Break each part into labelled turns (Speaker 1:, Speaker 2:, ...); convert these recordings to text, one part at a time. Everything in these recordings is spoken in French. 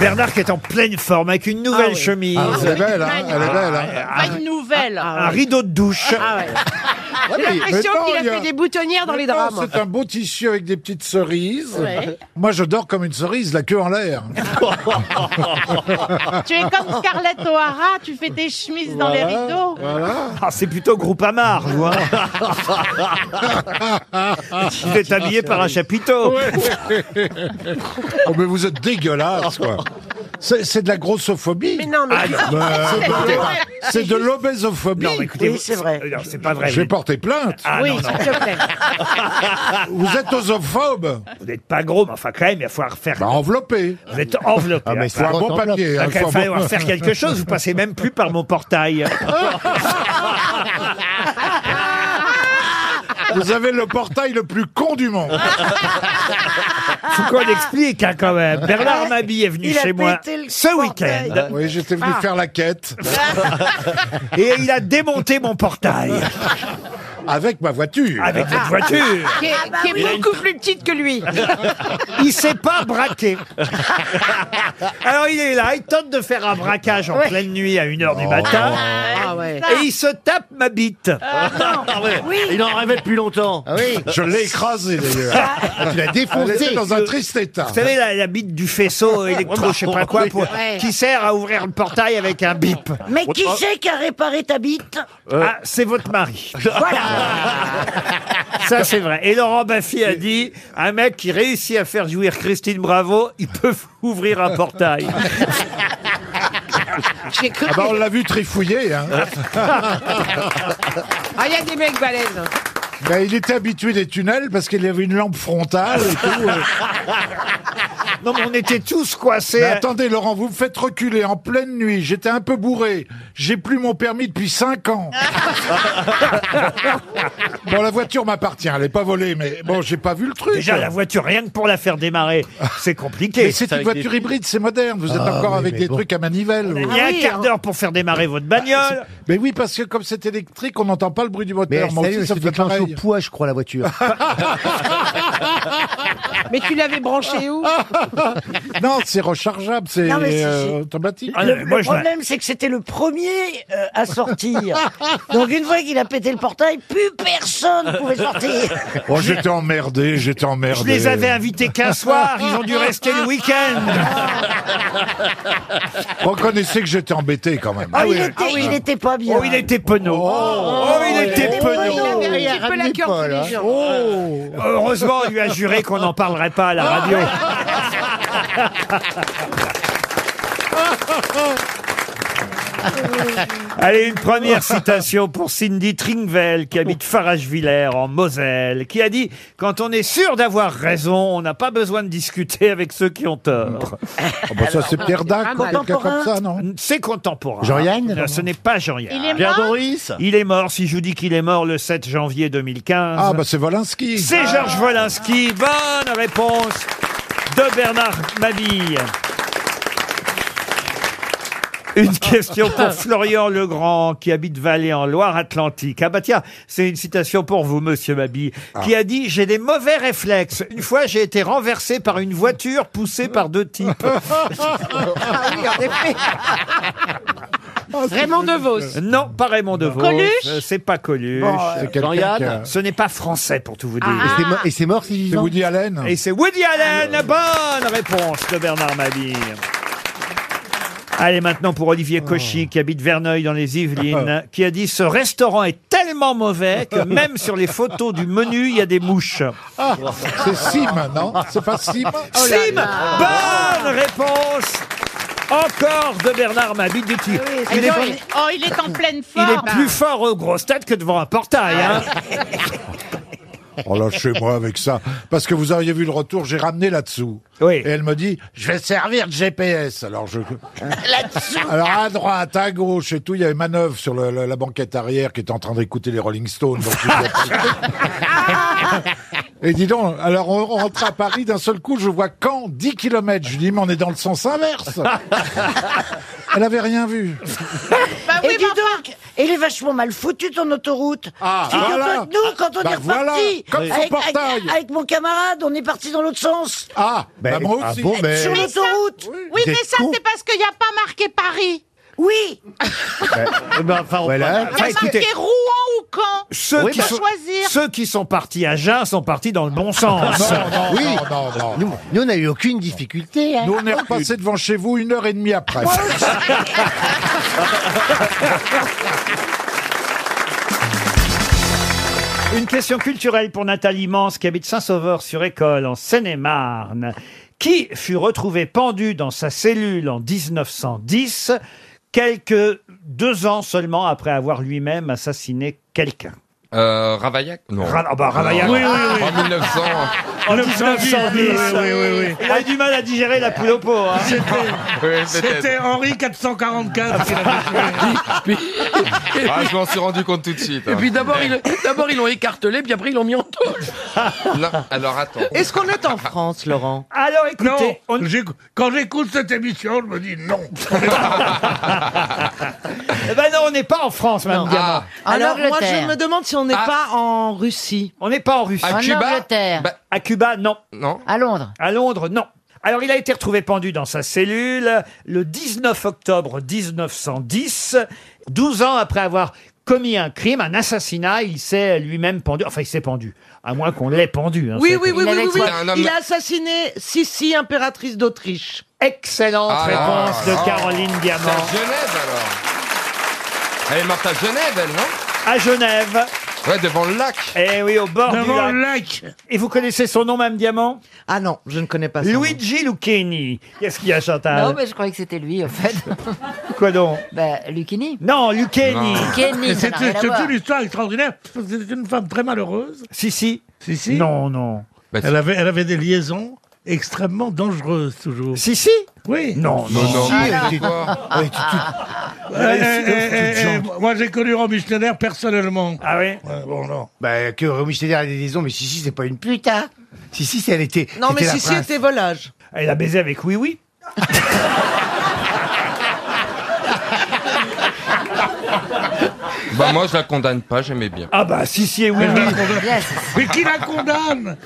Speaker 1: Bernard qui est en pleine forme avec une nouvelle
Speaker 2: Ah oui.
Speaker 1: chemise. ah,
Speaker 3: Ah, elle est belle, hein, elle est belle. hein.
Speaker 2: Pas Ah, une nouvelle.
Speaker 1: Un rideau de douche.
Speaker 2: Ah ouais.
Speaker 3: Ouais,
Speaker 2: J'ai
Speaker 3: mais-
Speaker 2: l'impression
Speaker 3: mais non,
Speaker 2: qu'il a
Speaker 3: il y a-
Speaker 2: fait des boutonnières dans les
Speaker 3: Non,
Speaker 2: drames.
Speaker 3: C'est un beau tissu avec des petites cerises.
Speaker 2: Ouais.
Speaker 3: Moi, je dors comme une cerise, la queue en l'air.
Speaker 2: Tu es comme Scarlett O'Hara, tu fais tes chemises dans les rideaux.
Speaker 3: Voilà.
Speaker 1: Ah, c'est plutôt groupe Amar, vous. Hein
Speaker 4: Ah.
Speaker 1: vous êtes habillé par un chapiteau.
Speaker 3: Oh, mais vous êtes dégueulasse, quoi. C'est c'est de la grossophobie.
Speaker 2: Mais non, mais
Speaker 1: Ah, non.
Speaker 3: Bah,
Speaker 2: c'est
Speaker 3: bah,
Speaker 2: vrai.
Speaker 3: c'est de l'obésophobie.
Speaker 1: Non, mais écoutez,
Speaker 2: Oui,
Speaker 1: vous-
Speaker 2: c'est vrai.
Speaker 1: Euh, Non, c'est pas vrai.
Speaker 3: Je vais
Speaker 1: Vous-
Speaker 3: porter plainte.
Speaker 1: Ah,
Speaker 2: oui,
Speaker 1: non, non.
Speaker 2: s'il te plaît.
Speaker 3: Vous êtes osophobe.
Speaker 1: Vous n'êtes pas gros, mais enfin, quand même, il va falloir faire.
Speaker 3: Bah, enveloppé.
Speaker 1: Vous êtes enveloppé.
Speaker 3: Ah, mais
Speaker 1: Enfin,
Speaker 3: faut un bon papier.
Speaker 1: Il
Speaker 3: hein,
Speaker 1: va
Speaker 3: faut
Speaker 1: quand
Speaker 3: un
Speaker 1: même
Speaker 3: bon-
Speaker 1: falloir faire quelque chose. Vous passez même plus par mon portail.
Speaker 3: Vous avez le portail le plus con du monde.
Speaker 1: Faut qu'on l'explique hein, quand même. Bernard Mabille est venu
Speaker 2: Il a
Speaker 1: chez moi
Speaker 2: pété le Ah.
Speaker 1: ce
Speaker 2: portail.
Speaker 1: week-end
Speaker 3: Ah, Oui, j'étais venu faire la quête
Speaker 1: et il a démonté mon portail
Speaker 3: avec ma voiture.
Speaker 1: avec cette voiture.
Speaker 2: Ah, Qui est, qui est beaucoup plus petite que lui.
Speaker 1: Il s'est pas braqué. Alors il est là, il tente de faire un braquage en
Speaker 2: Ouais.
Speaker 1: pleine nuit à 1h
Speaker 3: Oh.
Speaker 1: du matin.
Speaker 2: Ah ouais. Ah,
Speaker 1: Et il se tape ma bite.
Speaker 5: Il en rêvait depuis longtemps.
Speaker 3: Ah Je l'ai écrasé d'ailleurs.
Speaker 5: tu l'as
Speaker 3: Elle était
Speaker 5: défoncé.
Speaker 3: dans un triste état.
Speaker 1: Ah,
Speaker 3: bah
Speaker 1: Vous savez, la, la bite du faisceau électro, je sais pas quoi, pour-
Speaker 2: Ouais.
Speaker 1: qui sert à ouvrir le portail avec un bip.
Speaker 6: Mais qui c'est qui a réparé ta bite
Speaker 1: Ah, c'est votre mari. Ça, c'est vrai. Et Laurent Baffy a dit un mec qui réussit à faire jouir Christine Bravo, il peut ouvrir un portail.
Speaker 2: J'ai cru
Speaker 3: Ah
Speaker 2: que-
Speaker 3: bah, on l'a vu trifouiller. Hein.
Speaker 2: Ah, il y a des mecs balèzes. Ah
Speaker 3: Bah, il était habitué des tunnels parce qu'il avait une lampe frontale et tout. euh.
Speaker 2: Ah,
Speaker 1: Non, mais on était tous coincés.
Speaker 3: Mais attendez, Laurent, vous me faites reculer en pleine nuit. J'étais un peu bourré. J'ai plus mon permis depuis 5 ans. bon, la voiture m'appartient. Elle est pas volée, mais bon, j'ai pas vu le truc.
Speaker 1: Déjà, la voiture, rien que pour la faire démarrer, c'est compliqué. Ah,
Speaker 3: mais c'est une voiture hybride, c'est moderne. Vous êtes encore avec des trucs à manivelle. vous.
Speaker 1: Il
Speaker 3: Ah,
Speaker 1: y a
Speaker 2: Ah
Speaker 1: un
Speaker 2: oui,
Speaker 1: quart
Speaker 2: hein.
Speaker 1: d'heure pour faire démarrer votre bagnole.
Speaker 3: Mais oui, parce que comme c'est électrique, on n'entend pas le bruit du
Speaker 5: Mais
Speaker 3: moteur. Moi
Speaker 5: sérieux,
Speaker 3: aussi, ça
Speaker 5: ça
Speaker 3: me fait
Speaker 5: déclenche au
Speaker 3: pareil.
Speaker 5: poids, je crois, la voiture.
Speaker 2: Mais tu l'avais branché où
Speaker 3: Non, c'est rechargeable, c'est
Speaker 6: Non, mais si,
Speaker 3: euh,
Speaker 6: si.
Speaker 3: automatique.
Speaker 1: Ah,
Speaker 6: Le,
Speaker 1: mais
Speaker 6: le
Speaker 1: moi, je la-
Speaker 6: problème, c'est que c'était le premier euh, à sortir. Donc une fois qu'il a pété le portail, plus personne pouvait sortir.
Speaker 3: Oh, j'étais emmerdé, j'étais
Speaker 1: Je
Speaker 3: emmerdé.
Speaker 1: les avais invités qu'un soir, ils ont dû rester le week-end.
Speaker 3: Reconnaissez que j'étais embêté quand même.
Speaker 6: Ah, il, était, il était pas bien.
Speaker 1: Oh, il était penaud. Oh, il était
Speaker 2: Il
Speaker 1: penaud.
Speaker 2: avait un petit peu la cœur tous les
Speaker 3: Oh,
Speaker 2: jours.
Speaker 1: Oh. Heureusement, il lui a juré qu'on n'en parlerait pas à la radio. Allez, une première citation pour Cindy Tringvel, qui habite Farage-Villers, en Moselle, qui a dit « Quand on est sûr d'avoir raison, on n'a pas besoin de discuter avec ceux qui ont tort.
Speaker 3: Ah bah, ça, c'est Pierre Dac, ou quelqu'un comme
Speaker 6: Contemporain.
Speaker 3: ça, non »
Speaker 1: C'est contemporain.
Speaker 5: Jean-Yann
Speaker 1: Non, Ce n'est pas Jean-Yann.
Speaker 2: Il est
Speaker 5: Pierre
Speaker 2: mort.
Speaker 5: Doris
Speaker 1: Il est mort, si je vous dis qu'il est mort le 7 janvier 2015.
Speaker 3: Ah, bah, c'est Volinsky.
Speaker 1: C'est Georges Wolinski. Bonne réponse de Bernard Mabille. Une question pour Florian Legrand, qui habite Vallée en Loire-Atlantique. Ah bah tiens, c'est une citation pour vous, monsieur Mabille, qui a dit « J'ai des mauvais réflexes. Une fois, j'ai été renversé par une voiture poussée par deux types.
Speaker 6: Ah
Speaker 2: Raymond DeVos. »
Speaker 1: Non, pas Raymond DeVos.
Speaker 2: Coluche
Speaker 1: Euh, C'est pas Coluche.
Speaker 3: C'est quelqu'un
Speaker 5: Jean-Yann.
Speaker 3: qui a-
Speaker 1: Ce n'est pas français, pour tout vous dire.
Speaker 5: Et c'est mo- Et c'est mort, si Ah.
Speaker 3: C'est
Speaker 5: vivant
Speaker 3: Woody Allen.
Speaker 1: Et c'est Woody Allen. Bonne réponse de Bernard Mabille. Allez, maintenant pour Olivier
Speaker 3: Oh.
Speaker 1: Cauchy, qui habite Verneuil dans les
Speaker 3: Ah.
Speaker 1: Yvelines, qui a dit Ce restaurant est tellement mauvais que même sur les photos du menu, il y a des mouches.
Speaker 3: Ah, c'est Sim, non C'est pas Sim
Speaker 2: Oh
Speaker 1: Sim Bonne réponse Encore de Bernard Mabille. Dit-il. Il est,
Speaker 2: Attends, il- Oh, il est en pleine
Speaker 1: Ah il
Speaker 2: forme.
Speaker 1: est plus fort au gros stade que devant un portail. hein.
Speaker 3: Oh là, chez moi avec ça. Parce que vous auriez vu le retour, j'ai ramené là-dessous.
Speaker 1: Oui.
Speaker 3: Et elle me dit, je vais servir de GPS. Alors je. Alors à droite, à gauche et tout, il y avait manœuvre sur le- le- la banquette arrière qui était en train d'écouter les Rolling Stones. donc je vois pas. et dis donc, alors on rentre à Paris, d'un seul coup, je vois Caen, 10 km. Je dis, mais on est dans le sens inverse. elle avait rien vu.
Speaker 2: Bah oui,
Speaker 6: Et dis
Speaker 2: mais enfin,
Speaker 6: donc, Elle est vachement mal foutue, ton autoroute.
Speaker 3: Ah,
Speaker 6: Tu sais, quand on-
Speaker 3: voilà.
Speaker 6: Nous, quand on
Speaker 3: Bah
Speaker 6: est
Speaker 3: voilà,
Speaker 6: reparti,
Speaker 3: comme son
Speaker 6: avec, avec-
Speaker 3: portail.
Speaker 6: avec mon camarade, on est parti dans l'autre sens.
Speaker 3: Ah,
Speaker 1: Ben,
Speaker 3: bah, moi
Speaker 5: ah
Speaker 3: aussi.
Speaker 5: bon, mais-
Speaker 6: Sur
Speaker 2: Mais
Speaker 6: l'autoroute.
Speaker 2: ça- Oui,
Speaker 5: Vous
Speaker 2: mais
Speaker 5: êtes
Speaker 2: ça,
Speaker 5: con.
Speaker 2: c'est parce qu'il n'y a pas marqué Paris.
Speaker 6: Oui.
Speaker 5: Ben, enfin, on
Speaker 1: Voilà.
Speaker 2: Il y a
Speaker 1: Eh Enfin, écoutez,
Speaker 2: marqué Rouen ou Caen.
Speaker 1: ceux,
Speaker 5: Oui,
Speaker 1: qui
Speaker 5: bah,
Speaker 1: sont,
Speaker 2: choisir.
Speaker 1: ceux qui sont partis à Jeun sont partis dans le bon sens.
Speaker 3: Non, non,
Speaker 5: Oui.
Speaker 3: non, non,
Speaker 5: Nous,
Speaker 3: non.
Speaker 5: nous, on n'a eu aucune difficulté. hein.
Speaker 3: Nous, on est repassé devant chez vous une heure et demie après.
Speaker 1: Une question culturelle pour Nathalie Mans qui habite Saint-Sauveur sur École en Seine-et-Marne. Qui fut retrouvé pendu dans sa cellule en 1910, quelques deux ans seulement après avoir lui-même assassiné quelqu'un.
Speaker 7: Euh, Ravaillac Non.
Speaker 1: Ra- ah bah, Ravaillac.
Speaker 7: Non.
Speaker 1: Oui, oui,
Speaker 7: En 1900.
Speaker 1: En 1910, il a eu du mal à digérer la poule au pot. hein.
Speaker 7: Oui, peut-être.
Speaker 8: C'était Henri 444 qui l'avait
Speaker 7: Ah, je m'en suis rendu compte tout de suite.
Speaker 9: Et
Speaker 7: hein.
Speaker 9: puis d'abord, ils, d'abord, ils l'ont écartelé, puis après, ils l'ont mis en tôle.
Speaker 7: Non, alors attends.
Speaker 10: Est-ce qu'on est en France, Laurent
Speaker 1: Alors écoutez, on-
Speaker 8: Non, j'éc- quand j'écoute cette émission, je me dis non.
Speaker 1: eh ben non, on n'est pas en France, madame Diamant.
Speaker 7: Ah,
Speaker 10: Alors, moi,
Speaker 2: Angleterre.
Speaker 10: je me demande si on n'est
Speaker 7: Ah.
Speaker 10: pas en Russie.
Speaker 1: On n'est pas en Russie.
Speaker 7: à Cuba
Speaker 2: Angleterre.
Speaker 7: Bah,
Speaker 1: À Cuba, non.
Speaker 7: non.
Speaker 2: À Londres.
Speaker 1: À Londres, non. Alors, il a été retrouvé pendu dans sa cellule le 19 octobre 1910, 12 ans après avoir commis un crime, un assassinat. Il s'est lui-même pendu. Enfin, il s'est pendu. À moins qu'on l'ait pendu. hein.
Speaker 10: Oui,
Speaker 1: C'est-
Speaker 10: oui, oui, oui,
Speaker 2: Il avait
Speaker 10: oui, oui.
Speaker 7: quoi Un homme-
Speaker 10: Il a assassiné Sissi, impératrice d'Autriche. ah.
Speaker 1: Excellente
Speaker 7: Ah là
Speaker 1: réponse
Speaker 7: là.
Speaker 1: de Caroline
Speaker 7: C'est à
Speaker 1: Diamant.
Speaker 7: Genève alors. Elle est morte à Genève, elle, non
Speaker 1: À Genève.
Speaker 7: Ouais, devant le lac.
Speaker 1: Et oui, au bord du
Speaker 8: Devant
Speaker 1: lac.
Speaker 8: le lac.
Speaker 1: Et vous connaissez son nom, Mme Diamant
Speaker 10: Ah non, je ne connais pas ça.
Speaker 1: Luigi Lucchini. Qu'est-ce qu'il y a, Chantal
Speaker 11: Non, mais je croyais que c'était lui, en fait.
Speaker 1: Quoi donc
Speaker 11: bah, Lucchini.
Speaker 1: Non, Lucchini.
Speaker 7: Non.
Speaker 11: Kenny,
Speaker 8: Et
Speaker 11: ça
Speaker 8: C'est
Speaker 11: n'a
Speaker 8: c'est
Speaker 11: rien à voir.
Speaker 8: une histoire extraordinaire, parce que c'était une femme très malheureuse.
Speaker 1: Si, si.
Speaker 8: Si, si.
Speaker 1: Non, non.
Speaker 8: Elle avait, elle avait des liaisons extrêmement dangereuses, toujours.
Speaker 1: Si, si.
Speaker 8: Oui.
Speaker 1: Non, non.
Speaker 7: Non, non, mais
Speaker 5: Ah,
Speaker 7: pourquoi
Speaker 5: Ouais, tu- tu-
Speaker 8: Eh, eh, eh, eh, moi, j'ai connu Romy Schneider personnellement.
Speaker 1: Ah oui Ben,
Speaker 8: Ouais, bon, non.
Speaker 5: Bah, que Romy Schneider a des liaisons, mais si, si, c'est pas une pute, hein. Si, si, c'est- elle était.
Speaker 10: Non, mais
Speaker 5: c'était la
Speaker 10: Sissi
Speaker 5: prince.
Speaker 10: était volage.
Speaker 1: Elle a baisé avec Oui Oui.
Speaker 7: Bah, moi, je la condamne pas, j'aimais bien.
Speaker 1: Ah bah si si et oui
Speaker 8: Elle
Speaker 1: oui.
Speaker 8: la condamne.
Speaker 11: Yes.
Speaker 8: Mais qui la condamne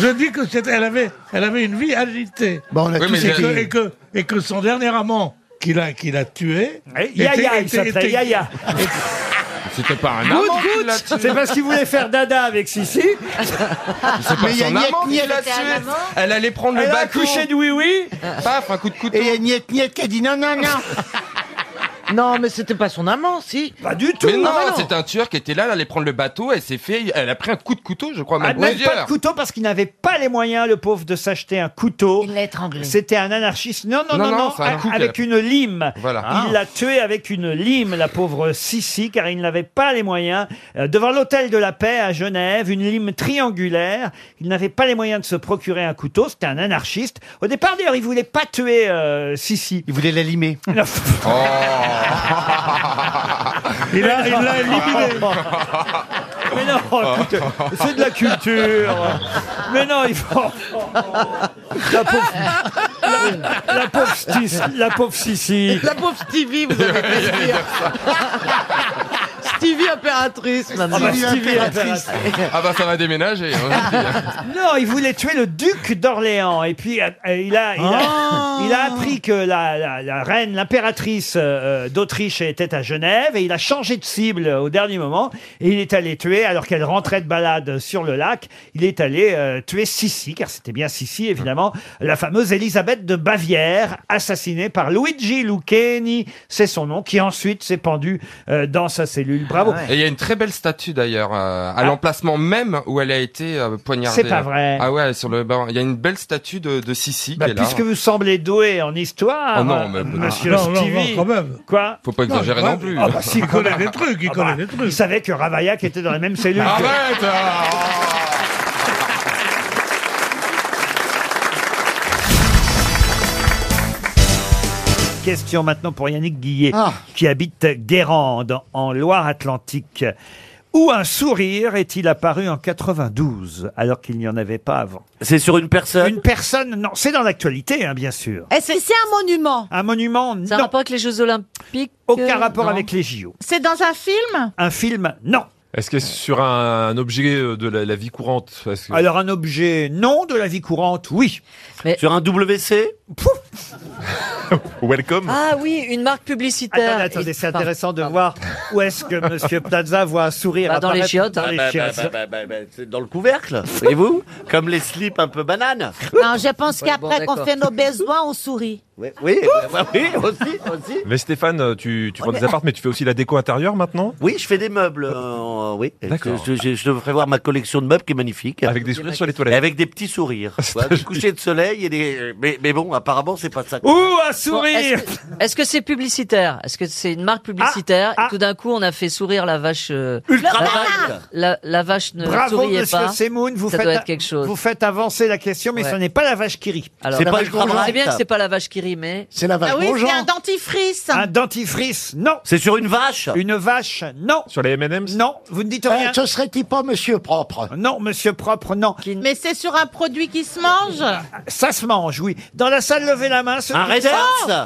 Speaker 8: Je dis que c'était, elle avait, elle avait une vie agitée.
Speaker 5: Bon, on a
Speaker 7: Oui,
Speaker 5: tous
Speaker 7: mais
Speaker 8: et,
Speaker 7: j'ai-
Speaker 8: que,
Speaker 5: été.
Speaker 8: et que- et que son dernier amant qui l'a, qui l'a tué.
Speaker 1: Eh, Yaya, il
Speaker 8: était- était-
Speaker 1: s'appelait
Speaker 8: était-
Speaker 1: Yaya.
Speaker 7: C'était pas un amant qui l'a tué.
Speaker 1: C'est parce qu'il voulait faire dada avec Sissi.
Speaker 7: C'est pas
Speaker 5: Mais il y a
Speaker 7: son
Speaker 5: Niette,
Speaker 7: amant qui
Speaker 5: Niette.
Speaker 7: l'a
Speaker 11: C'était un
Speaker 7: tué.
Speaker 11: amant
Speaker 7: Elle allait prendre
Speaker 1: Elle
Speaker 7: le
Speaker 1: a
Speaker 7: bateau.
Speaker 1: accouché de Oui Oui.
Speaker 7: Paf, un coup de couteau.
Speaker 5: Et il y a Niette Niette qui a dit non, non, non.
Speaker 10: Non, mais c'était pas son amant, si.
Speaker 1: Pas du tout. Ah
Speaker 7: Ah, Mais non,
Speaker 10: bah non.
Speaker 7: c'est un tueur qui était là, elle allait prendre le bateau, elle s'est fait, elle a pris un coup de couteau, je crois,
Speaker 1: Ah,
Speaker 7: même
Speaker 1: même pas
Speaker 7: plusieurs.
Speaker 1: de couteau parce qu'il n'avait pas les moyens, le pauvre, de s'acheter un couteau.
Speaker 11: Il l'a étranglé.
Speaker 1: C'était un anarchiste. Non, non,
Speaker 7: Non,
Speaker 1: non, non,
Speaker 7: non, c'est un
Speaker 1: a-
Speaker 7: coup
Speaker 1: avec une lime.
Speaker 7: Voilà.
Speaker 1: Il l'a tué avec une lime, la pauvre Sissi, car il n'avait pas les moyens. Euh, devant l'hôtel de la paix à Genève, une lime triangulaire. Il n'avait pas les moyens de se procurer un couteau. C'était un anarchiste. Au départ, d'ailleurs, il voulait pas tuer euh, Sissi.
Speaker 5: Il voulait la limer.
Speaker 1: Non.
Speaker 3: Oh.
Speaker 8: Il a- il l'a
Speaker 3: Ah.
Speaker 8: éliminé.
Speaker 1: Mais non, écoute, c'est de la culture. Mais non, il faut. La pauvre. La, la pauvre, Stis- la pauvre Sissi.
Speaker 10: La pauvre Stevie, vous avez fait dire. Stevie, impératrice, maintenant.
Speaker 1: Ah bah,
Speaker 5: Sylvie
Speaker 1: Stevie,
Speaker 5: l'impératrice.
Speaker 1: l'impératrice.
Speaker 7: Ah bah ça va déménager. hein.
Speaker 1: Non, il voulait tuer le duc d'Orléans. Et puis, euh, euh, il, a, il, a, il a appris que la, la- la reine, l'impératrice euh, euh, d'Autriche était à Genève. Et il a changé de cible euh, au dernier moment. Et il est allé tuer, alors qu'elle rentrait de balade sur le lac, il est allé euh, tuer Sissi, car c'était bien Sissi, évidemment, la fameuse Élisabeth de Bavière, assassinée par Luigi Lucchini. C'est son nom, qui ensuite s'est pendu euh, dans sa cellule. Bravo.
Speaker 7: Et il y a une très belle statue d'ailleurs, euh, à l'emplacement même où elle a été euh, poignardée.
Speaker 1: Ah. C'est pas vrai.
Speaker 7: Ah ouais, sur le banc. Il y a une belle statue de, de Sissi
Speaker 1: Bah,
Speaker 7: qui est là.
Speaker 1: puisque vous semblez doué en histoire,
Speaker 7: Oh non, mais-
Speaker 1: euh, monsieur
Speaker 8: Non, non, non,
Speaker 1: Stevie.
Speaker 8: quand même.
Speaker 1: Quoi
Speaker 7: Faut pas exagérer
Speaker 8: Non,
Speaker 7: non,
Speaker 8: mais-
Speaker 7: plus.
Speaker 1: Ah bah si,
Speaker 8: Il
Speaker 1: quand
Speaker 8: connaît
Speaker 1: même.
Speaker 8: des trucs, il
Speaker 1: Ah
Speaker 8: connaît
Speaker 1: bah,
Speaker 8: des
Speaker 1: il
Speaker 8: trucs.
Speaker 1: savait que Ravaillac était dans la même cellule. que-
Speaker 7: Arrête ah
Speaker 4: Ah.
Speaker 1: Question maintenant pour Yannick Guillet, qui habite Guérande, en Loire-Atlantique. Où un sourire est-il apparu en 92, alors qu'il n'y en avait pas avant
Speaker 4: C'est sur une personne
Speaker 1: Une personne, non, c'est dans l'actualité, hein, bien sûr.
Speaker 12: Est-ce que c'est un monument
Speaker 1: Un monument, non.
Speaker 12: Ça a rapport avec les Jeux Olympiques
Speaker 1: Aucun rapport avec les JO.
Speaker 2: C'est dans un film
Speaker 1: Un film, non.
Speaker 13: Est-ce que c'est sur un, un objet euh, de la, la vie courante Est-ce que-
Speaker 1: Alors un objet, non, de la vie courante, oui.
Speaker 4: Sur un WC
Speaker 13: Welcome
Speaker 12: Ah oui, une marque publicitaire.
Speaker 1: Attendez, attendez, c'est intéressant de voir où est-ce que Monsieur Plaza voit un sourire
Speaker 4: Bah, dans les
Speaker 1: apparaître
Speaker 4: chiottes,
Speaker 1: dans
Speaker 4: hein.
Speaker 1: les
Speaker 4: Bah, bah,
Speaker 1: chiottes.
Speaker 4: bah, C'est dans le couvercle, voyez-vous Comme les slips un peu bananes.
Speaker 12: Non, je pense
Speaker 4: Ouais, bon,
Speaker 12: qu'après qu'on
Speaker 4: d'accord.
Speaker 12: fait nos besoins, on sourit.
Speaker 4: Oui, oui, bah oui, aussi, aussi.
Speaker 13: Mais Stéphane, euh, tu, tu vends
Speaker 4: Ouais,
Speaker 13: des
Speaker 4: mais-
Speaker 13: appartes, mais tu fais aussi la déco intérieure maintenant
Speaker 4: Oui, je fais des meubles. euh, oui.
Speaker 13: D'accord.
Speaker 4: Je, je- je devrais voir ma collection de meubles qui est magnifique. Avec des sourires sur les toilettes. Avec des petits sourires. Voilà, des couchers de soleil et des. Mais, mais bon, apparemment, c'est pas ça.
Speaker 14: Bon, est-ce que- Est-ce que c'est publicitaire Est-ce que c'est une marque publicitaire Et tout d'un coup, on a fait sourire la vache. euh,
Speaker 1: Ah,
Speaker 14: la,
Speaker 1: Ultra malade.
Speaker 14: vache la, la vache ne
Speaker 1: Bravo,
Speaker 14: souriait
Speaker 1: Monsieur
Speaker 14: pas.
Speaker 1: Semoun, vous,
Speaker 14: ça
Speaker 1: faites
Speaker 14: doit
Speaker 1: a-
Speaker 14: être quelque chose.
Speaker 1: vous faites avancer la question, mais
Speaker 14: Ouais.
Speaker 1: ce n'est pas la vache qui rit.
Speaker 14: Alors, la vache- Je sais bien que c'est pas la vache hein. qui rit, mais.
Speaker 1: C'est la
Speaker 2: Ah oui, c'est un dentifrice.
Speaker 1: Un dentifrice, non.
Speaker 4: C'est sur une vache
Speaker 1: Une vache, non.
Speaker 13: Sur les M&M's
Speaker 1: Non, vous ne dites rien.
Speaker 5: Eh, ce serait-il pas Monsieur Propre
Speaker 1: Non, Monsieur Propre, non.
Speaker 2: Mais c'est sur un produit qui se mange
Speaker 1: Ça se mange, oui. Dans la salle, levez la main. ceux
Speaker 4: Un
Speaker 1: qui-
Speaker 4: Red Fox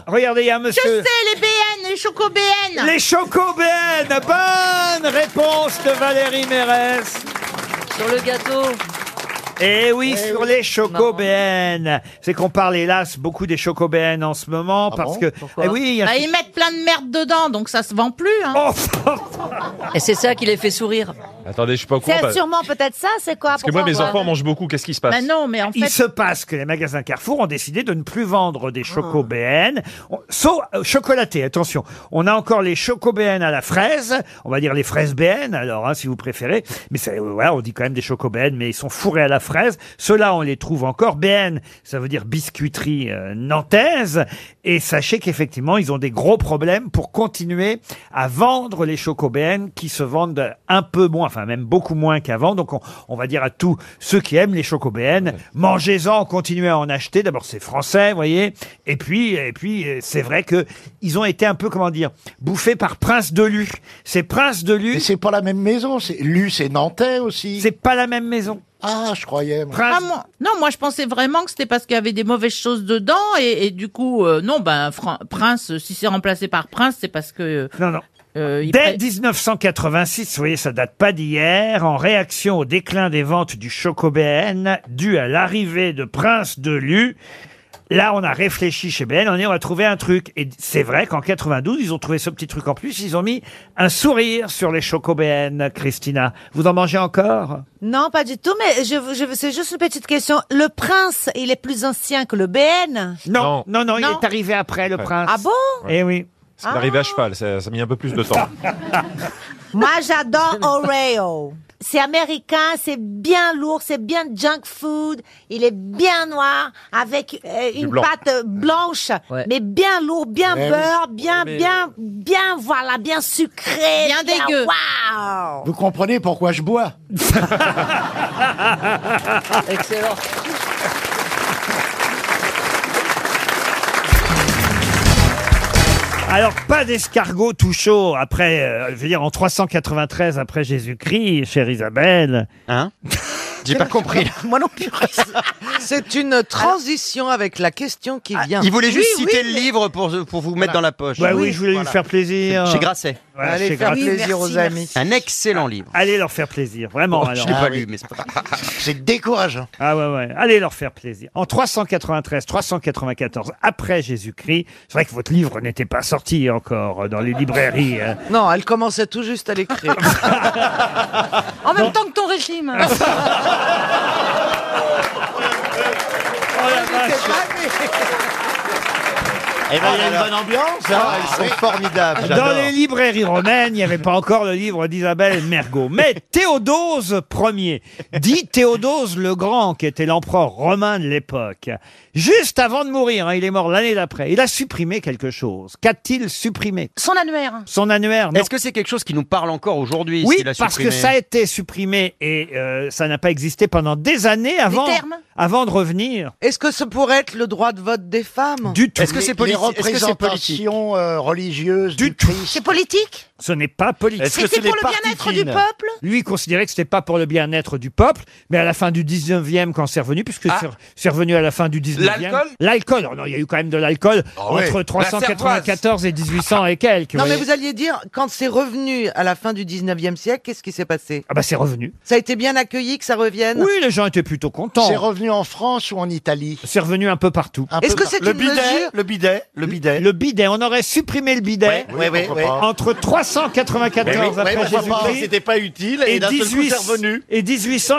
Speaker 1: Regardez, il y a un
Speaker 2: Je
Speaker 1: monsieur.
Speaker 2: sais, les BN, les chocobéennes.
Speaker 1: Les chocobènes Bonne réponse de Valérie Mérès
Speaker 14: Sur le gâteau.
Speaker 1: Eh oui,
Speaker 14: Eh
Speaker 1: sur
Speaker 14: oui.
Speaker 1: les chocobéennes. C'est qu'on parle hélas beaucoup des chocobéennes en ce moment
Speaker 2: Ah
Speaker 1: parce
Speaker 14: Ah bon
Speaker 1: que
Speaker 14: Pourquoi
Speaker 1: eh oui, il y a- Oh,
Speaker 2: Bah, ils mettent plein de merde dedans, donc ça se vend plus. hein.
Speaker 14: Et c'est ça qui les fait sourire.
Speaker 13: Attendez, je suis pas au courant. bah,
Speaker 12: sûrement peut-être ça, c'est quoi
Speaker 13: parce que moi, mes
Speaker 14: hein.
Speaker 13: enfants mangent beaucoup. Qu'est-ce qui se
Speaker 14: Bah,
Speaker 13: passe
Speaker 2: Bah non, mais
Speaker 1: il se passe que les magasins Carrefour ont décidé de ne plus vendre des chocobéennes, On- sauf euh, chocolatées. Attention, on a encore les chocobéennes à la fraise, on va dire les fraises BN, alors hein, si vous préférez. Mais c'est- euh, voilà, on dit quand même des chocobéennes, mais ils sont fourrés à la fraise. Ceux-là, on les trouve encore. BN, ça veut dire biscuiterie euh, nantaise. Et sachez qu'effectivement, ils ont des gros problèmes pour continuer à vendre les chocobéennes qui se vendent un peu moins, enfin même beaucoup moins qu'avant. Donc on, on va dire à tous ceux qui aiment les chocobéennes, mangez-en, continuez à en acheter. D'abord c'est français, vous voyez. Et puis et puis euh, c'est vrai que ils ont été un peu comment dire bouffés par Prince de Lu. C'est Prince de Lu.
Speaker 5: C'est pas la même maison. c'est- Lu, c'est Nantais aussi. C'est
Speaker 1: pas la même maison.
Speaker 5: Ah, je croyais. moi.
Speaker 2: Ah, moi- non, moi je pensais vraiment que c'était parce qu'il y avait des mauvaises choses dedans et, et du coup, euh, non, ben Fran- Prince, euh, si c'est remplacé par Prince, c'est parce que euh,
Speaker 1: Non, non.
Speaker 2: il
Speaker 1: Dès 1986, vous voyez, ça date pas d'hier, en réaction au déclin des ventes du Chocobéen, dû à l'arrivée de Prince de Lu, là, on a réfléchi chez BN, on est, on va trouver un truc. Et c'est vrai qu'en 92, ils ont trouvé ce petit truc en plus, ils ont mis un sourire sur les Chocobéennes, Christina. Vous en mangez encore
Speaker 12: Non, pas du tout, mais je, je, c'est juste une petite question. Le prince, il est plus ancien que le BN
Speaker 1: Non, non, non, il est arrivé après, le
Speaker 13: Ouais.
Speaker 1: prince.
Speaker 12: Ah bon
Speaker 1: Eh oui. Ah.
Speaker 13: C'est arrivé à cheval, ça, ça a mis un peu plus de temps.
Speaker 12: Moi, j'adore Oreo. C'est américain, c'est bien lourd, c'est bien junk food. Il est bien noir, avec euh,
Speaker 13: Du
Speaker 12: une
Speaker 13: blanc.
Speaker 12: pâte euh, blanche, mais bien lourd, bien
Speaker 5: Ouais,
Speaker 12: beurre,
Speaker 5: oui.
Speaker 12: bien,
Speaker 5: Mais-
Speaker 12: bien, bien, voilà, bien sucré.
Speaker 2: Bien dégueu.
Speaker 12: waouh.
Speaker 5: Vous comprenez pourquoi je bois
Speaker 14: Excellent.
Speaker 1: Alors, pas d'escargot tout chaud après, euh, je veux dire, en 393 après Jésus-Christ, chère Isabelle. Hein J'ai pas compris.
Speaker 10: Moi non plus. C'est une transition avec la question qui vient.
Speaker 4: Ah, Il voulait juste
Speaker 10: Oui, oui,
Speaker 4: citer
Speaker 10: mais-
Speaker 4: le livre pour, pour vous
Speaker 10: Voilà.
Speaker 4: mettre dans la poche.
Speaker 1: Bah oui, je voulais lui faire plaisir.
Speaker 4: Chez Grasset.
Speaker 1: Ouais, Allez, chez faire Grasset. plaisir aux amis.
Speaker 4: Un excellent livre.
Speaker 1: Allez leur faire plaisir, vraiment.
Speaker 4: Oh, je
Speaker 1: alors.
Speaker 4: l'ai pas lu, mais c'est pas grave.
Speaker 1: C'est décourageant. Ah ouais, ouais. Allez leur faire plaisir. En 393, 394 après Jésus-Christ, c'est vrai que votre livre n'était pas sorti encore euh, dans les librairies. euh.
Speaker 10: Non, elle commençait tout juste à l'écrire.
Speaker 12: En même temps que ton
Speaker 2: hein.
Speaker 12: régime.
Speaker 1: Oh,
Speaker 2: Oh,
Speaker 1: Oh,
Speaker 4: Eh ben, il y a une bonne ambiance, hein.
Speaker 13: Ah,
Speaker 4: Ils sont formidables.
Speaker 1: Dans les librairies romaines, il n'y avait pas encore le livre d'Isabelle Mergot. Mais Théodose Ier, dit Théodose le Grand, qui était l'empereur romain de l'époque, juste avant de mourir, hein, il est mort l'année d'après, il a supprimé quelque chose. Qu'a-t-il supprimé
Speaker 12: Son annuaire.
Speaker 1: Son annuaire, non.
Speaker 4: Est-ce que c'est quelque chose qui nous parle encore aujourd'hui
Speaker 1: Oui,
Speaker 4: s'il a
Speaker 1: parce que
Speaker 4: supprimé
Speaker 1: ça a été supprimé et euh, ça n'a pas existé pendant des années avant.
Speaker 12: termes
Speaker 1: avant de revenir.
Speaker 10: Est-ce que ça pourrait être le droit de vote des femmes
Speaker 1: Du tout.
Speaker 10: Est-ce que c'est euh,
Speaker 1: Les- les
Speaker 10: politique
Speaker 1: représentations,
Speaker 10: religieuses
Speaker 1: du
Speaker 10: C'est politique
Speaker 1: Ce n'est pas politique.
Speaker 10: Est-ce que C'était c'est pour les le bien-être partis du fines peuple
Speaker 1: Lui considérait que c'était pas pour le bien-être du peuple, mais à la fin du 19e, quand c'est revenu, puisque
Speaker 7: Ah.
Speaker 1: c'est- c'est revenu à la fin du 19e.
Speaker 7: L'alcool
Speaker 1: L'alcool. Oh non, il y a eu quand même de l'alcool
Speaker 7: Ah ouais.
Speaker 1: entre
Speaker 7: La
Speaker 1: 394 et 1800 et quelques.
Speaker 10: Non, mais
Speaker 1: voyez.
Speaker 10: vous alliez dire, quand c'est revenu à la fin du 19e siècle, qu'est-ce qui s'est passé
Speaker 1: Ah bah c'est revenu.
Speaker 10: Ça a été bien accueilli que ça revienne
Speaker 1: Oui, les gens étaient plutôt contents.
Speaker 13: C'est revenu en France ou en Italie
Speaker 1: C'est revenu un peu partout.
Speaker 13: Est-ce que c'est
Speaker 1: Le
Speaker 13: une
Speaker 1: bidet,
Speaker 13: mesure
Speaker 1: Le bidet, le bidet. Le bidet, on aurait supprimé le bidet
Speaker 15: Ouais, ouais, ouais, pourquoi ouais. pas.
Speaker 1: entre 394
Speaker 15: Mais oui, ouais,
Speaker 1: après
Speaker 15: pourquoi pas,
Speaker 1: Jésus-Christ
Speaker 15: c'était pas utile, et d'un seul coup, c'est revenu.
Speaker 1: et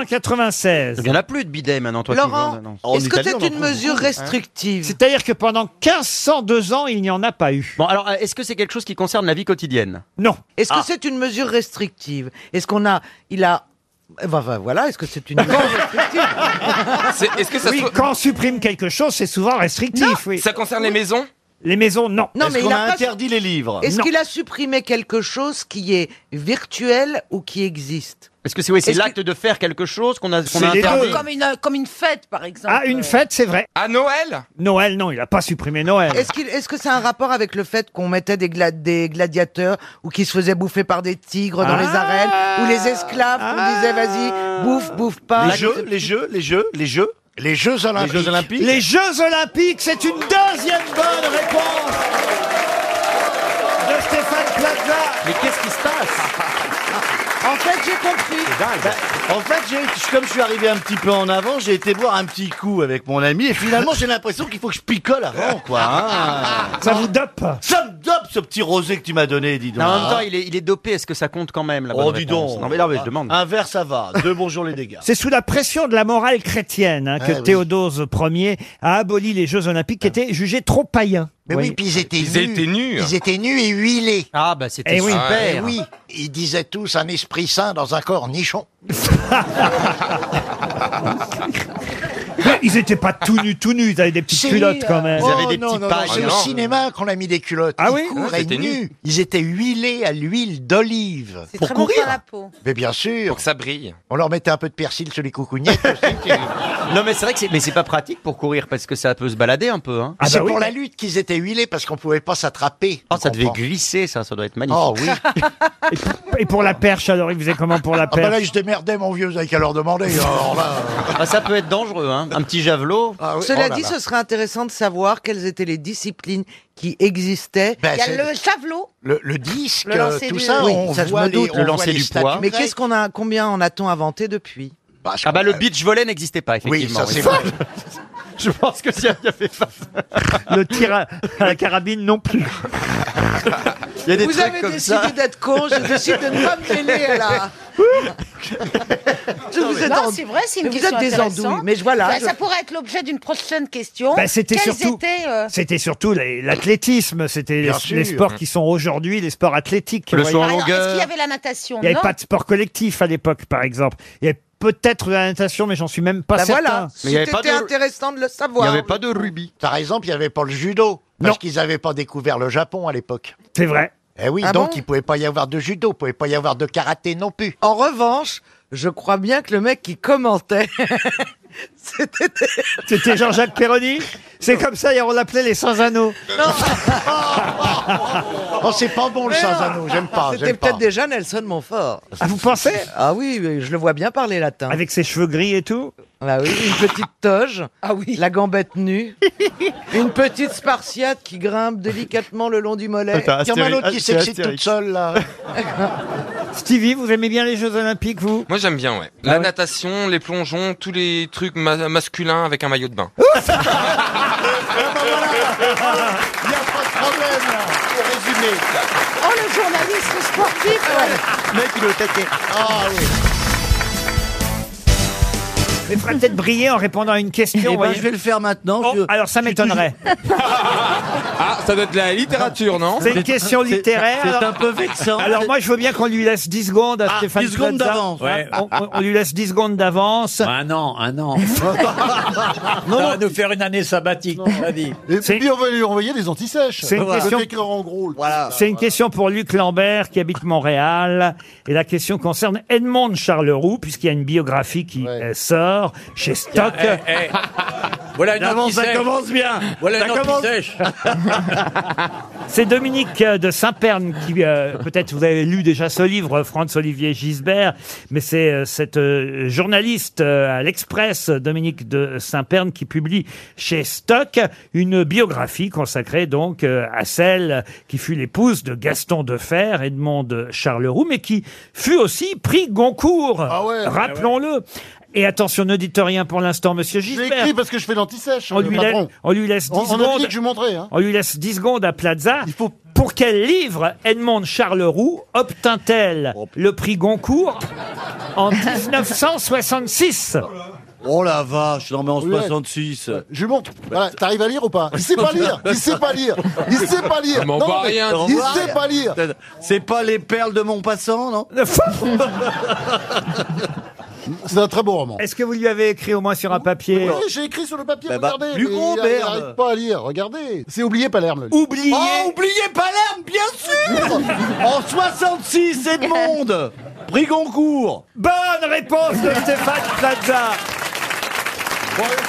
Speaker 1: 1896.
Speaker 16: Il n'y en a plus de bidet maintenant, toi
Speaker 1: Laurent,
Speaker 16: tu vends- non.
Speaker 10: est-ce que c'est une mesure
Speaker 16: hein.
Speaker 15: hein.
Speaker 10: restrictive
Speaker 1: C'est-à-dire que pendant 1502 ans, il n'y en a pas eu.
Speaker 16: Bon, alors, euh, est-ce que c'est quelque chose qui concerne la vie quotidienne
Speaker 1: Non.
Speaker 10: Est-ce que
Speaker 16: Ah.
Speaker 10: c'est une mesure restrictive Est-ce qu'on a. Il a. Eh ben, ben, voilà, est-ce que c'est une mesure restrictive
Speaker 7: C'est- Est-ce que ça
Speaker 1: oui,
Speaker 7: se-
Speaker 1: quand on supprime quelque chose, c'est souvent restrictif. oui.
Speaker 7: Ça concerne les maisons
Speaker 1: Les maisons, non.
Speaker 10: Non, Est-ce mais qu'on il a a pas-
Speaker 15: interdit les livres
Speaker 10: Est-ce qu'il a supprimé quelque chose qui est virtuel ou qui existe
Speaker 16: Est-ce que c'est oui, c'est
Speaker 10: Est-ce
Speaker 16: l'acte de faire quelque chose qu'on a, qu'on a
Speaker 1: C'est les
Speaker 16: interdit
Speaker 1: deux.
Speaker 17: Comme une, euh, comme une fête, par exemple.
Speaker 1: Ah, une fête, c'est vrai.
Speaker 7: À Noël
Speaker 1: Noël, non, il n'a pas supprimé Noël.
Speaker 10: Est-ce qu'il- est-ce que c'est un rapport avec le fait qu'on mettait des, gla- des gladiateurs ou qu'ils se faisaient bouffer par des tigres dans les
Speaker 16: Ah.
Speaker 10: arènes ou les esclaves qu'on disait vas-y bouffe bouffe pas
Speaker 15: Les jeux, les jeux, les jeux, les jeux. Les Jeux
Speaker 1: Olympiques.
Speaker 15: Les Jeux Olympiques.
Speaker 1: Les Jeux Olympiques, c'est une deuxième bonne réponse de Stéphane Plaza.
Speaker 15: Mais qu'est-ce qui se passe
Speaker 10: En fait, j'ai compris.
Speaker 15: Ben, en fait, j'ai- comme je suis arrivé un petit peu en avant, j'ai été boire un petit coup avec mon ami et finalement, j'ai l'impression qu'il faut que je picole avant, quoi. hein.
Speaker 1: Ça vous dope
Speaker 15: Ça me dope, ce petit rosé que tu m'as donné, dis donc.
Speaker 16: Non, en même temps, il est, il est dopé. Est-ce que ça compte quand même la
Speaker 15: Oh,
Speaker 16: bonne
Speaker 15: dis
Speaker 16: réponse
Speaker 15: donc.
Speaker 16: Non, mais non, mais je demande.
Speaker 15: Un verre, ça va. Deux bonjours, les dégâts.
Speaker 1: C'est sous la pression de la morale chrétienne hein, que
Speaker 15: Ah oui.
Speaker 1: Théodose Ier a aboli les Jeux Olympiques qui étaient jugés trop païens.
Speaker 13: Mais oui,
Speaker 1: Voyez.
Speaker 13: puis ils étaient
Speaker 1: Ils
Speaker 13: nus.
Speaker 1: étaient nus.
Speaker 13: Ils étaient nus et huilés.
Speaker 16: Ah, bah
Speaker 1: c'était Eh oui. super.
Speaker 13: oui, ils disaient tous un esprit saint dans un corps nichon.
Speaker 1: Mais ils n'étaient pas tout nus, tout nus, ils avaient des petites
Speaker 13: Si,
Speaker 1: culottes quand même.
Speaker 13: oh, non, non, non,
Speaker 16: Ah,
Speaker 13: C'est au cinéma qu'on a mis des culottes.
Speaker 1: Ah
Speaker 13: ils
Speaker 1: oui
Speaker 13: couraient
Speaker 1: Ils étaient
Speaker 13: nus.
Speaker 1: nus.
Speaker 13: Ils étaient huilés à l'huile d'olive.
Speaker 1: Pour très bon courir. pour la
Speaker 13: peau. Mais bien sûr.
Speaker 7: Pour que ça brille.
Speaker 13: On leur mettait un peu de persil sur les coucougnettes. aussi, qui-
Speaker 16: Non, mais c'est vrai que c'est, mais c'est pas pratique pour courir parce que ça peut se balader un peu.
Speaker 1: Ah bah
Speaker 16: Hein.
Speaker 13: c'est pour la lutte qu'ils étaient huilés parce qu'on pouvait pas s'attraper.
Speaker 16: Oh, ça devait glisser, ça, ça doit être magnifique.
Speaker 13: Oh oui.
Speaker 1: Et pour la perche, alors, ils faisaient comment pour la
Speaker 13: Ah bah là,
Speaker 1: perche
Speaker 13: ils se démerdaient, mon vieux, vous avez qu'à leur demander. Alors là,
Speaker 16: Ah, ça peut être dangereux, hein. Un petit javelot.
Speaker 15: Ah
Speaker 13: Oh
Speaker 10: Cela dit, ce serait intéressant de savoir quelles étaient les disciplines qui existaient.
Speaker 15: Ben, Il y a c'est- le
Speaker 17: javelot.
Speaker 13: le, le disque,
Speaker 10: Le lancer
Speaker 13: euh, tout
Speaker 10: du-
Speaker 13: ça,
Speaker 10: Oui,
Speaker 13: on
Speaker 10: ça, je
Speaker 13: voit
Speaker 10: me doute,
Speaker 13: les-
Speaker 16: le
Speaker 13: on voit
Speaker 16: lancer
Speaker 13: les
Speaker 16: du
Speaker 13: statues
Speaker 16: poids.
Speaker 10: Mais
Speaker 13: grecques.
Speaker 10: qu'est-ce qu'on a, combien en a-t-on inventé depuis
Speaker 16: Ah bah le beach volley n'existait pas effectivement.
Speaker 13: ça, c'est vrai.
Speaker 16: Je pense que s'il y avait pas-
Speaker 1: Le tir à, à la carabine non plus.
Speaker 16: Il y a des
Speaker 10: Vous
Speaker 16: trucs
Speaker 10: avez
Speaker 16: comme
Speaker 10: décidé
Speaker 16: ça.
Speaker 10: d'être con, je décide de ne pas me mêler à la. Je vous êtes
Speaker 12: Non,
Speaker 10: en-
Speaker 12: c'est vrai, c'est une
Speaker 10: Mais vous
Speaker 12: question
Speaker 10: êtes des
Speaker 12: intéressante. Bah,
Speaker 10: andouilles, mais je- voilà,
Speaker 12: Ça,
Speaker 10: je-
Speaker 12: ça pourrait être l'objet d'une prochaine question.
Speaker 1: Bah, c'était
Speaker 12: Quels
Speaker 1: surtout,
Speaker 12: étaient, euh,
Speaker 1: c'était surtout les- l'athlétisme, c'était les,
Speaker 15: Bien
Speaker 1: les
Speaker 15: sûr.
Speaker 1: sports qui sont aujourd'hui les sports athlétiques.
Speaker 15: Le
Speaker 1: voyez.
Speaker 15: saut en
Speaker 12: alors, Est-ce qu'il y avait la natation
Speaker 1: euh, Il n'y avait
Speaker 12: Non.
Speaker 1: pas de sport collectif à l'époque, par exemple. Il y avait peut-être de la natation, mais j'en suis même pas
Speaker 10: Bah
Speaker 1: certain.
Speaker 10: voilà, c'était intéressant de le savoir.
Speaker 16: de rubis.
Speaker 13: Par exemple, il n'y avait pas le judo. Parce qu'ils n'avaient pas découvert le Japon à l'époque.
Speaker 1: C'est vrai.
Speaker 13: Eh oui,
Speaker 10: Ah
Speaker 13: donc
Speaker 10: bon
Speaker 13: il ne pouvait pas y avoir de judo, il ne pouvait pas y avoir de karaté non plus.
Speaker 10: En revanche, je crois bien que le mec qui commentait, c'était.
Speaker 1: C'était Jean-Jacques Perroni. C'est comme ça, hier, on l'appelait les sans-anneaux.
Speaker 13: Oh, c'est pas bon le Sazano, j'aime pas.
Speaker 10: C'était
Speaker 13: j'aime pas.
Speaker 10: peut-être déjà Nelson Montfort.
Speaker 1: Ah, vous pensez
Speaker 10: Ah oui, oui, je le vois bien parler latin.
Speaker 1: Avec ses cheveux gris et tout
Speaker 10: Ah oui, une petite toge, la gambette nue, une petite spartiate qui grimpe délicatement le long du mollet.
Speaker 13: Il y en a l'autre qui s'excite toute seule là.
Speaker 1: Stevie, vous aimez bien les Jeux Olympiques, vous Bah
Speaker 7: Moi j'aime bien, ouais. La natation, les plongeons, tous les trucs ma- masculins avec un maillot de bain.
Speaker 13: Il n'y a pas de problème là. Pour résumer.
Speaker 12: Oh, le journaliste sportif
Speaker 13: Mec, il est au taquet. Ah oui.
Speaker 1: Mais il faudrait peut-être briller en répondant à une question.
Speaker 18: Eh ben,
Speaker 1: voyez.
Speaker 18: je vais le faire maintenant.
Speaker 1: Oh, alors ça m'étonnerait.
Speaker 7: Ah, ça doit être la littérature, non
Speaker 1: C'est une question littéraire.
Speaker 18: c'est un
Speaker 1: peu
Speaker 18: vexant.
Speaker 1: Alors moi, je veux bien qu'on lui laisse 10 secondes à
Speaker 18: Ah,
Speaker 1: Stéphane
Speaker 18: 10 secondes
Speaker 1: Plaza.
Speaker 18: d'avance. Ouais.
Speaker 1: On, on- on lui laisse 10 secondes d'avance.
Speaker 18: Un an, un an. On va nous faire une année sabbatique, on a dit.
Speaker 1: Et puis,
Speaker 18: on va lui envoyer des antisèches.
Speaker 1: C'est une question-
Speaker 18: en gros.
Speaker 1: C'est une question pour Luc Lambert qui habite Montréal. Et la question concerne Edmond de Charleroux, puisqu'il y a une biographie qui euh, sort. Nord, chez Stock.
Speaker 8: Eh, eh, Voilà une eau
Speaker 1: Ça
Speaker 8: qui
Speaker 1: commence- ça
Speaker 8: sèche.
Speaker 1: commence bien.
Speaker 8: Voilà
Speaker 1: Ça
Speaker 8: une eau qui
Speaker 1: commence-
Speaker 8: sèche.
Speaker 1: C'est Dominique euh, de Saint-Perne qui, euh, peut-être vous avez lu déjà ce livre, euh, Franz-Olivier Gisbert, mais c'est euh, cette euh, journaliste euh, à l'Express, euh, Dominique de Saint-Perne, qui publie chez Stock une biographie consacrée donc euh, à celle qui fut l'épouse de Gaston Defer, Edmond de Charleroux, mais qui fut aussi prix Goncourt,
Speaker 18: Ah
Speaker 1: rappelons-le. Et attention, ne dites rien pour l'instant, monsieur
Speaker 18: J'ai
Speaker 1: Gisbert.
Speaker 18: écrit parce que je fais l'antisèche.
Speaker 1: On
Speaker 18: euh,
Speaker 1: lui, laisse,
Speaker 18: patron.
Speaker 1: on lui laisse 10
Speaker 18: On- on a dit
Speaker 1: secondes.
Speaker 18: que je lui montrais, hein.
Speaker 1: On lui laisse 10 secondes à Plaza. Il faut... Pour quel livre Edmond Charleroux obtint-elle le prix Goncourt en 1966
Speaker 18: Oh la
Speaker 13: Ah,
Speaker 18: vache, non mais en
Speaker 13: 66.
Speaker 18: Je lui montre. Voilà, t'arrives à lire ou pas Il sait pas lire. Il sait pas lire. Il sait pas
Speaker 8: Ah,
Speaker 18: lire. Non, Ah, mais Il sait pas lire.
Speaker 13: C'est pas les perles de Montpassant, non
Speaker 1: C'est un très beau roman. Est-ce que vous lui avez écrit au moins sur un papier
Speaker 18: Oui, j'ai écrit sur le papier,
Speaker 1: Bah, bah,
Speaker 18: regardez. mais
Speaker 1: Lugon,
Speaker 18: il- il
Speaker 1: merde.
Speaker 18: n'arrive pas à lire, regardez. C'est oublié Palerme. Ah,
Speaker 1: Oublié
Speaker 13: Oh, oubliez Palerme, bien sûr En 66, Edmond Prix Goncourt
Speaker 1: Bonne réponse de Stéphane Plaza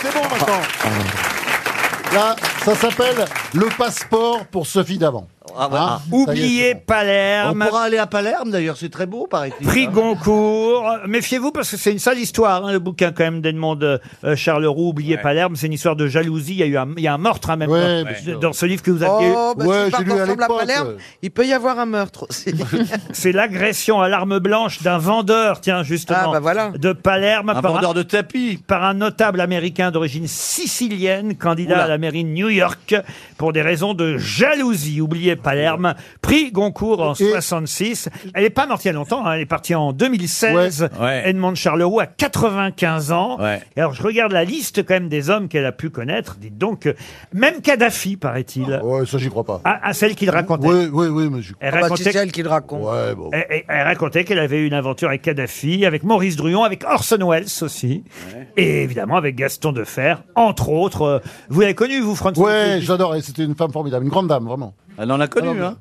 Speaker 18: c'est bon maintenant. Ah. Là, ça s'appelle Le passeport pour Sophie d'avant. Hein Ça y est,
Speaker 1: Oubliez Ah, Palerme.
Speaker 13: On pourra aller à Palerme, d'ailleurs, c'est très beau, paraît-il.
Speaker 1: Prix Goncourt. Méfiez-vous parce que c'est une sale histoire, hein, le bouquin quand même d'Edmond de euh, Charleroux, Oubliez Palerme. C'est une histoire de jalousie. Il y a eu un, il y a un meurtre hein, même dans, dans ce livre que vous aviez eu.
Speaker 10: Oh, bah, si partent ensemble à Palerme, il peut y avoir un meurtre aussi.
Speaker 1: C'est l'agression à l'arme blanche d'un vendeur, tiens, justement,
Speaker 18: Ah, bah
Speaker 1: de Palerme.
Speaker 13: Un vendeur de tapis.
Speaker 1: Par un notable américain d'origine sicilienne, candidat
Speaker 13: Oula.
Speaker 1: à la mairie de New York, pour des raisons de jalousie. Oubliez Palerme. Prix Goncourt en 66. Elle n'est pas morte il y a longtemps, hein, elle est partie en 2016.
Speaker 8: Ouais.
Speaker 1: Edmond Charleroux a 95 ans.
Speaker 8: Ouais.
Speaker 1: Et alors, je regarde la liste quand même des hommes qu'elle a pu connaître. Dites donc, euh, même Kadhafi, paraît-il.
Speaker 18: Ouais, ça, j'y crois pas.
Speaker 1: Ah, ah, celle qu'il racontait. Ah bah,
Speaker 18: Oui, oui, oui, mais je
Speaker 1: Elle racontait-
Speaker 18: qu'il raconte. Ouais, bon.
Speaker 1: elle, elle- elle racontait qu'elle avait eu une aventure avec Kadhafi, avec Maurice Druon, avec Orson Welles aussi, et évidemment avec Gaston Defer, entre autres. Euh, Vous l'avez connu, vous, François
Speaker 18: Ouais, j'adore. et C'était une femme formidable, une grande dame, vraiment.
Speaker 13: Elle en a
Speaker 18: connu, hein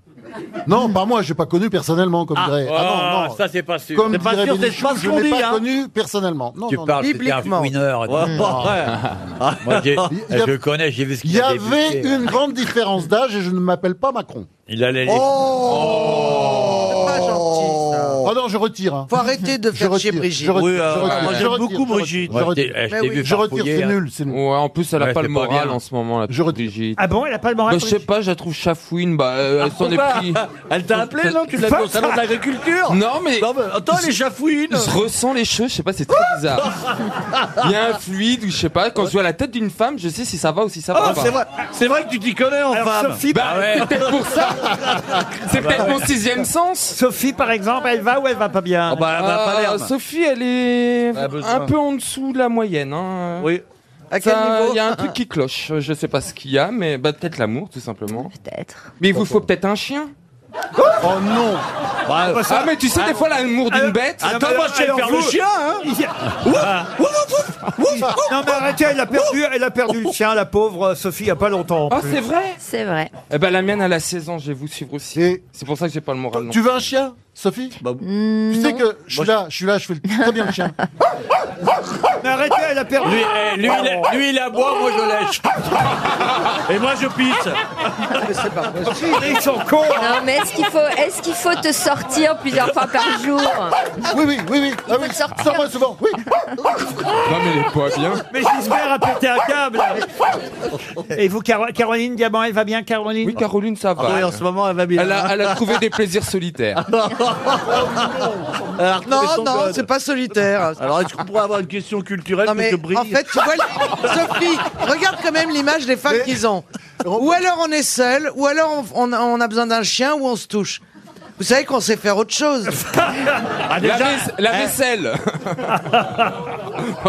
Speaker 18: Non, pas moi, j'ai pas connu personnellement, comme dirait. Ah non, non.
Speaker 8: Oh, ça c'est pas sûr.
Speaker 18: Comme
Speaker 8: c'est pas
Speaker 18: dirait
Speaker 8: sûr, c'est
Speaker 18: Bénichou,
Speaker 8: pas ce
Speaker 18: je
Speaker 8: qu'on
Speaker 18: l'ai
Speaker 8: dit.
Speaker 18: pas
Speaker 8: hein.
Speaker 18: connu personnellement. Non,
Speaker 8: tu
Speaker 18: non, Ah. non.
Speaker 8: parles, c'était un winner. Moi, j'ai-
Speaker 18: Il y a-
Speaker 8: je connais, j'ai vu ce
Speaker 18: Il
Speaker 8: qu'il
Speaker 18: y
Speaker 8: a
Speaker 18: avait
Speaker 13: hein.
Speaker 8: débuté.
Speaker 18: une grande différence d'âge et je ne m'appelle pas Macron.
Speaker 8: Il allait.
Speaker 18: Oh
Speaker 10: Pas gentil, ça.
Speaker 18: Ah non, je retire. hein.
Speaker 10: Faut arrêter de
Speaker 18: Je
Speaker 10: faire chier
Speaker 18: retire,
Speaker 10: Brigitte.
Speaker 18: je retire, je retire,
Speaker 7: euh, moi,
Speaker 18: je
Speaker 7: j'aime
Speaker 18: retire,
Speaker 7: beaucoup
Speaker 18: je retire,
Speaker 7: Brigitte.
Speaker 18: je
Speaker 7: Ouais,
Speaker 18: retire.
Speaker 7: je t'ai- je
Speaker 18: Mais
Speaker 7: t'ai
Speaker 18: oui.
Speaker 7: vu
Speaker 18: Je retire,
Speaker 7: farfouiller,
Speaker 13: hein.
Speaker 18: c'est
Speaker 7: là.
Speaker 18: nul, c'est nul.
Speaker 7: Ouais, en plus, elle a
Speaker 18: Ouais,
Speaker 7: pas
Speaker 18: c'est
Speaker 7: le
Speaker 18: pas
Speaker 7: moral
Speaker 18: bien.
Speaker 7: en ce moment, la
Speaker 18: Je
Speaker 7: petite Brigitte.
Speaker 1: Ah bon, elle a pas le moral
Speaker 7: Bah, Je sais pas, je la trouve chafouine. Bah, euh, elle s'en est
Speaker 1: Pourquoi
Speaker 7: pris.
Speaker 13: Ah, Elle t'a appelé, non Tu l'as vu au salon de l'agriculture
Speaker 7: Non, mais.
Speaker 13: Non, mais attends, elle est chafouine
Speaker 7: Je ressens les choses, je sais pas, c'est très bizarre. Il y a un fluide, ou je sais pas, quand je vois la tête d'une femme, je sais si ça va ou si ça va
Speaker 13: Oh,
Speaker 7: pas.
Speaker 13: c'est vrai, c'est vrai que tu t'y connais en femme.
Speaker 7: bah, c'est peut-être pour ça. C'est peut-être mon sixième sens.
Speaker 1: Sophie, par exemple, elle va ou elle va pas bien
Speaker 7: Euh, Sophie, elle est
Speaker 1: Elle a besoin.
Speaker 7: un peu en dessous de la moyenne. hein.
Speaker 13: Oui. À
Speaker 7: Ça,
Speaker 13: quel niveau
Speaker 7: Il y a un truc qui cloche. Je sais pas ce qu'il y a, mais bah, peut-être l'amour, tout simplement. Peut-être. Mais il vous faut peut-être un chien.
Speaker 18: Oh non
Speaker 7: Ah, mais tu sais, des fois, l'amour d'une bête.
Speaker 13: Bah, Attends, moi, je sais faire le chien, hein
Speaker 1: Ah. Non mais arrêtez, elle a perdu, elle a perdu le chien, la pauvre Sophie, il y a pas longtemps.
Speaker 7: Ah, c'est vrai
Speaker 2: C'est vrai.
Speaker 7: Eh ben, la mienne, elle a 16 ans, je vais vous suivre aussi. C'est pour ça que j'ai pas le moral. Non.
Speaker 18: Tu veux un chien, Sophie
Speaker 13: Bah,
Speaker 18: Tu sais que je suis là, je suis là, je fais le- très bien le chien.
Speaker 1: Mais arrêtez, elle a perdu.
Speaker 8: Lui,
Speaker 1: Ah
Speaker 8: eh, lui, il, a- lui, il aboie, moi je lèche. Et moi je pisse. c'est pas possible.
Speaker 1: Ils sont cons.
Speaker 9: hein
Speaker 2: Non, mais est-ce qu'il faut, est-ce qu'il faut te sortir plusieurs fois par jour
Speaker 18: Oui, oui, oui, oui. Ah oui, sors-moi souvent, oui.
Speaker 7: Non, mais elle est pas bien.
Speaker 1: Mais Gisbert a pété un câble. Et vous, Caro- Caroline Diamant, elle va bien, Caroline
Speaker 7: Oui, Caroline,
Speaker 1: Ah
Speaker 7: ça
Speaker 1: bah,
Speaker 7: va.
Speaker 13: Oui, en ce moment, elle va bien.
Speaker 7: Elle
Speaker 1: hein.
Speaker 7: a, elle a trouvé des plaisirs solitaires.
Speaker 10: Non, non, c'est pas solitaire.
Speaker 13: Euh, Alors, est-ce qu'on pourrait avoir une question culturelle,
Speaker 10: Non, mais
Speaker 13: monsieur Brice
Speaker 10: en fait, tu vois, Sophie, regarde quand même l'image des femmes qu'ils ont. Ou alors on est seul, ou alors on, on- on a besoin d'un chien, ou on se touche. Vous savez qu'on sait faire autre chose.
Speaker 13: Ah,
Speaker 7: La vais- la,
Speaker 13: hein.
Speaker 7: vaisselle. non,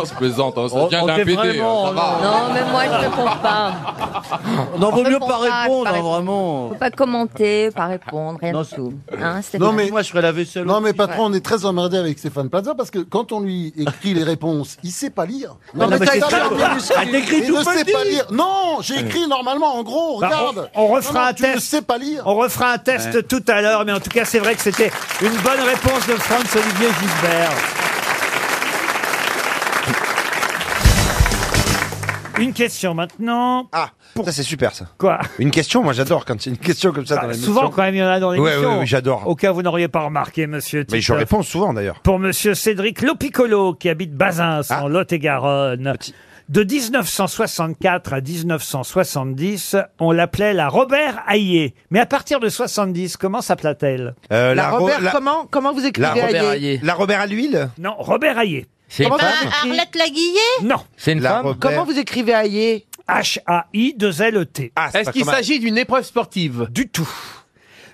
Speaker 7: je plaisante, hein, ça
Speaker 13: On-
Speaker 7: vient
Speaker 13: on
Speaker 7: d'un
Speaker 13: t'est
Speaker 7: PD. hein,
Speaker 13: vraiment,
Speaker 7: ça
Speaker 19: euh,
Speaker 7: va. hein.
Speaker 2: Non, mais moi, je te compare.
Speaker 13: Non, vaut
Speaker 2: Faut
Speaker 13: mieux
Speaker 2: pas
Speaker 13: pas répondre,
Speaker 2: répondre.
Speaker 13: hein, vraiment.
Speaker 2: Faut pas commenter, pas répondre, rien du tout. Hein, Stéphane
Speaker 18: Non mais
Speaker 13: moi je ferais la vaisselle.
Speaker 18: Non mais patron, on est très emmerdé avec Stéphane Plaza parce que quand on lui écrit les réponses, il sait pas lire.
Speaker 13: Non, mais c'est ça, elle t'écrit
Speaker 18: Il
Speaker 13: tout
Speaker 18: ne sait
Speaker 13: petit.
Speaker 18: pas lire. Non, j'ai écrit normalement en
Speaker 13: Oh,
Speaker 18: gros,
Speaker 1: Bah,
Speaker 18: regarde.
Speaker 1: on, on refera
Speaker 18: Non, non,
Speaker 1: un
Speaker 18: tu
Speaker 1: test.
Speaker 18: ne sais pas lire.
Speaker 1: On refera un test
Speaker 18: Ouais.
Speaker 1: tout à l'heure, mais en tout cas, c'est vrai que c'était une bonne réponse de Franz Olivier Gisbert. Une question maintenant.
Speaker 13: Ah, ça c'est super ça.
Speaker 1: Quoi Ah,
Speaker 13: Une question, moi j'adore quand c'est une question comme ça dans l'émission.
Speaker 1: Bah, Souvent, quand même, il y en a dans
Speaker 13: Ouais,
Speaker 1: l'émission.
Speaker 13: ouais, ouais, j'adore.
Speaker 1: Au cas où vous n'auriez pas remarqué, monsieur.
Speaker 13: Mais je
Speaker 1: Titoff.
Speaker 13: réponds souvent d'ailleurs.
Speaker 1: Pour monsieur Cédric Lopiccolo, qui habite Bazins,
Speaker 13: Ah.
Speaker 1: en Lot-et-Garonne. De 1964 à 1970, on l'appelait la Robert Hayé. Mais à partir de 70, comment s'appelle-t-elle
Speaker 13: Euh, la La Robert, Ro- la-
Speaker 10: comment- comment vous écrivez La Robert Hayé Hayé.
Speaker 13: La Robert à l'huile
Speaker 1: Non, Robert Hayé.
Speaker 13: C'est
Speaker 10: Comment
Speaker 13: une
Speaker 10: vous
Speaker 13: femme
Speaker 10: écrivez
Speaker 2: Arlette Laguillet
Speaker 1: Non.
Speaker 13: C'est une femme
Speaker 10: Comment vous écrivez Aïe
Speaker 1: H-A-I-2-L-E-T.
Speaker 10: Ah,
Speaker 13: c'est Est-ce pas qu'il comme un- s'agit
Speaker 1: d'une épreuve sportive E Du tout.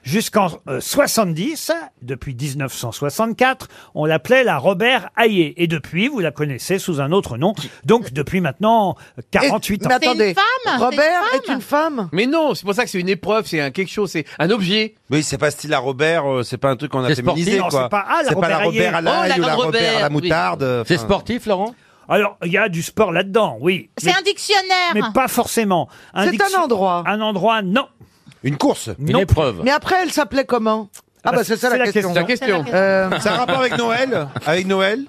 Speaker 1: Jusqu'en euh, 70, depuis 1964, on l'appelait la Robert Hayé. Et depuis, vous la connaissez sous un autre nom. Donc, depuis maintenant euh, 48 ans.
Speaker 10: Mais attendez, Robert est une femme
Speaker 20: Mais non, c'est pour ça que c'est une épreuve, c'est un quelque chose, c'est un objet.
Speaker 13: Oui, c'est pas style la Robert, euh, c'est pas un truc qu'on a
Speaker 20: C'est sportif.
Speaker 13: féminisé
Speaker 20: Non,
Speaker 13: quoi.
Speaker 20: c'est pas- ah, la
Speaker 13: C'est pas la
Speaker 20: Robert
Speaker 13: Robert à
Speaker 20: Hayé. Oh, la
Speaker 13: l'ail ou la
Speaker 20: grande
Speaker 13: Robert à la
Speaker 20: Robert, oui.
Speaker 13: moutarde. euh,
Speaker 20: C'est
Speaker 13: enfin.
Speaker 20: sportif, Laurent
Speaker 1: Alors, il y a du sport là-dedans, oui.
Speaker 2: C'est un dictionnaire.
Speaker 1: Mais pas forcément.
Speaker 10: C'est un endroit.
Speaker 1: Un endroit, non.
Speaker 13: Une course
Speaker 1: Une épreuve.
Speaker 10: Mais après, elle s'appelait comment Ah bah c'est ça la question. Euh,
Speaker 13: C'est un rapport avec Noël Avec Noël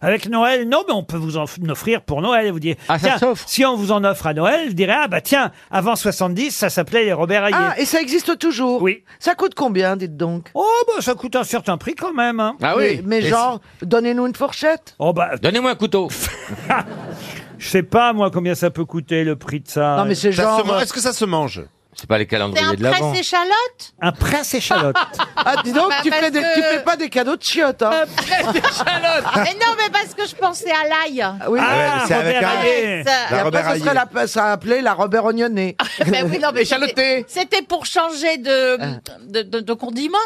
Speaker 1: Avec Noël, non, mais on peut vous en f- offrir pour Noël. Vous dire,
Speaker 13: Ah, ça
Speaker 1: tiens, si on vous en offre à Noël, je dirais, ah bah tiens, avant 70, ça s'appelait les Robert Hayé.
Speaker 10: Ah, et ça existe toujours
Speaker 1: Oui.
Speaker 10: Ça coûte combien, dites donc
Speaker 1: Oh, bah ça coûte un certain prix quand même. hein.
Speaker 13: Ah
Speaker 10: Mais, mais genre, donnez-nous une fourchette.
Speaker 1: Oh bah. Donnez-moi un couteau. Je sais pas moi combien ça peut coûter le prix de ça.
Speaker 10: Non, mais c'est Ça genre- euh, se man- est-ce
Speaker 13: que ça se mange
Speaker 19: C'est pas les
Speaker 2: C'est un
Speaker 19: calendriers de l'avant.
Speaker 2: presse échalote
Speaker 1: Un prince échalote.
Speaker 10: Ah, dis donc,
Speaker 2: Bah,
Speaker 10: tu, fais
Speaker 2: parce
Speaker 10: des,
Speaker 2: que- Ah,
Speaker 10: tu fais pas des cadeaux de chiottes, hein
Speaker 2: Presse échalote Mais non, mais parce que je pensais à l'ail.
Speaker 10: Oui.
Speaker 13: Ah, ouais, c'est avec Robert un- Hayé.
Speaker 2: Ça-
Speaker 10: Et
Speaker 13: La
Speaker 10: après,
Speaker 13: Robert
Speaker 10: ça serait
Speaker 13: Hayé.
Speaker 10: la, ça serait appelé la Robert oignonnée.
Speaker 2: Ben oui, non, mais c'était- C'était pour changer de, de, de- de condiment.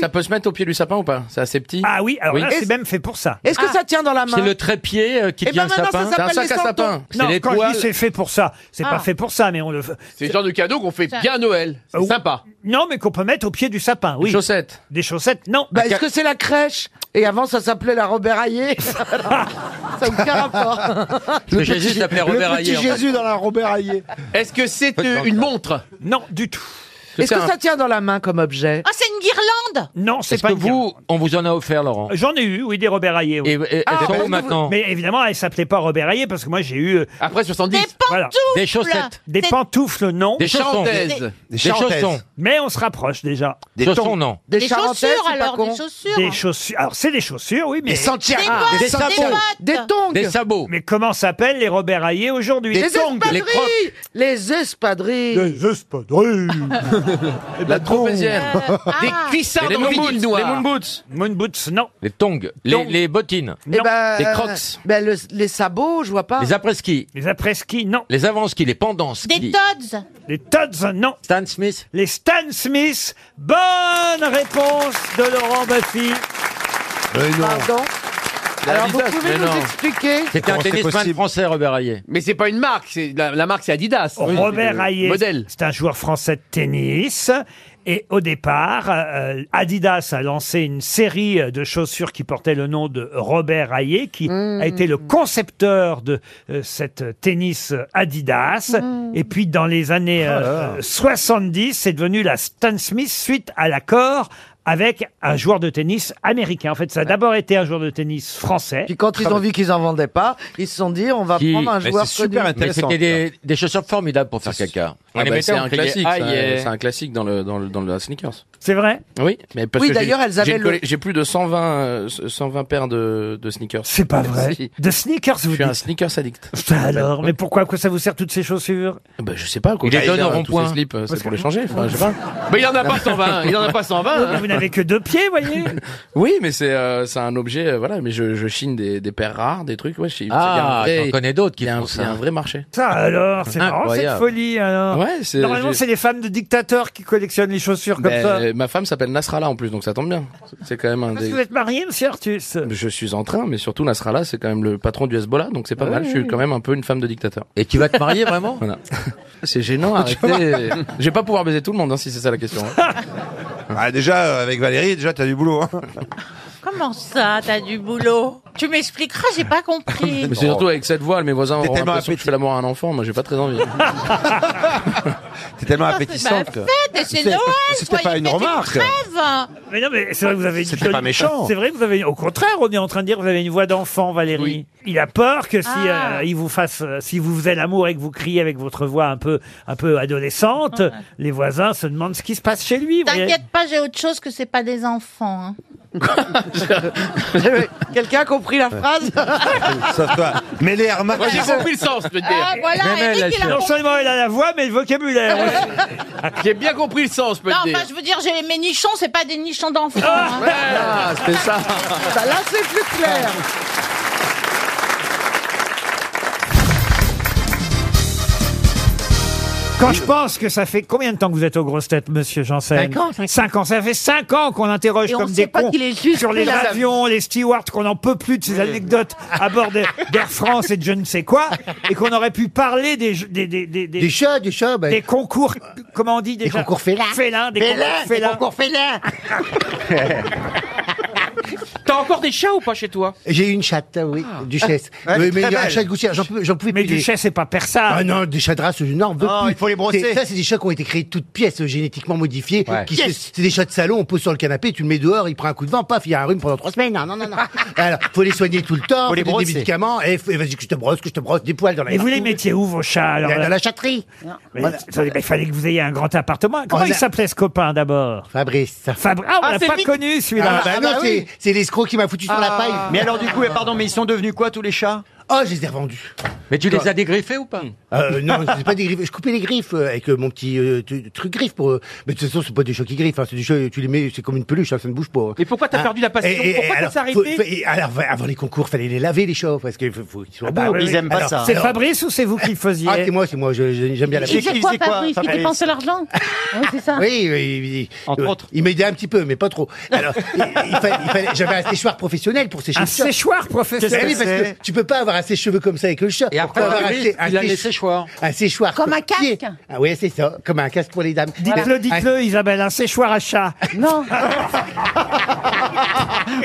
Speaker 21: Ça peut se mettre au pied du sapin ou pas C'est assez petit
Speaker 1: Ah oui, alors là,
Speaker 21: Oui. Ah.
Speaker 1: c'est même fait pour ça.
Speaker 10: Est-ce que ça tient dans la main
Speaker 21: C'est le trépied euh, qui
Speaker 10: Ah, Eh ben
Speaker 21: tient le
Speaker 10: maintenant, ça
Speaker 21: sapin.
Speaker 10: s'appelle les santos.
Speaker 1: Non,
Speaker 21: C'est
Speaker 1: quand
Speaker 21: l'étoile.
Speaker 1: je dis c'est fait pour ça, c'est
Speaker 21: Ah.
Speaker 1: pas fait pour ça, mais on le. fait-
Speaker 21: C'est le genre de cadeau qu'on fait bien à Noël. C'est
Speaker 1: Euh,
Speaker 21: sympa.
Speaker 1: Non, mais qu'on peut mettre au pied du sapin. Oui. Des
Speaker 21: chaussettes.
Speaker 1: Des chaussettes. Non.
Speaker 10: Bah, est-ce que c'est la crèche Et avant, ça s'appelait la Robert Hayé Ça n'a aucun rapport.
Speaker 21: Le Jésus s'appelait Robert
Speaker 22: Le petit
Speaker 21: Ayer. en fait.
Speaker 22: Jésus dans la Robert Hayé.
Speaker 21: Est-ce que c'est euh, une montre
Speaker 1: Non, du tout.
Speaker 10: Est-ce que
Speaker 21: un-
Speaker 10: ça tient dans la main comme objet
Speaker 2: Ah, c'est une guirlande
Speaker 1: Non, c'est
Speaker 19: Est-ce
Speaker 1: pas
Speaker 19: que
Speaker 1: une guirlande.
Speaker 19: vous, on vous en a offert, Laurent
Speaker 1: J'en ai eu, oui, des Robert Hayé. oui.
Speaker 19: Et- et- elles Ah, sont où parce que vous- maintenant
Speaker 1: Mais évidemment, elles s'appelaient pas Robert Hayé parce que moi j'ai eu.
Speaker 21: Après 70.
Speaker 1: Des pantoufles
Speaker 19: Des chaussettes.
Speaker 1: Des
Speaker 19: C'est-
Speaker 1: pantoufles, non.
Speaker 19: Des chansons. Des- Des Des charentaises. chaussons.
Speaker 1: Mais on se rapproche déjà.
Speaker 19: Des Chaussons, tons. non.
Speaker 10: Des,
Speaker 2: Des
Speaker 10: charentaises,
Speaker 2: chaussures,
Speaker 10: c'est pas
Speaker 2: alors,
Speaker 10: con.
Speaker 2: des chaussures.
Speaker 1: Des chaussures. Alors, c'est des chaussures, oui, mais.
Speaker 2: Des sentiers. Des Ah, bottes, des des sabots. bottes.
Speaker 10: Des tongs.
Speaker 1: Des sabots. Mais comment s'appellent les Robert Hayé aujourd'hui
Speaker 10: Les espadrilles. Les espadrilles.
Speaker 1: espadrilles.
Speaker 21: La tropézienne. Des cuissards
Speaker 19: Et les
Speaker 21: dans
Speaker 19: moon
Speaker 21: le
Speaker 19: boots,
Speaker 21: noir.
Speaker 19: les moon
Speaker 1: boots. Moon boots, non.
Speaker 19: Les tongs. Les,
Speaker 1: Tongs.
Speaker 19: les bottines.
Speaker 10: Eh ben,
Speaker 19: Des
Speaker 10: euh,
Speaker 19: crocs.
Speaker 10: ben, le- les sabots, je vois pas.
Speaker 19: Les après-ski.
Speaker 1: Les après-ski, non.
Speaker 19: Les avant-ski, les pendants-ski.
Speaker 2: Des Todds
Speaker 1: Les Todds, non.
Speaker 19: Stan Smith.
Speaker 1: Les Stan Smith. Bonne réponse de Laurent Baffy.
Speaker 10: Pardon. Alors, vous pouvez nous expliquer
Speaker 19: C'était un
Speaker 21: Comment c'est
Speaker 19: tennisman
Speaker 21: possible
Speaker 19: français, Robert Hayé.
Speaker 21: Mais c'est pas une marque, c'est la, la marque c'est Adidas.
Speaker 1: Oh, Robert
Speaker 10: Euh,
Speaker 13: Euh,
Speaker 21: Le
Speaker 1: Hayé,
Speaker 21: Modèle.
Speaker 1: c'est un joueur français de tennis. Et au départ, euh, Adidas a lancé une série de chaussures qui portaient le nom de Robert Hayé, qui a été
Speaker 10: Hmm.
Speaker 1: le concepteur de euh, cette tennis Adidas.
Speaker 10: Hmm.
Speaker 1: Et puis, dans les
Speaker 10: Oh
Speaker 1: années euh, 70, c'est devenu la Stan Smith suite à l'accord avec un joueur de tennis américain. En fait, ça a d'abord été un joueur de tennis français.
Speaker 10: Puis quand ils ont vu qu'ils en vendaient pas, ils se sont dit on va prendre un joueur connu.
Speaker 19: Mais c'était des,
Speaker 11: Ah.
Speaker 19: des chaussures formidables pour faire caca. ben,
Speaker 21: Ah bah, c'est un classique. ça,
Speaker 19: Hayé.
Speaker 21: C'est un classique dans le dans le dans le sneakers.
Speaker 1: C'est vrai
Speaker 21: Oui, mais parce
Speaker 10: Oui,
Speaker 21: que j'ai-
Speaker 10: d'ailleurs, elles
Speaker 21: j'ai
Speaker 10: avaient
Speaker 21: une
Speaker 10: le-
Speaker 21: collé- J'ai plus de 120 euh, 120 paires de de sneakers.
Speaker 1: C'est pas vrai.
Speaker 21: Si.
Speaker 1: De sneakers, vous
Speaker 21: Je suis
Speaker 1: dites
Speaker 21: un sneakers addict.
Speaker 1: Putain, alors, mais pourquoi à quoi ça vous sert toutes ces chaussures
Speaker 13: Bah,
Speaker 21: Ben, je sais pas. quoi.
Speaker 1: Il les
Speaker 21: J'ai
Speaker 1: donne au
Speaker 21: tous ces
Speaker 1: rond-point.
Speaker 21: slips, euh,
Speaker 1: Parce
Speaker 21: C'est pour
Speaker 1: que-
Speaker 21: les changer. Enfin, je sais pas. Mais il en a pas 120. Il en a pas 120.
Speaker 1: Mais
Speaker 21: hein.
Speaker 1: Vous n'avez que deux pieds, voyez
Speaker 21: Oui, mais c'est euh, c'est un objet, euh, voilà. Mais je, je chine des, des paires rares, des trucs. Ouais, je- il y a un
Speaker 19: Ah,
Speaker 21: vrai-
Speaker 19: j'en connais d'autres qui
Speaker 21: il y a un-
Speaker 19: font
Speaker 21: Il y a un
Speaker 19: ça.
Speaker 21: vrai marché.
Speaker 1: Ça alors, c'est marrant cette
Speaker 21: Incroyable.
Speaker 1: folie alors.
Speaker 21: Ouais, c'est-
Speaker 1: Normalement,
Speaker 21: j'ai-
Speaker 1: c'est les femmes de dictateurs qui collectionnent les chaussures comme
Speaker 21: Ben,
Speaker 1: ça.
Speaker 21: euh, Ma femme s'appelle Nasrallah en plus, donc ça tombe bien. C'est quand même un
Speaker 1: Parce
Speaker 21: des.
Speaker 1: que vous êtes marié, monsieur Artus
Speaker 21: Je suis en train, mais surtout Nasrallah, c'est quand même le patron du Hezbollah, donc c'est pas
Speaker 1: Ouais,
Speaker 21: mal. Je
Speaker 1: ouais.
Speaker 21: suis quand même un peu une femme de dictateur.
Speaker 19: Et tu vas te marier, vraiment
Speaker 21: Voilà. C'est gênant. Arrêtez. Je vais pas pouvoir baiser tout le monde hein, si c'est ça la question.
Speaker 13: Ah, déjà, euh, avec Valérie, déjà, t'as du boulot. hein.
Speaker 2: Comment ça, t'as du boulot Tu m'expliqueras, j'ai pas compris.
Speaker 21: Mais c'est surtout avec cette voile, mes voisins auront l'impression que je fais l'amour à un enfant. Moi, j'ai pas très envie. T'es tellement
Speaker 2: Bah,
Speaker 21: appétissante. que-
Speaker 2: faites, c'est
Speaker 21: C'était-
Speaker 2: Noël,
Speaker 21: C'était pas
Speaker 2: soyez
Speaker 21: une
Speaker 2: fêtes,
Speaker 21: remarque.
Speaker 2: crève.
Speaker 1: Mais non, mais c'est vrai que vous avez une
Speaker 21: C'était
Speaker 1: jolie-
Speaker 21: pas méchant.
Speaker 1: C'est vrai que vous avez. Au contraire, on est en train de dire que vous avez une voix d'enfant, Valérie. Il a peur que si
Speaker 2: Ah.
Speaker 1: euh, il vous fasse, euh, si vous faisiez l'amour et que vous criez avec votre voix un peu, un peu adolescente, les voisins se demandent ce qui se passe chez lui. vous voyez.
Speaker 2: T'inquiète pas, j'ai autre chose que c'est pas des enfants. hein.
Speaker 10: Quelqu'un a compris la phrase
Speaker 21: Sauf toi. Mais les remarques.
Speaker 23: Moi, j'ai compris le sens, je peux te dire.
Speaker 2: Ah, voilà,
Speaker 23: Mais elle,
Speaker 2: Eric,
Speaker 23: la
Speaker 2: il a
Speaker 23: chère.
Speaker 1: Non seulement elle a la voix, mais le vocabulaire.
Speaker 23: J'ai bien compris le sens, je peux
Speaker 2: Non,
Speaker 23: te dire.
Speaker 2: enfin, je veux dire, j'ai mes nichons, c'est pas des nichons d'enfants. hein.
Speaker 23: Ah, c'était ça.
Speaker 10: Bah là, c'est plus clair.
Speaker 1: Quand je pense que ça fait combien de temps que vous êtes aux grosses têtes, monsieur Janssen
Speaker 2: Cinq ans, cinq ans.
Speaker 1: Cinq ans. Ça fait cinq ans qu'on interroge
Speaker 2: Et on
Speaker 1: comme
Speaker 2: sait
Speaker 1: des
Speaker 2: pas
Speaker 1: cons
Speaker 2: qu'il est juste
Speaker 1: sur les
Speaker 2: là.
Speaker 1: avions, les stewards, qu'on n'en peut plus de ces anecdotes à bord de- d'Air France et de je ne sais quoi, et qu'on aurait pu parler des jeux- des des des, des,
Speaker 5: Des chats, des chats, ben.
Speaker 1: des concours, comment on dit déjà
Speaker 5: concours félins.
Speaker 1: Félins, des
Speaker 5: Félins,
Speaker 1: concours
Speaker 5: des
Speaker 1: félins.
Speaker 5: concours
Speaker 1: félins.
Speaker 23: T'as encore des chats ou pas chez toi
Speaker 5: J'ai eu une chatte, oui, duchesse.
Speaker 23: Ah, elle
Speaker 5: Oui,
Speaker 23: est
Speaker 5: mais
Speaker 23: très
Speaker 5: il y a un
Speaker 23: belle.
Speaker 5: chat de gouttière, j'en pouvais, j'en pouvais
Speaker 1: Mais
Speaker 5: plus. des-
Speaker 1: duchesse, c'est pas Ah, persa.
Speaker 5: Ah non, des chats de race, je n'en veux
Speaker 16: Non,
Speaker 5: plus.
Speaker 16: il faut les brosser.
Speaker 5: C'est- Ça, c'est des chats qui ont été créés de toutes pièces, euh, génétiquement modifiés.
Speaker 16: Ouais.
Speaker 5: qui
Speaker 16: Yes.
Speaker 5: se- C'est des chats de salon, on pose sur le canapé, tu le mets dehors, il prend un coup de vent, paf, il a un rhume pendant trois semaines. Non, non, non, non. Alors, faut les soigner tout le temps,
Speaker 16: Faut
Speaker 5: faut
Speaker 16: les
Speaker 5: donner
Speaker 16: brosser.
Speaker 5: des médicaments, et, faut- et vas-y que je te brosse, que je te brosse, des poils dans la
Speaker 1: Et vous les mettiez où vos chats alors euh
Speaker 5: Dans
Speaker 1: là
Speaker 5: la chatterie.
Speaker 1: Mais
Speaker 5: Voilà.
Speaker 1: attendez, mais il fallait que vous ayez un grand appartement. Comment
Speaker 5: On
Speaker 1: il
Speaker 5: a-
Speaker 1: s'appelait ce copain d'abord
Speaker 5: Fabrice.
Speaker 1: Fabrice. Ah, on
Speaker 16: Ah,
Speaker 1: l'a
Speaker 16: c'est
Speaker 1: pas
Speaker 16: lui.
Speaker 1: connu
Speaker 5: Ah,
Speaker 1: celui-là.
Speaker 5: bah non, c'est- c'est l'escroc qui m'a foutu sur la paille.
Speaker 16: Mais alors du coup, et pardon, mais ils sont devenus quoi tous les chats
Speaker 5: Oh, je les ai revendus.
Speaker 16: Mais tu
Speaker 5: les as
Speaker 16: dégriffés ou pas
Speaker 5: Euh, non, c'est pas des griffes. Je coupais les griffes euh, avec euh, mon petit euh, tu- truc griffe pour. euh, Mais de toute façon, c'est pas des chats qui griffent. hein, C'est des chats, tu les mets, c'est comme une peluche, hein, ça ne bouge pas. Mais pourquoi
Speaker 23: t'as perdu la passion Pourquoi t'as arrêté
Speaker 5: Alors, faut- avant les concours, fallait les laver les chats parce qu'il faut, faut qu'ils soient
Speaker 1: Ah bah
Speaker 5: beaux.
Speaker 1: oui, oui. Alors, C'est
Speaker 5: Alors-
Speaker 1: Fabrice ou c'est vous qui le faisiez
Speaker 5: Ah, c'est moi, c'est moi. je- je- J'aime bien la
Speaker 24: Il faisait quoi,
Speaker 5: faisait
Speaker 24: Fabrice Il
Speaker 5: Fabrice
Speaker 24: dépensait l'argent Oui, c'est ça.
Speaker 5: oui, oui, oui. Euh, Il m'aidait un petit peu, mais pas trop. Alors, il, il fallait- il fallait- j'avais un séchoir professionnel pour sécher
Speaker 1: Un
Speaker 5: le chat.
Speaker 1: séchoir professionnel.
Speaker 5: Eh Oui, parce que tu peux pas avoir assez de cheveux comme ça avec le chat. Et
Speaker 16: après, Fabrice, il a les séchoirs.
Speaker 5: Un séchoir.
Speaker 24: Comme un
Speaker 5: coquetier.
Speaker 24: casque.
Speaker 5: Ah oui, c'est ça. Comme un casque pour les dames.
Speaker 1: Dites-le, dites-le, Isabelle, un séchoir à chat.
Speaker 24: Non.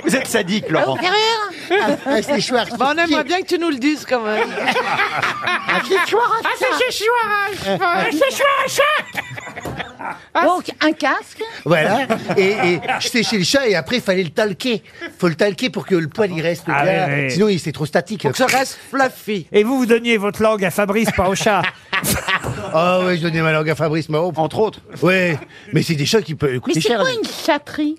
Speaker 16: Vous êtes sadique, Laurent.
Speaker 10: Ah,
Speaker 5: Un, un séchoir.
Speaker 10: Bah, on aimerait bien que tu nous le dises quand même. Ah,
Speaker 24: Un séchoir à chat.
Speaker 9: Ah,
Speaker 24: Un séchoir à chat. Donc, un casque.
Speaker 5: Voilà. Et, et je séchais le chat et après, il fallait le talquer. faut le talquer pour que le poil il reste
Speaker 1: Ah
Speaker 5: bien.
Speaker 1: oui, oui.
Speaker 5: Sinon, il c'est trop statique.
Speaker 10: Pour que ça reste fluffy.
Speaker 1: Et vous, vous donniez votre langue à Fabrice, pas au chat.
Speaker 5: Oh oui, je donnais ma langue à Fabrice Mao. Entre autres. Oui. Mais c'est des chats qui peuvent
Speaker 24: Mais
Speaker 5: coûter
Speaker 24: c'est
Speaker 5: cher.
Speaker 24: quoi une chatterie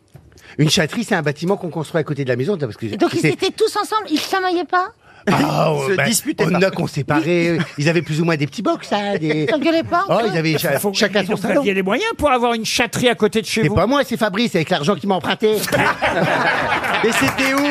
Speaker 5: Une chatterie, c'est un bâtiment qu'on construit à côté de la maison. Parce que
Speaker 24: Et donc, ils
Speaker 5: c'est-
Speaker 24: étaient tous ensemble, ils chamaillaient pas
Speaker 5: Ah,
Speaker 16: Ils se disputaient
Speaker 5: On
Speaker 16: pas.
Speaker 5: a qu'on séparait. Ils avaient plus ou moins des petits box, hein, des...
Speaker 24: Ils s'engueulaient pas
Speaker 5: Oh,
Speaker 24: entre
Speaker 5: ils avaient cha-
Speaker 1: Ah, Faut-
Speaker 5: chacun
Speaker 1: et
Speaker 5: son
Speaker 1: donc, Vous
Speaker 5: salon.
Speaker 1: aviez les moyens pour avoir une chatterie à côté de chez
Speaker 5: C'est
Speaker 1: vous.
Speaker 5: pas moi, c'est Fabrice, avec l'argent qu'il m'a emprunté.
Speaker 16: Mais c'était où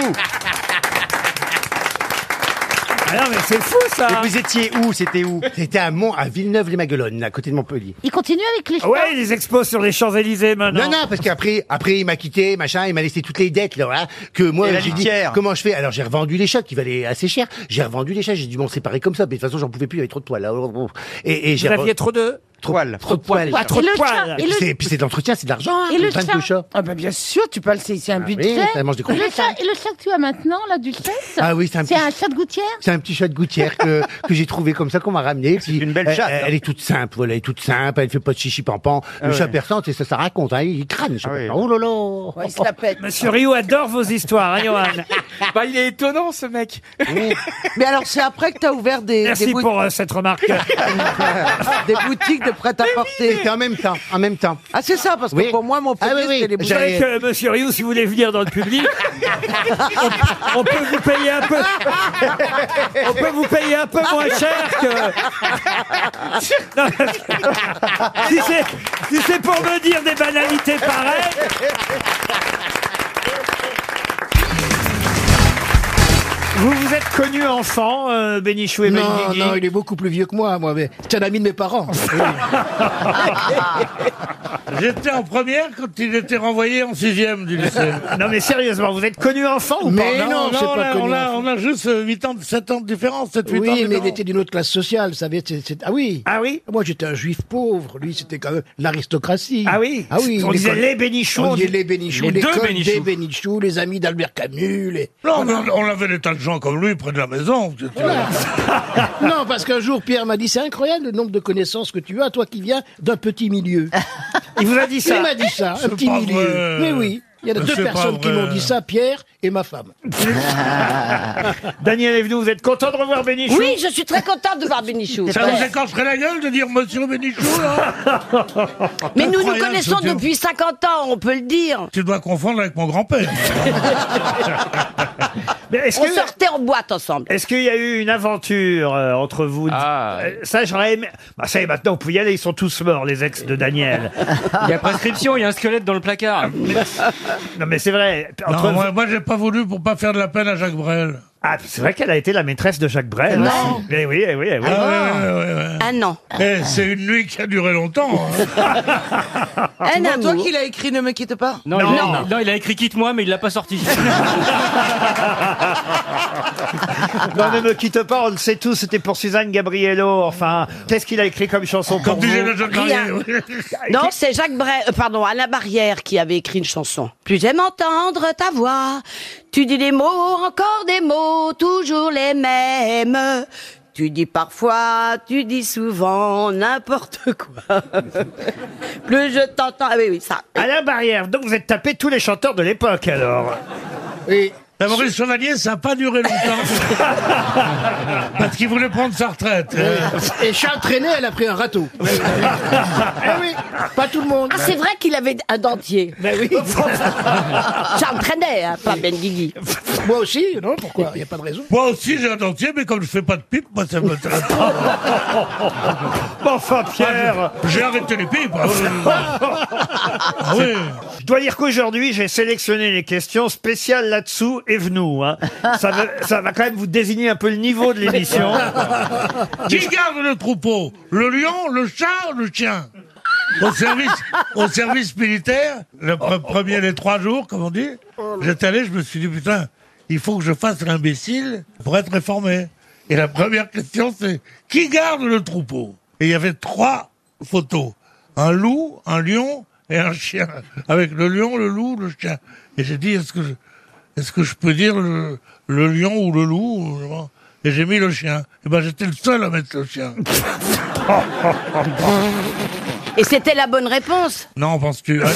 Speaker 1: Ah non, mais c'est fou ça.
Speaker 16: Mais vous étiez où C'était où
Speaker 5: C'était à Mont, à Villeneuve-les-Maguelones, à côté de Montpellier.
Speaker 24: Ils continuaient avec
Speaker 5: Ah
Speaker 24: les chats
Speaker 1: Ah Ouais, les expos sur les Champs-Élysées maintenant.
Speaker 5: Non, non, parce qu'après, après, il m'a quitté, machin, il m'a laissé toutes les dettes, là, voilà, que moi,
Speaker 16: Et la
Speaker 5: j'ai dit,
Speaker 16: litière.
Speaker 5: comment je fais? Alors, j'ai revendu les chats, qui valaient assez cher. J'ai revendu les chats, j'ai dû m'en séparer comme ça, mais de toute façon, j'en pouvais plus, il y avait trop de poils, là. oh, Et, et
Speaker 1: Vous
Speaker 5: j'ai
Speaker 1: aviez trop de.
Speaker 5: trop, trop de poils.
Speaker 1: Pas trop
Speaker 24: Et
Speaker 1: de
Speaker 24: le
Speaker 1: poils.
Speaker 24: chat,
Speaker 5: Et
Speaker 24: et
Speaker 5: puis
Speaker 24: le-
Speaker 5: c'est- puis c'est de l'entretien, c'est de l'argent, hein,
Speaker 24: Et le
Speaker 5: 22
Speaker 24: chat
Speaker 5: chats.
Speaker 24: Ah bah bien sûr, tu peux le c'est c'est un
Speaker 5: oui,
Speaker 24: budget.
Speaker 10: Eh,
Speaker 5: ça mange des
Speaker 24: et,
Speaker 5: croquettes.
Speaker 24: le chat, et le chat que tu as maintenant, là, du chef
Speaker 5: Ah oui, c'est un
Speaker 24: C'est
Speaker 5: petit-
Speaker 24: un chat de gouttière
Speaker 5: C'est un petit chat de gouttière que, que j'ai trouvé comme ça qu'on m'a ramené. C'est
Speaker 16: une belle chatte,
Speaker 5: Elle,
Speaker 16: hein.
Speaker 5: elle est toute simple, voilà, elle est toute simple, elle fait pas de chichi pampan. Le
Speaker 16: Ah
Speaker 5: chat
Speaker 16: ouais.
Speaker 5: persan, c'est ça, ça raconte, hein, il crâne. le chat
Speaker 16: Ah ouais.
Speaker 5: persan. Oh là là.
Speaker 10: il se la pète.
Speaker 1: Monsieur Rio adore vos histoires, hein, Johan.
Speaker 23: Bah, il est étonnant, ce mec.
Speaker 10: Mais alors, c'est après que t'as ouvert des,
Speaker 1: Merci
Speaker 10: des, bout-
Speaker 1: pour euh, cette remarque.
Speaker 10: des boutiques de prêt-à-porter.
Speaker 5: C'était en même temps, en même temps.
Speaker 10: Ah, c'est ça, parce que
Speaker 5: Oui.
Speaker 10: pour moi, mon premier,
Speaker 5: Ah oui, oui.
Speaker 10: c'était les
Speaker 1: Vous
Speaker 10: boutiques.
Speaker 1: savez que Monsieur Rio, si vous voulez venir dans le public, on, on peut vous payer un peu. On peut vous payer un peu moins cher que. Non, parce que- si c'est si c'est pour me dire des banalités pareilles. Vous vous êtes connu enfant, euh, Bénichou et
Speaker 5: Non,
Speaker 1: Benguigui
Speaker 5: non, il est beaucoup plus vieux que moi, moi, mais c'est un ami de mes parents.
Speaker 8: J'étais en première quand il était renvoyé en sixième du lycée.
Speaker 1: Non, mais sérieusement, vous êtes connu enfant ou pas
Speaker 8: Mais
Speaker 1: Non,
Speaker 8: non,
Speaker 1: c'est
Speaker 8: non, on,
Speaker 1: pas
Speaker 8: a,
Speaker 1: connu
Speaker 8: on a-
Speaker 1: enfant.
Speaker 8: on a juste 8 ans, 7 ans de différence, 7, 8 ans de
Speaker 25: Oui, mais il
Speaker 8: différence.
Speaker 25: était d'une autre classe sociale, ça avait- c'est- c'est- Ah oui Ah oui Moi, j'étais un juif pauvre, lui, c'était quand même l'aristocratie. Ah oui Ah oui
Speaker 1: On disait
Speaker 25: l'école-
Speaker 1: les bénichons.
Speaker 25: On disait les bénichons,
Speaker 8: Les deux
Speaker 25: l'école
Speaker 8: bénichous.
Speaker 25: des bénichous, les amis d'Albert Camus, les...
Speaker 8: Non, mais on on avait des tas de gens comme lui près de la maison. tu- tu-
Speaker 25: non, parce qu'un jour, Pierre m'a dit, c'est incroyable le nombre de connaissances que tu as, toi qui viens d'un petit milieu.
Speaker 1: Il vous a dit ça
Speaker 25: Il m'a dit ça, un
Speaker 1: C'est
Speaker 25: petit
Speaker 1: pas
Speaker 25: milieu.
Speaker 1: vrai.
Speaker 25: Mais oui, il y a
Speaker 1: Mais
Speaker 25: deux
Speaker 1: c'est pas
Speaker 25: personnes qui
Speaker 1: vrai.
Speaker 25: m'ont dit ça, Pierre et ma femme.
Speaker 1: Daniel Evenou, vous êtes content de revoir Bénichou
Speaker 26: Oui, je suis très contente de voir Bénichou.
Speaker 8: Ça vous écorcherait la gueule de dire Monsieur Bénichou, là
Speaker 26: Mais nous nous
Speaker 8: Incroyable,
Speaker 26: connaissons
Speaker 8: ce Dieu.
Speaker 26: depuis 50 ans, on peut le dire.
Speaker 8: Tu dois confondre avec mon grand-père.
Speaker 26: on sortait en boîte ensemble.
Speaker 1: Est-ce qu'il y a eu une aventure euh, entre vous
Speaker 23: Ah.
Speaker 1: Euh, Ça, j'aurais aimé. Bah, ça y est, maintenant, vous pouvez y aller, ils sont tous morts, les ex de Daniel.
Speaker 23: Il y a prescription, il y a un squelette dans le placard.
Speaker 1: non, mais c'est vrai. Entre
Speaker 8: Non,
Speaker 1: vous-
Speaker 8: moi, moi, j'ai pas voulu pour pas faire de la peine à Jacques Brel.
Speaker 1: Ah, c'est vrai qu'elle a été la maîtresse de Jacques Brel.
Speaker 8: Non.
Speaker 1: aussi. Eh oui, eh oui, eh oui.
Speaker 8: Ah,
Speaker 26: Un an.
Speaker 8: Eh, c'est une nuit qui a duré longtemps. hein.
Speaker 10: C'est pas Ah, toi
Speaker 26: amour.
Speaker 10: qui l'a écrit Ne me quitte pas
Speaker 23: Non, il a, non, il a écrit quitte-moi, mais il l'a pas sorti.
Speaker 1: Non, ne me quitte pas, on le sait tous, c'était pour Suzanne Gabriello. Enfin, qu'est-ce qu'il a écrit comme chanson pour vous
Speaker 26: Rien.
Speaker 8: Ah,
Speaker 26: Non, c'est Jacques Brel, euh, pardon, Alain Barrière qui avait écrit une chanson. Plus j'aime entendre ta voix, tu dis des mots, encore des mots, toujours les mêmes. Tu dis parfois, tu dis souvent, n'importe quoi. Plus je t'entends, ah oui, oui, ça.
Speaker 1: Alain Barrière, donc vous êtes tapé tous les chanteurs de l'époque alors.
Speaker 25: Oui.
Speaker 8: La Ah, Maurice Chevalier, ça n'a pas duré longtemps. Parce qu'il voulait prendre sa retraite.
Speaker 25: Et Charles Trenet, elle a pris un râteau. Eh oui, pas tout le monde.
Speaker 26: Ah, c'est vrai qu'il avait un dentier.
Speaker 25: Ben oui.
Speaker 26: Charles Trenet, hein, pas Ben Guigui.
Speaker 25: Moi aussi, non Pourquoi Il n'y a pas de raison.
Speaker 8: Moi aussi, j'ai un dentier, mais comme je fais pas de pipe, moi, ça m'intéresse pas. Ah,
Speaker 1: enfin, Pierre
Speaker 8: J'ai arrêté les pipes. oui.
Speaker 1: Ah Je dois dire qu'aujourd'hui, j'ai sélectionné les questions spéciales là-dessous et venou. hein. Ça, va, ça va quand même vous désigner un peu le niveau de l'émission.
Speaker 8: Qui garde le troupeau Le lion, le chat, le chien au service, au service militaire, le pre- premier des trois jours, comme on dit, j'étais allé, je me suis dit, putain, il faut que je fasse l'imbécile pour être réformé. Et la première question, c'est qui garde le troupeau Et il y avait trois photos. Un loup, un lion et un chien. Avec le lion, le loup, le chien. Et j'ai dit, est-ce que je, est-ce que je peux dire le, le lion ou le loup ou- Et j'ai mis le chien. Et ben j'étais le seul à mettre le chien.
Speaker 26: Et c'était la bonne réponse.
Speaker 8: non, penses-tu Allez.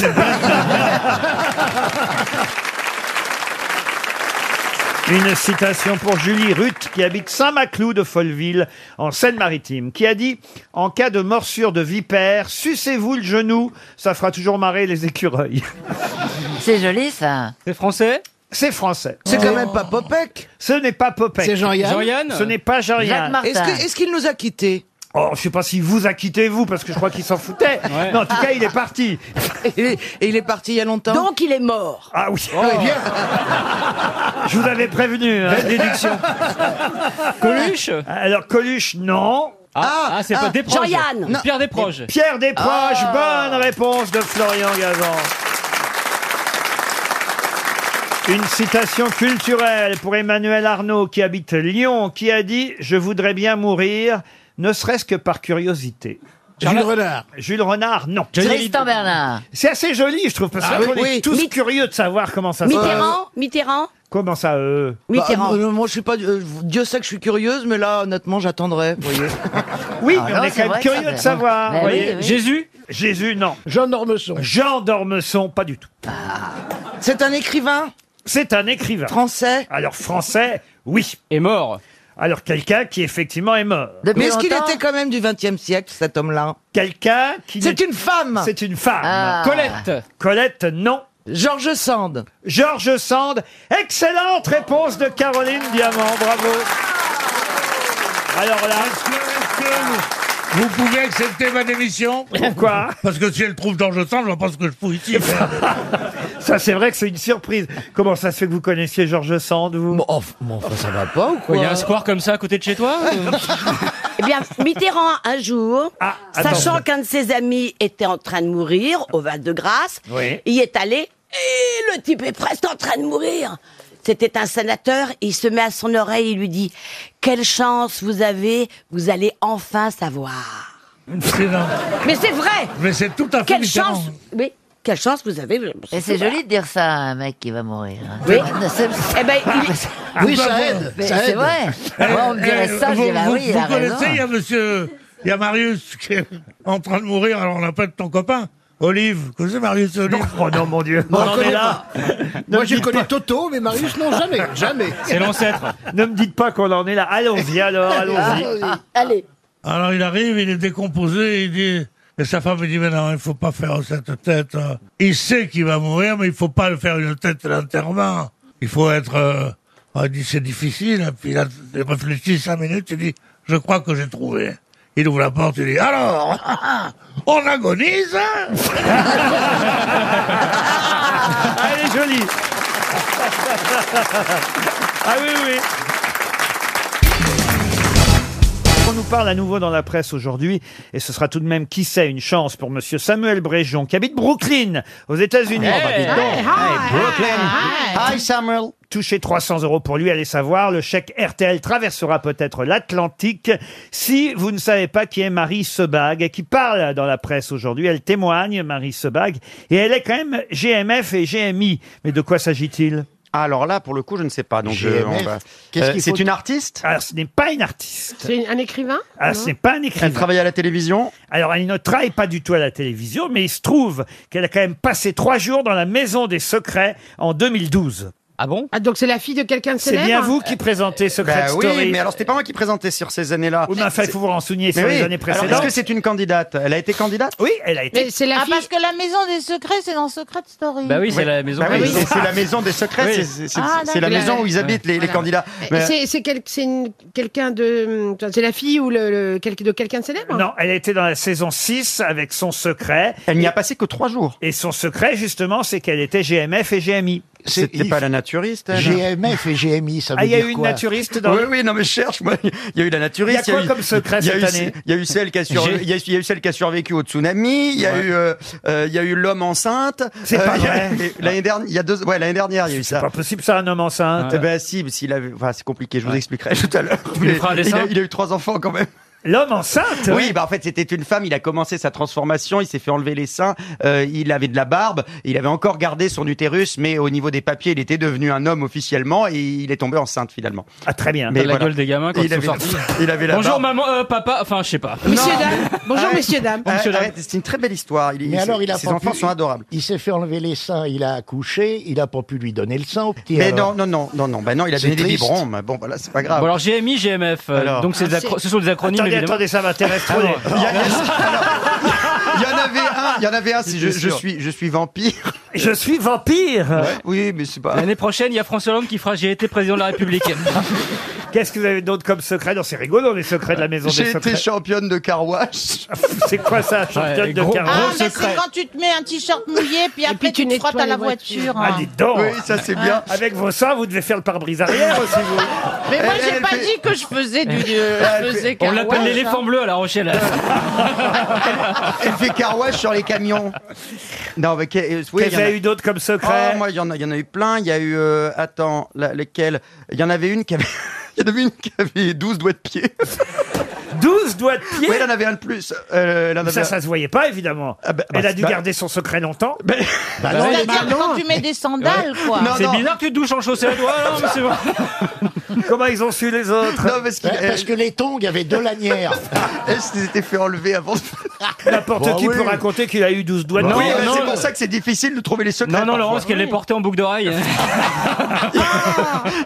Speaker 1: Une citation pour Julie Ruth, qui habite Saint-Maclou de Folleville, en Seine-Maritime, qui a dit « En cas de morsure de vipère, sucez-vous le genou, ça fera toujours marrer les écureuils. »
Speaker 11: C'est joli, ça.
Speaker 1: C'est français C'est français.
Speaker 11: C'est quand même
Speaker 1: pas Popek Ce n'est pas Popek.
Speaker 11: C'est Jean-Yann Jean-Yann
Speaker 1: Ce n'est pas Jean-Yann.
Speaker 10: Est-ce que- est-ce qu'il nous a quittés
Speaker 1: Oh, je sais pas si vous acquittez vous, parce que je crois qu'il s'en foutait. Non, en tout cas, il est parti.
Speaker 10: Et et il est parti il y a longtemps Oh.
Speaker 26: Donc il est mort.
Speaker 1: Ah oui. Je vous avais prévenu. hein.
Speaker 23: Belle déduction. Coluche
Speaker 1: Alors, Coluche, non.
Speaker 23: Ah, ah, c'est pas Desproges.
Speaker 26: Jean-Yann.
Speaker 23: Non. Pierre Desproges.
Speaker 1: Pierre Desproges,
Speaker 23: Ah.
Speaker 1: bonne réponse de Florian Gazan. Une citation culturelle pour Emmanuel Arnaud qui habite Lyon, qui a dit « Je voudrais bien mourir, ne serait-ce que par curiosité ».
Speaker 25: Jules Renard.
Speaker 1: Jules Renard, non.
Speaker 11: Tristan Bernard.
Speaker 1: C'est assez joli, je trouve, parce
Speaker 11: Ah
Speaker 1: qu'on
Speaker 11: oui,
Speaker 1: est
Speaker 11: oui.
Speaker 1: tous curieux de savoir comment ça se passe.
Speaker 26: Mitterrand, Mitterrand.
Speaker 1: Comment ça, euh
Speaker 26: Mitterrand.
Speaker 10: Bah, euh, moi, je suis pas. euh, Dieu sait que je suis curieuse, mais là, honnêtement, j'attendrai. vous voyez.
Speaker 1: Oui,
Speaker 10: Ah
Speaker 1: mais
Speaker 10: non,
Speaker 1: on est
Speaker 10: c'est
Speaker 1: quand même
Speaker 10: vrai,
Speaker 1: curieux
Speaker 10: ça,
Speaker 1: de
Speaker 10: c'est-
Speaker 1: savoir.
Speaker 10: Ben
Speaker 1: vous
Speaker 10: oui,
Speaker 1: voyez.
Speaker 10: oui.
Speaker 1: Jésus Jésus, non.
Speaker 25: Jean Dormesson.
Speaker 1: Jean Dormesson, pas du tout. Ah.
Speaker 10: C'est un écrivain
Speaker 1: C'est un écrivain. Français Alors, français, oui.
Speaker 23: Est mort
Speaker 1: Alors, quelqu'un qui, effectivement, est mort.
Speaker 10: Mais est-ce qu'il était quand même du XXe siècle, cet homme-là
Speaker 1: Quelqu'un qui.
Speaker 10: C'est une femme
Speaker 1: C'est une femme.
Speaker 10: Ah.
Speaker 1: Colette. Colette, non.
Speaker 10: Georges Sand.
Speaker 1: Georges Sand. Excellente réponse de Caroline Diamant. Bravo. Alors là.
Speaker 8: Est-ce que vous, vous pouvez accepter ma démission
Speaker 1: Pourquoi
Speaker 8: Parce que si elle trouve dans le sang, je vois pas ce que je fous ici.
Speaker 1: Ça, c'est vrai que c'est une surprise. Comment ça se fait que vous connaissiez Georges Sand, vous
Speaker 10: Bon, enfin, ça va pas ou
Speaker 23: Quoi, Il y a un square comme ça à côté de chez toi ou-
Speaker 26: Eh Eh bien, Mitterrand, un jour,
Speaker 25: Ah,
Speaker 1: attends.
Speaker 26: sachant qu'un de ses amis était en train de mourir au Val de Grâce,
Speaker 1: Oui.
Speaker 26: y est allé et le type est presque en train de mourir. C'était un sénateur, il se met à son oreille, il lui dit « Quelle chance vous avez, vous allez enfin savoir.
Speaker 8: C'est dingue. »
Speaker 26: Mais c'est vrai
Speaker 8: Mais c'est tout à fait
Speaker 26: Quelle
Speaker 8: différent.
Speaker 26: chance Oui, quelle chance vous avez.
Speaker 11: Et c'est joli de dire ça à un mec qui va mourir. hein.
Speaker 26: Oui.
Speaker 11: C'est-
Speaker 26: Eh ben, il-
Speaker 1: Ah, bah
Speaker 11: Oui, ça aide,
Speaker 26: ça
Speaker 11: c'est
Speaker 26: aide.
Speaker 11: vrai. Moi, on me dirait
Speaker 8: Eh,
Speaker 11: ça, je
Speaker 8: vous,
Speaker 11: dirais, ah
Speaker 8: vous-
Speaker 11: oui, il
Speaker 8: vous
Speaker 11: a raison.
Speaker 8: connaissez, il y a monsieur, il y a Marius qui est en train de mourir, alors on l'appelle ton copain. Olive, vous connaissez Marius Olive
Speaker 1: Oh non, mon Dieu,
Speaker 8: on
Speaker 25: Moi, je
Speaker 8: en
Speaker 25: connais
Speaker 8: est là
Speaker 25: pas. Moi, je connais Toto, mais Marius, non, jamais, jamais.
Speaker 1: Ne me dites pas qu'on en est là. Allons-y alors, Ah,
Speaker 26: Ah,
Speaker 1: allons-y.
Speaker 26: Allez.
Speaker 8: Alors il arrive, il est décomposé, il dit... Et sa femme lui dit, mais non, il faut pas faire cette tête. hein. Il sait qu'il va mourir, mais il faut pas le faire une tête d'enterrement. Il faut être... euh, Il dit, c'est difficile. Puis il, a- il réfléchit cinq minutes, il dit, je crois que j'ai trouvé. Il ouvre la porte, il dit, alors, on agonise hein
Speaker 1: Elle est jolie. Ah oui, oui. On nous parle à nouveau dans la presse aujourd'hui, et ce sera tout de même, qui sait, une chance pour Monsieur Samuel Bréjon, qui habite Brooklyn, aux États-Unis.
Speaker 23: Hey,
Speaker 1: Oh, bah, dis donc.
Speaker 23: hey, hi,
Speaker 1: Brooklyn. Hi, Samuel. Toucher 300 euros pour lui, allez savoir, le chèque RTL traversera peut-être l'Atlantique. Si vous ne savez pas qui est Marie Sebag, qui parle dans la presse aujourd'hui, elle témoigne, Marie Sebag, et elle est quand même GMF et GMI. Mais de quoi s'agit-il
Speaker 16: Ah, Alors là, pour le coup, je ne sais pas. Donc, je-
Speaker 1: GMF.
Speaker 16: on va-
Speaker 1: Qu'est-ce
Speaker 16: Euh,
Speaker 1: qu'il
Speaker 16: c'est
Speaker 1: faut-
Speaker 16: une artiste
Speaker 1: Alors, ce n'est pas une artiste.
Speaker 24: C'est un écrivain Non
Speaker 1: Ah, c'est pas un écrivain.
Speaker 16: Elle travaille
Speaker 1: à la télévision Alors, elle ne travaille pas du tout à la télévision, mais il se trouve qu'elle a quand même passé trois jours dans la Maison des Secrets en 2012. Ah bon
Speaker 24: Ah, donc c'est la fille de quelqu'un de
Speaker 1: C'est
Speaker 24: célèbre hein.
Speaker 1: bien vous qui présentez Secret
Speaker 16: Bah
Speaker 1: Story.
Speaker 16: oui, mais alors c'était pas moi qui présentais sur ces années-là.
Speaker 1: Oui, mais enfin, il faut vous en souvenir sur
Speaker 16: Mais
Speaker 1: les
Speaker 16: oui.
Speaker 1: années
Speaker 16: Alors,
Speaker 1: précédentes.
Speaker 16: Est-ce que c'est une candidate Elle a été candidate
Speaker 1: Oui, elle a été.
Speaker 2: ah, parce que la maison des secrets, c'est dans Secret Story.
Speaker 16: Bah oui, c'est- c'est la maison des secrets.
Speaker 23: Oui.
Speaker 16: c'est- c'est- c'est-
Speaker 2: Ah,
Speaker 16: c'est la
Speaker 2: d'accord.
Speaker 16: maison où ils
Speaker 2: Ouais.
Speaker 16: habitent, les, les
Speaker 2: Voilà.
Speaker 16: candidats.
Speaker 24: Et
Speaker 16: Mais-
Speaker 24: C'est c'est quel- c'est une- quelqu'un de. C'est la fille ou le, le- quel- de quelqu'un de célèbre
Speaker 1: Non, elle était dans la saison 6 avec son secret.
Speaker 16: Elle n'y a passé que trois jours.
Speaker 1: Et son secret, justement, c'est qu'elle était GMF et GMI.
Speaker 16: C'était pas la naturiste. elle.
Speaker 1: GMF
Speaker 25: et GMI, ça
Speaker 1: veut Ah, il y a dire eu une quoi naturiste dans
Speaker 16: Oui,
Speaker 1: le-
Speaker 16: oui, non, mais je cherche, moi. Il y a eu la naturiste.
Speaker 1: Il y a quoi
Speaker 16: eu-
Speaker 1: comme secret
Speaker 16: il y a
Speaker 1: cette
Speaker 16: eu-
Speaker 1: année
Speaker 16: Il y a eu celle qui a, surv-
Speaker 1: J'ai-
Speaker 16: il y a eu- il y a eu celle qui a survécu au tsunami. Il y a
Speaker 1: Ouais.
Speaker 16: eu, euh, euh, il y a eu l'homme enceinte. Euh,
Speaker 1: C'est pas
Speaker 16: il y a-
Speaker 1: vrai.
Speaker 16: L'année dernière, il y a deux, ouais, l'année dernière, il y a eu ça. C'est pas
Speaker 1: possible, ça, un homme enceinte.
Speaker 16: Eh ben, si, mais s'il avait, enfin, c'est compliqué, je vous expliquerai tout à l'heure.
Speaker 1: nous
Speaker 16: Mais
Speaker 1: feras un
Speaker 16: il,
Speaker 1: dessin
Speaker 16: a, il a eu trois enfants quand même.
Speaker 1: L'homme enceinte
Speaker 16: Oui, bah en fait c'était une femme, il a commencé sa transformation, il s'est fait enlever les seins, euh, il avait de la barbe, il avait encore gardé son utérus, mais au niveau des papiers il était devenu un homme officiellement et il est tombé enceinte finalement.
Speaker 1: Ah très bien.
Speaker 16: Mais
Speaker 23: la
Speaker 16: voilà.
Speaker 23: gueule des gamins quand
Speaker 16: il
Speaker 23: ils sont
Speaker 16: avait,
Speaker 23: sortis.
Speaker 16: Il avait la
Speaker 23: Bonjour
Speaker 16: barbe.
Speaker 23: maman, euh, papa, enfin je sais pas.
Speaker 24: Messieurs, dames. Bonjour,
Speaker 16: Arrête.
Speaker 24: messieurs, dames.
Speaker 16: Arrête,
Speaker 24: Monsieur, dames.
Speaker 16: arrête, c'est une très belle histoire. Il-
Speaker 25: Mais
Speaker 16: il-
Speaker 25: alors, il a
Speaker 16: ses
Speaker 25: pas
Speaker 16: enfants
Speaker 25: pu-
Speaker 16: sont adorables.
Speaker 25: Il s'est fait enlever les seins, il a accouché, il a pas pu lui donner le sein au petit.
Speaker 16: Mais
Speaker 25: alors.
Speaker 16: non, non, non, non, non, bah non, il a
Speaker 25: C'est
Speaker 16: donné des
Speaker 25: triste.
Speaker 16: biberons, mais bon, voilà, c'est pas grave.
Speaker 23: Bon alors GMI, GMF, euh,
Speaker 16: Alors.
Speaker 23: donc c'est des
Speaker 16: Ah,
Speaker 23: acro-
Speaker 16: c'est-
Speaker 23: ce sont des acronymes
Speaker 16: Attendez,
Speaker 23: évidemment.
Speaker 16: attendez, ça m'intéresse trop,
Speaker 23: Ah, bon.
Speaker 16: les- Il y a- il y a- Il y en avait un, il y en avait un, si je,
Speaker 23: J'étais
Speaker 16: je
Speaker 23: sûr.
Speaker 16: suis, je suis vampire.
Speaker 1: Je suis vampire
Speaker 16: Oui, mais c'est pas...
Speaker 23: L'année prochaine, il y a François Hollande qui fera J'ai été président de la République.
Speaker 1: Qu'est-ce que vous avez d'autre comme secret Non, c'est rigolo, les secrets de la Maison
Speaker 16: J'ai
Speaker 1: des
Speaker 16: été
Speaker 1: Secrets.
Speaker 16: championne de carwash.
Speaker 1: c'est quoi ça, championne de
Speaker 16: gros-
Speaker 1: carreau
Speaker 2: Ah, mais c'est quand tu te mets un t-shirt mouillé, puis après tu, te frottes à la voiture. hein.
Speaker 1: Ah, dites donc Ah,
Speaker 16: Oui, ça, c'est bien.
Speaker 1: Avec vos seins, vous devez faire le pare-brise arrière aussi, vous.
Speaker 2: Mais moi, j'ai
Speaker 1: Elle
Speaker 2: pas
Speaker 1: fait-
Speaker 2: dit que je faisais du.
Speaker 16: Elle
Speaker 2: je
Speaker 16: fait-
Speaker 2: faisais
Speaker 23: On l'appelle
Speaker 2: carouage,
Speaker 23: l'éléphant
Speaker 2: hein.
Speaker 23: bleu à La Rochelle.
Speaker 16: Elle fait carwash sur les camions. Non, mais que- euh, oui, il
Speaker 1: Qu'est-ce
Speaker 16: y en
Speaker 1: qu'il y a eu d'autres comme secret
Speaker 16: Oh, moi, il y en a, il y en a eu plein. Il y a eu, euh, attends, la- lequel Il y en avait une qui avait, il y en avait une qui avait 12 doigts de pied.
Speaker 1: 12 doigts de pied
Speaker 16: Oui, elle en avait un de plus. Euh, elle en
Speaker 1: Ça,
Speaker 16: avait-
Speaker 1: ça se voyait pas, évidemment. Elle
Speaker 16: bah,
Speaker 1: a dû
Speaker 16: bah-
Speaker 1: garder son secret longtemps.
Speaker 23: bah,
Speaker 1: Bah,
Speaker 2: C'est-à-dire quand tu mets des sandales, quoi.
Speaker 23: C'est bizarre que tu te douches en chaussettes. Ouais, non, mais c'est vrai.
Speaker 1: Comment ils ont su les autres
Speaker 16: Non, parce
Speaker 5: Euh,
Speaker 16: euh, qu'il-
Speaker 25: Ouais, parce que les tongs avaient deux lanières.
Speaker 16: Elle se les était fait enlever avant.
Speaker 1: N'importe
Speaker 25: Bah
Speaker 1: qui
Speaker 25: oui.
Speaker 1: peut raconter qu'il a eu 12 doigts de
Speaker 16: Non,
Speaker 1: pied.
Speaker 16: oui, bah, c'est pour ça que c'est difficile de trouver les secrets.
Speaker 23: Non, non,
Speaker 16: parfois.
Speaker 23: Laurence, qu'elle l'ait porté en boucle d'oreille.
Speaker 16: Il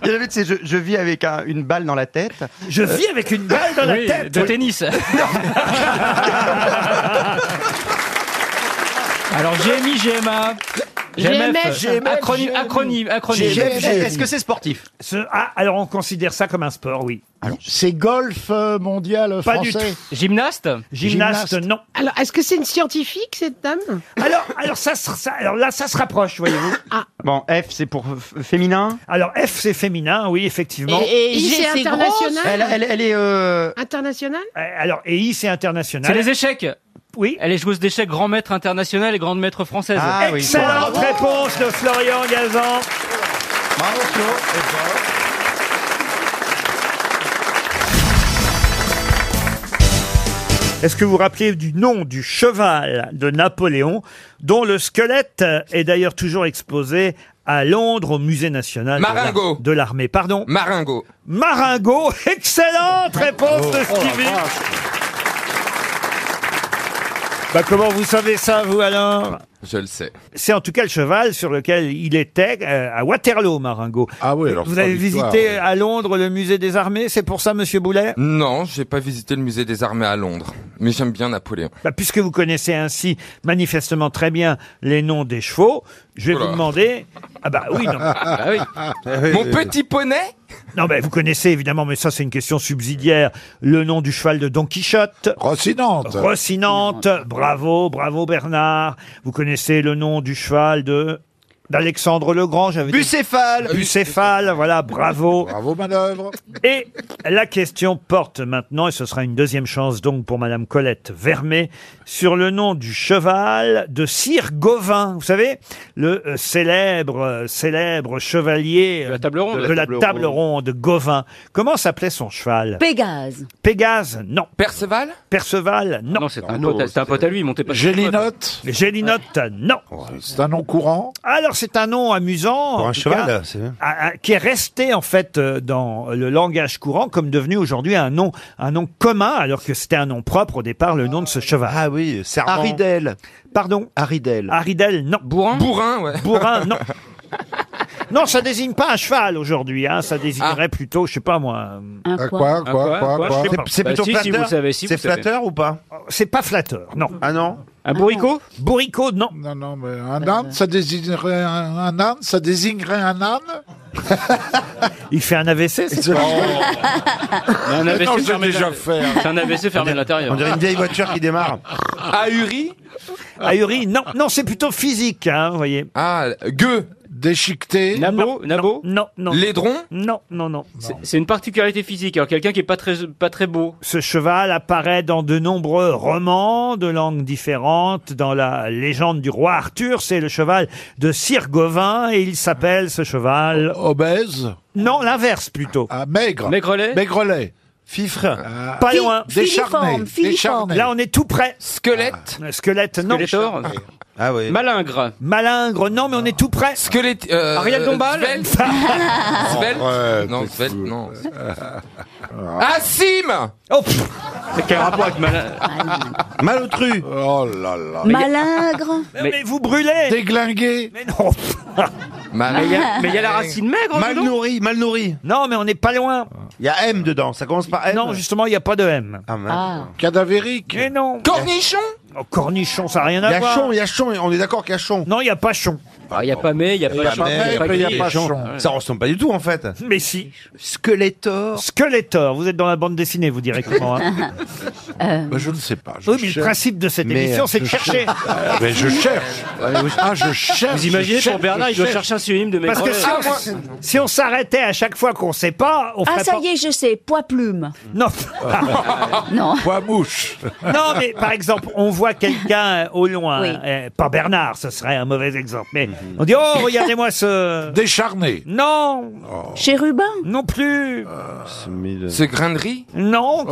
Speaker 16: y en avait, tu sais, je, je vis avec un- une balle dans la tête. Euh,
Speaker 1: Je vis avec une balle dans la
Speaker 23: Oui,
Speaker 1: tête.
Speaker 23: de tennis. Alors GMI, GMA.
Speaker 16: GMF.
Speaker 1: Acronyme,
Speaker 16: acronyme, acronyme. Est-ce que c'est sportif
Speaker 1: ah, Alors on considère ça comme un sport, oui.
Speaker 6: C'est golf euh, mondial euh,
Speaker 1: Pas
Speaker 6: français.
Speaker 1: du tout. Gymnaste Gymnaste, non.
Speaker 24: Alors, est-ce que c'est une scientifique, cette dame
Speaker 16: Ah,
Speaker 1: Alors, alors, ça, se- ça- alors là, ça se rapproche, voyez-vous.
Speaker 24: Ah.
Speaker 16: Bon, F, c'est pour f- féminin
Speaker 1: Alors, F, c'est féminin, oui, effectivement.
Speaker 24: Et- et I, G, c'est c'est international grosse
Speaker 16: Elle, elle- elle est. euh,
Speaker 24: Internationale
Speaker 1: Euh, Alors, EI, c'est international.
Speaker 13: C'est les échecs.
Speaker 1: Oui.
Speaker 13: Elle est joueuse d'échecs grand maître international et grande maître française.
Speaker 1: Ah Excellente réponse de Florian Gazan.
Speaker 13: Bravo,
Speaker 1: Est-ce que vous vous rappelez du nom du cheval de Napoléon, dont le squelette est d'ailleurs toujours exposé à Londres, au musée national de la-
Speaker 7: Maringo.
Speaker 1: de l'armée Pardon
Speaker 7: Maringo.
Speaker 1: Maringo, excellente réponse de Stevie. Bah, comment vous savez ça, vous, alors
Speaker 7: Je le sais.
Speaker 1: C'est en tout cas le cheval sur lequel il était euh, à Waterloo, Maringo. Ah oui,
Speaker 7: alors
Speaker 1: Vous
Speaker 7: c'est
Speaker 1: avez
Speaker 7: pas l'histoire,
Speaker 1: visité euh,
Speaker 7: ouais.
Speaker 1: à Londres le musée des armées, c'est pour ça, monsieur Boulet
Speaker 7: Non, j'ai pas visité le musée des armées à Londres, mais j'aime bien Napoléon.
Speaker 1: Bah, puisque vous connaissez ainsi manifestement très bien les noms des chevaux, je vais vous demander. Ah bah oui, non.
Speaker 3: Ah
Speaker 7: Ah Mon petit poney
Speaker 1: Non, mais vous connaissez évidemment, mais ça c'est une question subsidiaire, le nom du cheval de Don Quichotte.
Speaker 3: Rocinante.
Speaker 1: Rocinante, bravo, bravo Bernard. Vous connaissez le nom du cheval de... D'Alexandre le Grand, j'avais Bucéphale Ah Bucéphale, voilà, bravo Bravo, manœuvre Et la question porte maintenant, et ce sera une deuxième chance donc pour Madame Colette Vermet, sur le nom du cheval de Sire Gauvin. Vous savez, le euh, célèbre, euh, célèbre chevalier de la table
Speaker 13: ronde.
Speaker 1: de,
Speaker 13: De
Speaker 1: la
Speaker 13: la
Speaker 1: table,
Speaker 13: table
Speaker 1: ronde, Gauvin. Comment s'appelait son cheval
Speaker 13: Pégase.
Speaker 1: Pégase, non.
Speaker 7: Perceval
Speaker 1: Perceval, Ah non.
Speaker 13: Ah Non, c'est un, pote à- c'est un pote à lui, il montait pas sur le pote.
Speaker 1: Gélinote Gélinote, non. C'est un nom courant Alors, c'est un nom amusant.
Speaker 21: Pour
Speaker 1: en
Speaker 21: un
Speaker 1: tout
Speaker 21: cheval,
Speaker 1: cas,
Speaker 21: c'est bien.
Speaker 1: à- à- Qui est resté, en fait, euh, dans le langage courant, comme devenu aujourd'hui un nom, un nom commun, alors que c'était un nom propre au départ, le nom de ce cheval. Ah oui, Servant.
Speaker 6: Haridel.
Speaker 1: Pardon
Speaker 6: Haridel.
Speaker 1: Haridel, non. Bourrin
Speaker 7: Bourrin, ouais.
Speaker 1: Bourrin, non. Non, ça désigne pas un cheval aujourd'hui, hein, ça désignerait plutôt, je sais pas moi.
Speaker 6: Un Un quoi quoi, Ah. Un quoi, quoi, quoi, quoi
Speaker 1: Je sais pas.
Speaker 6: C'est- c'est Bah plutôt si, si, flatteur vous savez, si, C'est vous savez. flatteur
Speaker 1: ou pas C'est pas flatteur, non. Ah non Un bourricot Bourricot, non.
Speaker 3: Non, non, mais un âne, ça désignerait un, un âne, ça désignerait un âne.
Speaker 1: Il fait un AVC, c'est ça
Speaker 13: Un AVC
Speaker 1: Non, je l'ai
Speaker 13: fermé de-
Speaker 1: déjà fait. hein.
Speaker 13: C'est un AVC fermé de l'intérieur.
Speaker 1: On dirait une vieille voiture qui démarre. Ah,
Speaker 7: Ahuri
Speaker 1: Ahuri, non, non, c'est plutôt physique, hein, vous voyez.
Speaker 7: Ah, gueux.
Speaker 1: Déchiqueté.
Speaker 13: Nabo, Nabo
Speaker 1: Non, non.
Speaker 13: Lédron
Speaker 1: Non, non, non.
Speaker 13: C'est- C'est une particularité physique. Alors quelqu'un qui est pas très, pas très beau.
Speaker 1: Ce cheval apparaît dans de nombreux romans de langues différentes. Dans la légende du roi Arthur, c'est le cheval de Sir Gauvin et il s'appelle ce cheval. Obèse Non, l'inverse plutôt. maigre.
Speaker 13: Maigrelet
Speaker 1: Maigrelet. Fifre. Ah. Pas
Speaker 13: Fi-
Speaker 1: loin.
Speaker 13: filiforme, Décharné. filiforme. Décharné.
Speaker 1: Là, on est tout près. Ah,
Speaker 7: Squelette.
Speaker 1: Squelette, non.
Speaker 13: Skeletor
Speaker 7: Ah oui.
Speaker 13: Malingre.
Speaker 1: Malingre, non, mais on est tout près.
Speaker 7: Squelette. euh,
Speaker 13: Ariel
Speaker 7: euh,
Speaker 13: Dombal
Speaker 7: Svelte. Svelte. non, Svelte, non.
Speaker 3: Ah.
Speaker 7: Ah, Assim
Speaker 1: Oh
Speaker 13: Quel rapport avec Malin
Speaker 3: Malotru. Oh là là.
Speaker 13: Malingre.
Speaker 1: Mais, vous brûlez
Speaker 3: Déglingué.
Speaker 1: Mais non
Speaker 21: Oh.
Speaker 13: Mais il y a- mais il y a la racine maigre,
Speaker 21: Mal
Speaker 13: dis donc.
Speaker 21: nourri, mal nourri.
Speaker 1: Non, mais on n'est pas loin.
Speaker 21: Il y a M dedans, ça commence par M.
Speaker 1: Non, justement, il n'y a pas de M.
Speaker 21: Ah, mince.
Speaker 1: Cadavérique. Mais non.
Speaker 7: Cornichon
Speaker 1: Oh, Cornichon, ça n'a rien à voir.
Speaker 21: Yachon, Yachon, on est d'accord qu'Yachon.
Speaker 1: Non, il n'y a pas Chon.
Speaker 13: Ah, Il n'y a pas mais, il n'y a
Speaker 21: Il y
Speaker 13: pas
Speaker 21: a
Speaker 13: Chon,
Speaker 21: pas
Speaker 13: y a
Speaker 21: May,
Speaker 13: pas
Speaker 21: puis il y
Speaker 13: Guy.
Speaker 21: a pas Chon. Ça ressemble pas du tout en fait.
Speaker 1: Mais si.
Speaker 21: Skeletor.
Speaker 1: Skeletor, vous êtes dans la bande dessinée, vous directement. hein.
Speaker 13: Euh.
Speaker 21: Bah, je ne sais pas.
Speaker 1: oui, mais le principe de cette
Speaker 21: Mais,
Speaker 1: émission,
Speaker 21: euh,
Speaker 1: c'est de
Speaker 21: je
Speaker 1: chercher.
Speaker 21: cherche. Mais je cherche. Ah, je cherche,
Speaker 13: Vous imaginez,
Speaker 21: je cherche,
Speaker 13: pour Bernard,
Speaker 21: je
Speaker 13: il doit
Speaker 21: cherche.
Speaker 13: chercher un synonyme de maigre.
Speaker 1: Parce que si on- Ah, si on s'arrêtait à chaque fois qu'on ne sait pas, on
Speaker 27: Ah,
Speaker 1: ferait
Speaker 27: ça
Speaker 1: pas-
Speaker 27: y est, je sais, poids plume.
Speaker 1: Non.
Speaker 27: Non.
Speaker 1: Poids mouche. Non, mais par exemple, on voit quelqu'un euh, au loin,
Speaker 27: Oui.
Speaker 1: euh, pas Bernard, ce serait un mauvais exemple, mais
Speaker 21: Mhm.
Speaker 1: on dit Oh, regardez-moi ce. Décharné. Non.
Speaker 21: Oh.
Speaker 27: Chérubin.
Speaker 1: Non plus.
Speaker 21: Euh.
Speaker 7: Ce grain de riz
Speaker 1: Non.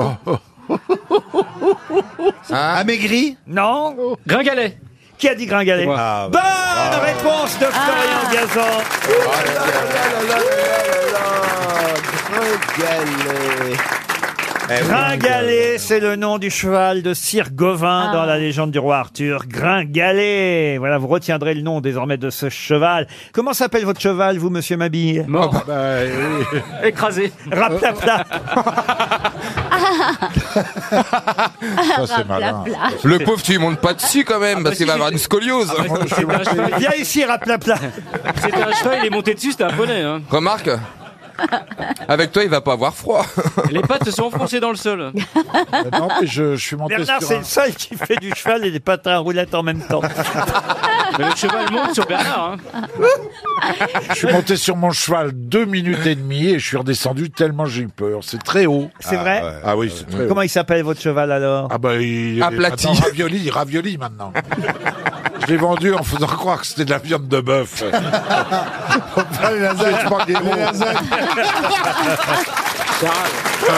Speaker 21: Amaigri
Speaker 1: Non.
Speaker 13: Gringalet.
Speaker 1: Qui a dit Gringalet
Speaker 13: C'est moi.
Speaker 1: Bonne réponse de Florian Gazan. Gringalet, c'est le nom du cheval de Sir Gauvin dans la légende du roi Arthur. Gringalet. Voilà, vous retiendrez le nom désormais de ce cheval. Comment s'appelle votre cheval, vous, monsieur Mabille
Speaker 13: Mort. Écrasé.
Speaker 1: Rap la plaque.
Speaker 7: Ah,
Speaker 3: c'est malin.
Speaker 7: Le pauvre, tu lui montes pas dessus quand
Speaker 13: Ah,
Speaker 7: même,
Speaker 13: bah,
Speaker 7: parce qu'il va avoir une scoliose.
Speaker 1: Viens ici, raplapla.
Speaker 13: C'était un cheval, il est monté dessus, c'était un poney. hein.
Speaker 7: Remarque, avec toi, il va pas avoir froid.
Speaker 13: Les pattes se sont enfoncées dans le sol.
Speaker 1: Euh, non, mais
Speaker 3: Euh, je, suis
Speaker 13: monté
Speaker 1: Bernard,
Speaker 13: sur
Speaker 1: c'est
Speaker 13: un-
Speaker 1: le seul qui fait du cheval et des patins à roulettes en même temps.
Speaker 13: Mais le cheval monte sur Bernard. hein.
Speaker 3: Je suis monté sur mon cheval deux minutes et demie et je suis redescendu tellement j'ai eu peur. C'est très haut.
Speaker 1: C'est vrai
Speaker 3: ouais. Ah oui, c'est très haut.
Speaker 1: Comment il s'appelle votre cheval alors
Speaker 3: Ah bah il
Speaker 1: Aplati.
Speaker 3: maintenant, ravioli, ravioli maintenant. Je l'ai vendu en faisant croire que c'était de la viande de bœuf. Pas les
Speaker 13: Ah,
Speaker 3: lasagnes, je
Speaker 1: Ah,
Speaker 3: parle des mots.
Speaker 13: euh,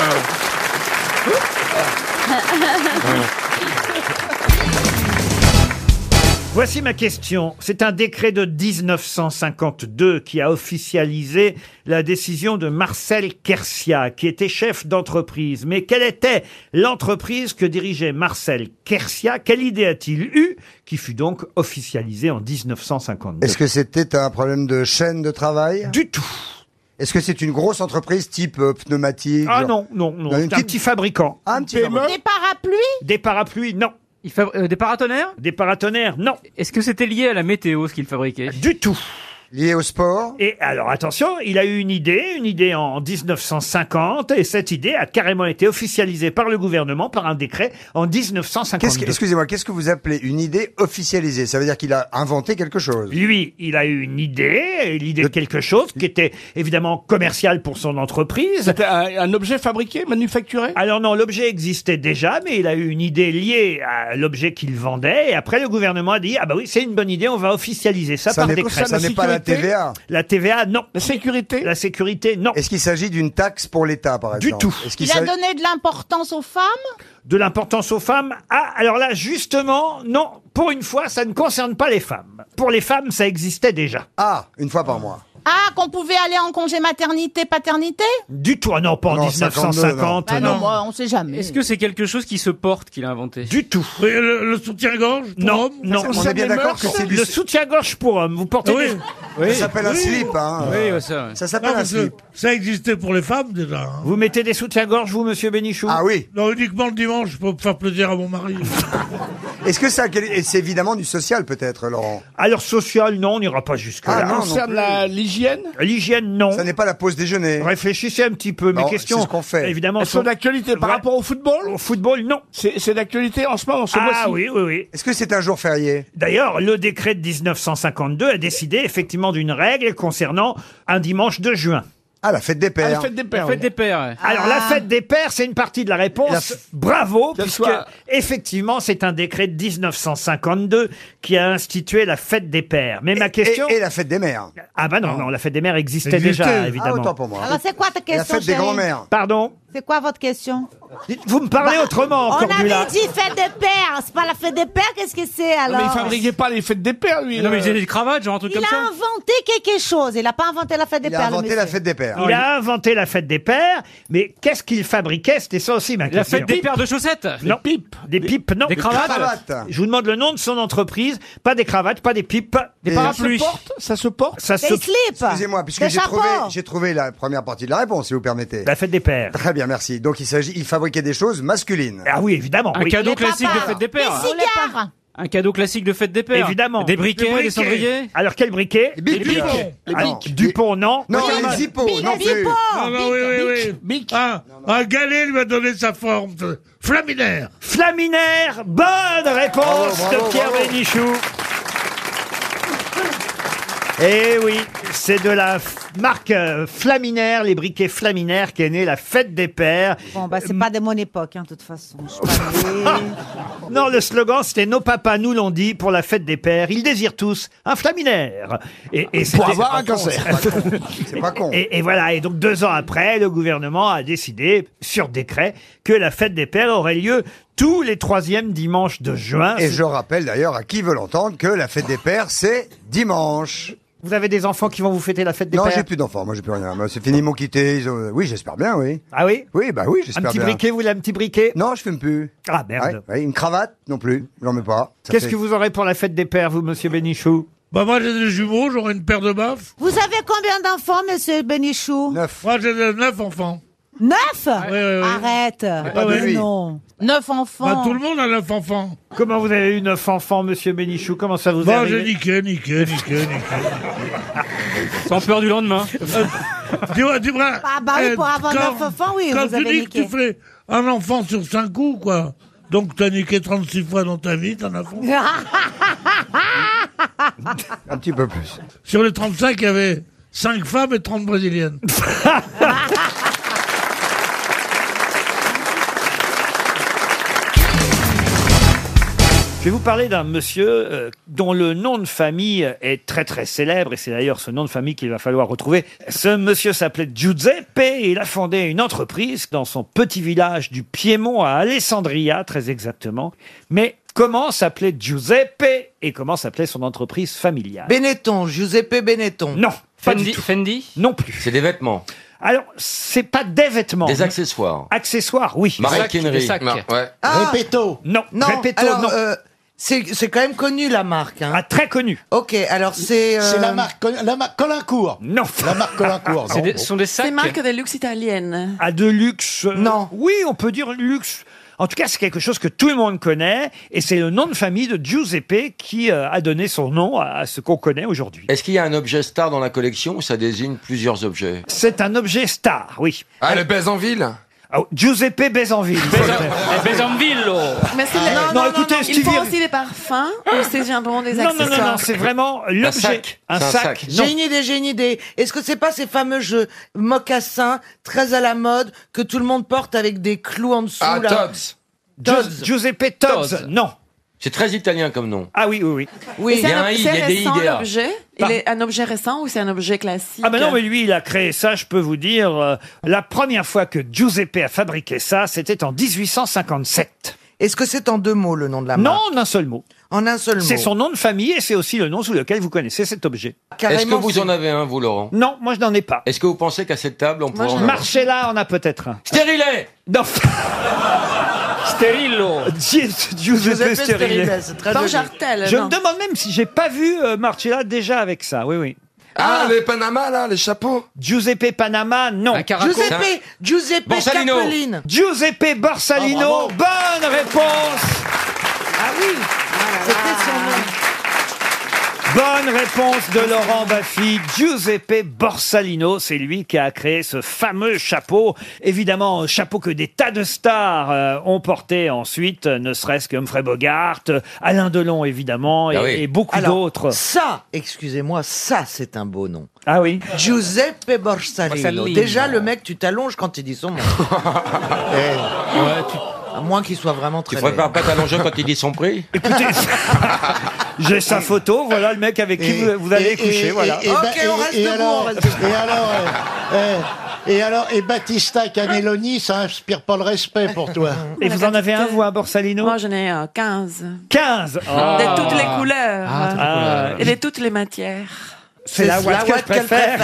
Speaker 1: Voici ma question. C'est un décret de 1952 qui a officialisé la décision de Marcel Kersia, qui était chef d'entreprise. Mais quelle était l'entreprise que dirigeait Marcel Kersia Quelle idée a-t-il eue qui fut donc officialisée en 1952
Speaker 4: Est-ce que c'était un problème de chaîne de travail
Speaker 1: Du tout.
Speaker 4: Est-ce que c'est une grosse entreprise type euh, pneumatique
Speaker 1: Ah non, non, non. C'est un petit fabricant.
Speaker 4: Ah, un petit fabricant.
Speaker 1: Des parapluies Des parapluies, non.
Speaker 13: euh, des paratonnerres
Speaker 1: Des paratonnerres, non.
Speaker 13: Est-ce que c'était lié à la météo ce qu'il fabriquait
Speaker 1: Du tout.
Speaker 4: Lié au sport
Speaker 1: Et alors attention, il a eu une idée, une idée en 1950, et cette idée a carrément été officialisée par le gouvernement par un décret en 1952.
Speaker 4: Qu'est-ce que- Excusez-moi, qu'est-ce que vous appelez une idée officialisée Ça veut dire qu'il a inventé quelque chose.
Speaker 1: Lui, il a eu une idée, et l'idée de quelque chose qui était évidemment commercial pour son entreprise. C'était un, objet fabriqué, manufacturé Alors non, l'objet existait déjà, mais il a eu une idée liée à l'objet qu'il vendait. Et après, le gouvernement a dit ah bah oui, c'est une bonne idée, on va officialiser ça,
Speaker 4: Ça
Speaker 1: par
Speaker 4: n'est-
Speaker 1: décret.
Speaker 4: ça n'est pas la TVA.
Speaker 1: La TVA, non. La sécurité La sécurité, non.
Speaker 4: Est-ce qu'il s'agit d'une taxe pour l'État, par
Speaker 1: Du
Speaker 4: exemple
Speaker 1: tout.
Speaker 4: Est-ce qu'il
Speaker 24: Il a
Speaker 4: s'agit-
Speaker 24: donné de l'importance aux femmes
Speaker 1: de l'importance aux femmes. Ah, alors là, justement, non, pour une fois, ça ne concerne pas les femmes. Pour les femmes, ça existait déjà.
Speaker 4: Ah, une fois par mois.
Speaker 24: Ah, qu'on pouvait aller en congé maternité, paternité
Speaker 1: Du tout, ah non, pas en 1950.
Speaker 24: Bah
Speaker 12: Ah
Speaker 24: non, moi, on sait jamais.
Speaker 13: Est-ce que c'est quelque chose qui se porte qu'il a inventé
Speaker 1: Du tout.
Speaker 8: le, soutien-gorge
Speaker 1: Non, non,
Speaker 13: On est bien d'accord que c'est du-
Speaker 8: Ah
Speaker 1: le soutien-gorge pour hommes. Vous portez
Speaker 8: Oui.
Speaker 1: des-
Speaker 8: Oui. Oui.
Speaker 13: hein.
Speaker 8: Non, parce que Ça existait pour les femmes déjà. hein.
Speaker 1: Vous mettez des soutiens-gorge, vous, monsieur Bénichou
Speaker 4: Ah oui.
Speaker 8: Non, uniquement le dimanche pour faire plaisir à mon mari.
Speaker 4: Est-ce que ça a quel- et c'est évidemment du social, peut-être, Laurent
Speaker 1: Alors social, non, on n'ira pas jusque-là.
Speaker 4: Ah, non, non Concerne plus.
Speaker 8: euh,
Speaker 4: la-
Speaker 1: l'hygiène L'hygiène, non. Ça
Speaker 4: n'est pas la pause déjeuner.
Speaker 1: Réfléchissez un petit peu. Mes
Speaker 4: Non,
Speaker 1: questions,
Speaker 4: c'est ce qu'on fait.
Speaker 1: évidemment,
Speaker 4: Elles sont
Speaker 1: d'actualité par rapport au football Au football, non. C'est d'actualité en ce moment,
Speaker 4: ce
Speaker 1: ah,
Speaker 4: mois-ci.
Speaker 1: oui, oui, oui.
Speaker 4: Est-ce que c'est un jour férié
Speaker 1: D'ailleurs, le décret de 1952 a décidé effectivement d'une règle concernant un dimanche de juin.
Speaker 4: Ah, la fête des pères. Ah.
Speaker 13: La fête des pères, ouais.
Speaker 1: Alors, la fête des pères, c'est une partie de la réponse.
Speaker 13: La f-
Speaker 1: Bravo, puisque
Speaker 13: soit-
Speaker 1: effectivement, c'est un décret de 1952 qui a institué la fête des pères. Mais ma question...
Speaker 4: Et la fête des mères.
Speaker 1: Ah bah non, non, la fête des mères existait,
Speaker 4: Existait.
Speaker 1: déjà, évidemment.
Speaker 4: Ah, autant pour moi.
Speaker 12: Alors c'est quoi ta question chérie
Speaker 1: Pardon
Speaker 12: C'est quoi votre question
Speaker 1: Vous me parlez
Speaker 13: Oh,
Speaker 1: autrement,
Speaker 12: On
Speaker 1: Cordula.
Speaker 12: avait dit fête des pères, c'est pas la fête des pères, qu'est-ce que c'est alors
Speaker 13: pas les fêtes des pères, lui. euh. Non, mais il faisait des cravates, genre Ah, un truc
Speaker 12: Il
Speaker 13: comme
Speaker 12: a
Speaker 13: ça.
Speaker 12: inventé quelque chose, il a pas inventé la fête des pères. le monsieur.
Speaker 4: des pères.
Speaker 1: Il a inventé la fête des pères, mais qu'est-ce qu'il fabriquait C'était ça aussi ma
Speaker 13: La
Speaker 1: question.
Speaker 13: fête des paires de chaussettes.
Speaker 1: Non. Des pipes. Des pipes, non.
Speaker 13: Des cravates. Des cravates.
Speaker 1: Je vous demande le nom de son entreprise. Pas des cravates, pas des pipes.
Speaker 4: Des Des- parapluies. Ça se porte
Speaker 1: Ça se porte Ça se...
Speaker 4: Excusez-moi, puisque j'ai trouvé, j'ai trouvé la première partie de la réponse, si vous permettez. La
Speaker 1: fête des pères.
Speaker 4: Très bien, merci. Donc il s'agit, il fabriquait des choses masculines.
Speaker 1: Ah oui, évidemment.
Speaker 13: Un cadeau classique de fête des pères.
Speaker 24: Les cigares
Speaker 13: Un cadeau classique de fête des pères.
Speaker 1: Évidemment.
Speaker 13: Des briquets, des cendriers.
Speaker 1: Alors quel briquet
Speaker 13: Des bics. Dupont. Les
Speaker 1: Ah, Dupont, non.
Speaker 4: Non, les Zippo, non plus.
Speaker 8: Non, non, oui, oui, oui. Un, un galet lui a donné sa forme. de- Flaminaire.
Speaker 1: Flaminaire, bonne réponse
Speaker 8: Bravo, bravo,
Speaker 1: de Pierre
Speaker 8: bravo.
Speaker 1: Bénichou. Eh oui, c'est de la f- marque euh, Flaminaire, les briquets Flaminaire, qu'est née la fête des pères.
Speaker 12: Bon bah c'est pas de mon époque hein, de toute façon. Je suis pas née.
Speaker 1: Non, le slogan, c'était Nos papas nous l'ont dit pour la fête des pères. Ils désirent tous un Flaminaire. Et, et
Speaker 4: Pour
Speaker 1: c'était-
Speaker 4: avoir un cancer. C'est pas con. C'est pas con.
Speaker 1: Et, et voilà, et donc deux ans après, le gouvernement a décidé, sur décret, que la fête des pères aurait lieu tous les troisièmes dimanches de juin.
Speaker 4: Et je rappelle d'ailleurs à qui veut l'entendre que la fête des pères, c'est dimanche.
Speaker 1: Vous avez des enfants qui vont vous fêter la fête des
Speaker 4: non,
Speaker 1: pères
Speaker 4: j'ai plus d'enfants, moi j'ai plus rien. Moi, C'est fini, ils m'ont quitté. ils ont- Oui, j'espère bien, oui.
Speaker 1: Ah oui
Speaker 4: Oui, bah oui, j'espère bien.
Speaker 1: Un petit briquet, vous voulez un petit briquet
Speaker 4: Non, je fume plus.
Speaker 1: Ah merde.
Speaker 4: Ouais, ouais, une cravate non plus, j'en mets pas. Ça
Speaker 1: Qu'est-ce
Speaker 4: fait-
Speaker 1: que vous aurez pour la fête des pères, vous, monsieur Bénichou
Speaker 8: Bah moi j'ai des jumeaux, j'aurai une paire de baffes.
Speaker 12: Vous avez combien d'enfants, monsieur Benichou
Speaker 4: Neuf.
Speaker 8: Moi j'ai neuf enfants. Ah
Speaker 12: Neuf Arrête.
Speaker 1: pas de lui.
Speaker 12: Non. Neuf enfants.
Speaker 8: Bah,
Speaker 1: Bah, monde a neuf enfants. Oh. Comment vous avez eu neuf enfants, monsieur Bénichou Comment ça vous est
Speaker 8: Bon, Bah, j'ai
Speaker 1: arrivé
Speaker 8: niqué, niqué, niqué, niqué.
Speaker 13: Sans peur du lendemain.
Speaker 8: Dis-moi, dis-moi. Eh,
Speaker 12: Ah bah oui, pour avoir
Speaker 8: quand-
Speaker 12: neuf enfants, oui,
Speaker 8: Quand
Speaker 12: vous
Speaker 8: tu
Speaker 12: avez
Speaker 8: dis que
Speaker 12: niqué.
Speaker 8: tu fais un enfant sur cinq coups, quoi. Donc t'as niqué 36 fois dans ta vie, t'en as fait.
Speaker 4: Un petit peu plus.
Speaker 8: Sur les 35, il y avait 5 femmes et 30 brésiliennes.
Speaker 1: Je vais vous parler d'un monsieur euh, dont le nom de famille est très très célèbre et c'est d'ailleurs ce nom de famille qu'il va falloir retrouver. Ce monsieur s'appelait Giuseppe et il a fondé une entreprise dans son petit village du Piémont à Alessandria très exactement. Mais comment s'appelait Giuseppe et comment s'appelait son entreprise familiale
Speaker 10: Benetton, Giuseppe Benetton.
Speaker 1: Non, pas
Speaker 10: Fendi-
Speaker 1: du tout. Non plus. C'est des vêtements. Alors, c'est pas des vêtements.
Speaker 6: Des accessoires.
Speaker 1: Accessoires, oui.
Speaker 6: Maroquinerie. Mar- ouais.
Speaker 10: Ah.
Speaker 1: Répéto. Non.
Speaker 10: Non,
Speaker 1: Repetto,
Speaker 10: alors,
Speaker 1: non.
Speaker 10: euh, c'est c'est quand même connu la marque. Hein.
Speaker 1: Ah, très connu.
Speaker 10: Ok, alors
Speaker 1: euh,
Speaker 10: c'est. euh,
Speaker 6: C'est la marque Col- la marque Colincourt.
Speaker 1: Non.
Speaker 6: La marque Colincourt.
Speaker 1: C'est des- ce sont des sacs. C'est marque
Speaker 10: de luxe italienne.
Speaker 1: à de luxe. Non. Oui, on peut dire luxe. En tout cas, c'est quelque chose que tout le monde connaît, et c'est le nom de famille de Giuseppe qui euh, a donné son nom à, à ce qu'on connaît aujourd'hui.
Speaker 6: Est-ce qu'il y a un objet star dans la collection ou ça désigne plusieurs objets
Speaker 1: C'est un objet star, oui.
Speaker 6: Ah, le Bézanville
Speaker 1: Ah, Giuseppe Bézanville.
Speaker 14: Mais c'est
Speaker 1: Ah,
Speaker 14: le-
Speaker 1: non, écoutez,
Speaker 14: ils
Speaker 1: Stevie- Ah.
Speaker 14: font aussi des parfums ou c'est simplement des
Speaker 1: Non, non,
Speaker 14: accessoires
Speaker 1: non, non, c'est vraiment l'objet. Un sac. Non.
Speaker 10: J'ai une idée, j'ai une idée. Est-ce que c'est pas ces fameux jeux mocassins très à la mode que tout le monde porte avec des clous en dessous
Speaker 6: Ah,
Speaker 10: là
Speaker 6: Tod's.
Speaker 1: Gius- Giuseppe Todds. Non.
Speaker 6: C'est très italien comme nom.
Speaker 1: Ah oui, oui,
Speaker 14: Et
Speaker 1: oui.
Speaker 6: Il y
Speaker 14: C'est
Speaker 6: a
Speaker 14: un,
Speaker 6: un I, il
Speaker 14: c'est
Speaker 6: y a des I,
Speaker 14: récent
Speaker 6: des A.
Speaker 14: l'objet Il
Speaker 1: Pardon.
Speaker 14: est un objet récent ou c'est un objet classique
Speaker 1: Ah ben non, mais lui, il a créé ça, je peux vous dire. euh, la première fois que Giuseppe a fabriqué ça, c'était en 1857.
Speaker 10: Est-ce que c'est en deux mots le nom de la
Speaker 1: marque Non, en un seul mot.
Speaker 10: En un seul mot.
Speaker 1: C'est son nom de famille et c'est aussi le nom sous lequel vous connaissez cet objet.
Speaker 6: Est-ce que vous en avez un, vous, Laurent
Speaker 1: Non, moi je n'en ai pas.
Speaker 6: Est-ce que vous pensez qu'à cette table, on pourrait en avoir
Speaker 1: Marcella en a peut-être un.
Speaker 6: Stérilet
Speaker 1: Non.
Speaker 13: Stérillo.
Speaker 1: Gi- Giuseppe
Speaker 14: Giuseppe
Speaker 1: Stérilé.
Speaker 14: Stérilé, c'est très Dans joli. Jartel,
Speaker 1: Je
Speaker 14: non.
Speaker 1: me demande même si j'ai pas vu euh, Marcella déjà avec ça. Oui, oui.
Speaker 6: Ah, les Panama, là, les chapeaux
Speaker 1: Giuseppe Panama, non.
Speaker 10: Giuseppe, Giuseppe Capelline.
Speaker 1: Giuseppe Borsalino.
Speaker 10: Ah, bravo.
Speaker 1: Bonne réponse.
Speaker 10: Ah oui, c'était son nom.
Speaker 1: Bonne réponse de Laurent Baffy. Giuseppe Borsalino, c'est lui qui a créé ce fameux chapeau. Évidemment, un chapeau que des tas de stars euh, ont porté ensuite, euh, ne serait-ce que Humphrey Bogart, euh, Alain Delon évidemment, et,
Speaker 10: Ah oui.
Speaker 1: et beaucoup
Speaker 10: Alors,
Speaker 1: d'autres.
Speaker 10: Ça, excusez-moi, ça c'est un beau nom.
Speaker 1: Ah oui.
Speaker 10: Giuseppe Borsalino.
Speaker 1: Borsalino.
Speaker 10: Déjà le mec, tu t'allonges quand il dit son nom. Eh, À moins qu'il soit vraiment
Speaker 6: Tu
Speaker 10: très.
Speaker 6: prépares pas ta longe quand il dit son prix
Speaker 1: J'ai sa photo, voilà le mec avec qui vous, Euh, vous allez coucher, voilà.
Speaker 6: et-
Speaker 10: ok,
Speaker 6: bah,
Speaker 10: on
Speaker 6: et-
Speaker 10: reste
Speaker 6: et
Speaker 10: debout,
Speaker 6: alors-
Speaker 10: on reste debout.
Speaker 6: et alors,
Speaker 10: euh,
Speaker 6: Et alors, et Batista Caneloni, ça inspire pas le respect pour toi.
Speaker 1: Et vous en avez un, vous, un Borsalino Oh.
Speaker 14: Moi j'en ai euh, 15.
Speaker 1: 15
Speaker 6: Ah.
Speaker 14: De toutes les couleurs.
Speaker 1: Ah, toutes les
Speaker 14: euh,
Speaker 1: couleurs.
Speaker 14: Et de toutes les matières.
Speaker 1: C'est la ouate que je préfère.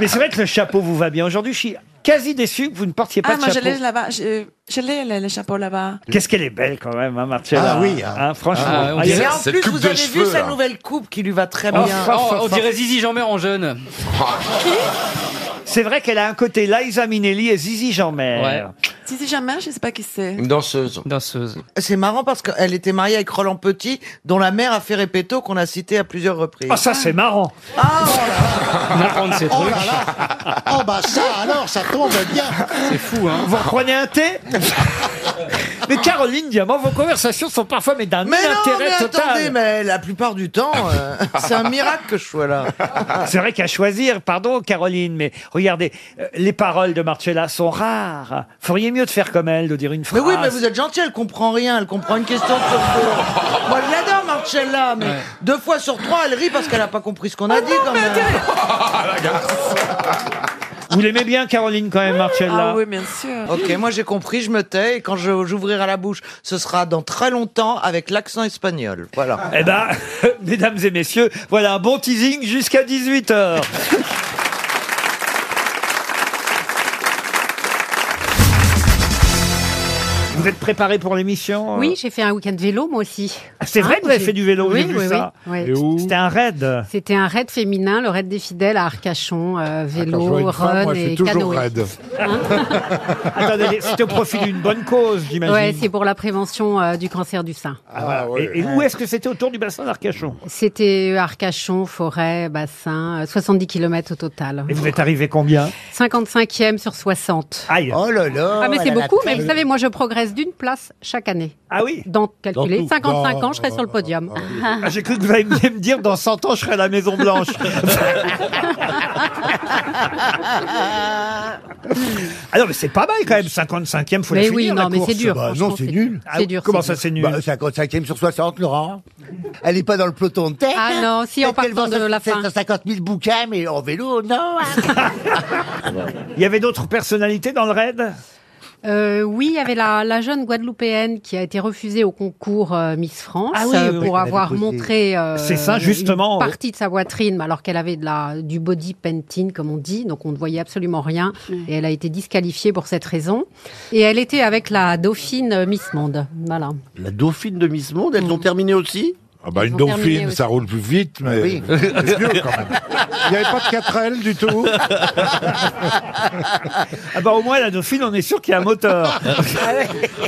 Speaker 1: Mais c'est vrai que le chapeau vous va bien. Aujourd'hui, je suis quasi déçu que vous ne portiez pas
Speaker 14: Ah,
Speaker 1: de
Speaker 14: moi je
Speaker 1: chapeau.
Speaker 14: l'ai là-bas. Je, je l'ai le, le chapeau là-bas.
Speaker 1: Qu'est-ce qu'elle est belle quand même, hein, Marcella.
Speaker 6: Ah oui, hein.
Speaker 1: Hein, franchement.
Speaker 6: Ah, on
Speaker 1: Ah,
Speaker 6: dirait-
Speaker 1: il y a-
Speaker 10: En
Speaker 6: Cette
Speaker 10: plus,
Speaker 6: coupe
Speaker 10: vous
Speaker 6: de
Speaker 10: avez vu
Speaker 6: cheveux, hein.
Speaker 10: sa
Speaker 6: là.
Speaker 10: nouvelle coupe qui lui va très
Speaker 13: Oh,
Speaker 10: bien.
Speaker 13: oh, on dirait Zizi Jeanmer en jeune.
Speaker 1: C'est vrai qu'elle a un côté Liza Minnelli et Zizi Jeanmer.
Speaker 14: Si c'est jamais, je sais pas qui c'est.
Speaker 6: Une danseuse.
Speaker 13: Danseuse.
Speaker 10: C'est marrant parce qu'elle était mariée avec Roland Petit, dont la mère a fait répéto qu'on a cité à plusieurs reprises. Ah, oh
Speaker 1: Ah, ça, c'est marrant.
Speaker 13: On apprend de ces
Speaker 6: Oh
Speaker 13: trucs.
Speaker 6: là là Oh bah ça alors, ça tombe bien
Speaker 13: C'est fou, hein.
Speaker 1: Vous reprenez un thé Mais Caroline Diamant, vos conversations sont parfois mais d'un
Speaker 10: Mais non, mais
Speaker 1: intérêt total.
Speaker 10: attendez, mais Eh, la plupart du temps, euh, c'est un miracle que je sois là.
Speaker 1: C'est vrai qu'à choisir, pardon Caroline, mais regardez, euh, les paroles de Marcella sont rares. Feriez mieux de faire comme elle, de dire une
Speaker 10: Mais
Speaker 1: phrase.
Speaker 10: oui,
Speaker 14: Ah,
Speaker 10: mais vous êtes gentil, elle comprend rien, elle comprend une question sur deux. Moi, je l'adore, Marcella, mais deux fois sur trois, elle rit parce qu'elle n'a pas compris ce qu'on
Speaker 14: Ah
Speaker 10: a dit quand même.
Speaker 1: Vous l'aimez bien Caroline quand même, Marcella.
Speaker 14: Ah oui, bien sûr.
Speaker 10: Ok, moi j'ai compris, je me tais, et quand je- j'ouvrirai la bouche, ce sera dans très longtemps avec l'accent espagnol. Voilà.
Speaker 1: Eh ben, mesdames et messieurs, voilà un bon teasing jusqu'à 18h. Vous êtes préparé pour l'émission euh
Speaker 9: Oui, j'ai fait un week-end vélo, moi aussi.
Speaker 1: Ah, C'est
Speaker 9: Hein,
Speaker 1: vrai que vous avez
Speaker 9: j'ai-
Speaker 1: fait du vélo,
Speaker 9: oui,
Speaker 1: j'ai vu
Speaker 9: oui,
Speaker 1: ça.
Speaker 9: oui, oui.
Speaker 1: C'était un raid.
Speaker 9: C'était un raid féminin, le raid des fidèles à Arcachon, euh, vélo,
Speaker 1: Ah, Quand je vois une femme,
Speaker 9: run
Speaker 1: moi, je suis
Speaker 9: et
Speaker 1: toujours
Speaker 9: canoë. Hein
Speaker 1: raide. Attendez, c'était au profit d'une bonne cause, j'imagine.
Speaker 9: Ouais, c'est pour la prévention euh, du cancer du sein.
Speaker 1: Ah, voilà. Et- et, où est-ce que c'était autour du bassin d'Arcachon
Speaker 9: C'était Arcachon, forêt, bassin, euh, 70 km au total.
Speaker 1: Et vous êtes arrivé combien
Speaker 9: 55e sur 60.
Speaker 1: Aïe.
Speaker 9: Oh
Speaker 1: là là.
Speaker 9: Ah mais c'est beaucoup, mais vous savez, moi je progresse d'une place chaque année.
Speaker 1: Ah oui
Speaker 9: Donc calculez,
Speaker 1: tout.
Speaker 9: 55
Speaker 1: Dans- Ah,
Speaker 9: ans, je serai sur le podium. Ah.
Speaker 21: Ah,
Speaker 1: J'ai cru que vous alliez me dire dans 100 ans je serai à la Maison Blanche. Alors Ah mais c'est pas mal quand même 55e faut la
Speaker 9: Mais
Speaker 1: finir,
Speaker 9: oui,
Speaker 1: la
Speaker 9: non, mais
Speaker 1: course.
Speaker 9: c'est dur, Bah, non, franchement, c'est c'est- nul.
Speaker 1: Ah
Speaker 9: c'est
Speaker 1: oui,
Speaker 9: dur,
Speaker 1: Comment
Speaker 9: c'est
Speaker 1: ça
Speaker 9: dur.
Speaker 1: c'est nul
Speaker 5: Bah, 55e sur 60, Laurent. Elle n'est pas dans le peloton de tête.
Speaker 9: Ah
Speaker 5: hein.
Speaker 9: non, si, en
Speaker 5: Peut-être qu'elle
Speaker 9: partant
Speaker 5: vend
Speaker 9: de la fin.
Speaker 5: 750 000 bouquins, mais en vélo, non. hein.
Speaker 1: Il y avait d'autres personnalités dans le raid
Speaker 9: Euh, oui, il y avait la, la jeune Guadeloupéenne qui a été refusée au concours euh, Miss France
Speaker 1: Ah oui,
Speaker 9: euh,
Speaker 1: oui, oui,
Speaker 9: pour
Speaker 1: qu'on avait
Speaker 9: avoir
Speaker 1: posé.
Speaker 9: montré euh,
Speaker 1: C'est ça, justement,
Speaker 9: une
Speaker 1: oui.
Speaker 9: partie de sa poitrine, mais alors qu'elle avait de la, du body painting, comme on dit, donc on ne voyait absolument rien, et elle a été disqualifiée pour cette raison. Et elle était avec la dauphine euh, Miss Monde. Voilà.
Speaker 28: La dauphine de Miss Monde, elles ont terminé aussi Ah
Speaker 3: Ah bah,
Speaker 9: Ils
Speaker 3: une
Speaker 9: ont terminé
Speaker 3: dauphine,
Speaker 9: aussi.
Speaker 3: ça roule plus vite, mais
Speaker 28: Oui.
Speaker 3: c'est mieux quand même. Il n'y avait pas de 4L du tout.
Speaker 1: Ah bah au moins la Dauphine, on est sûr qu'il y a un moteur.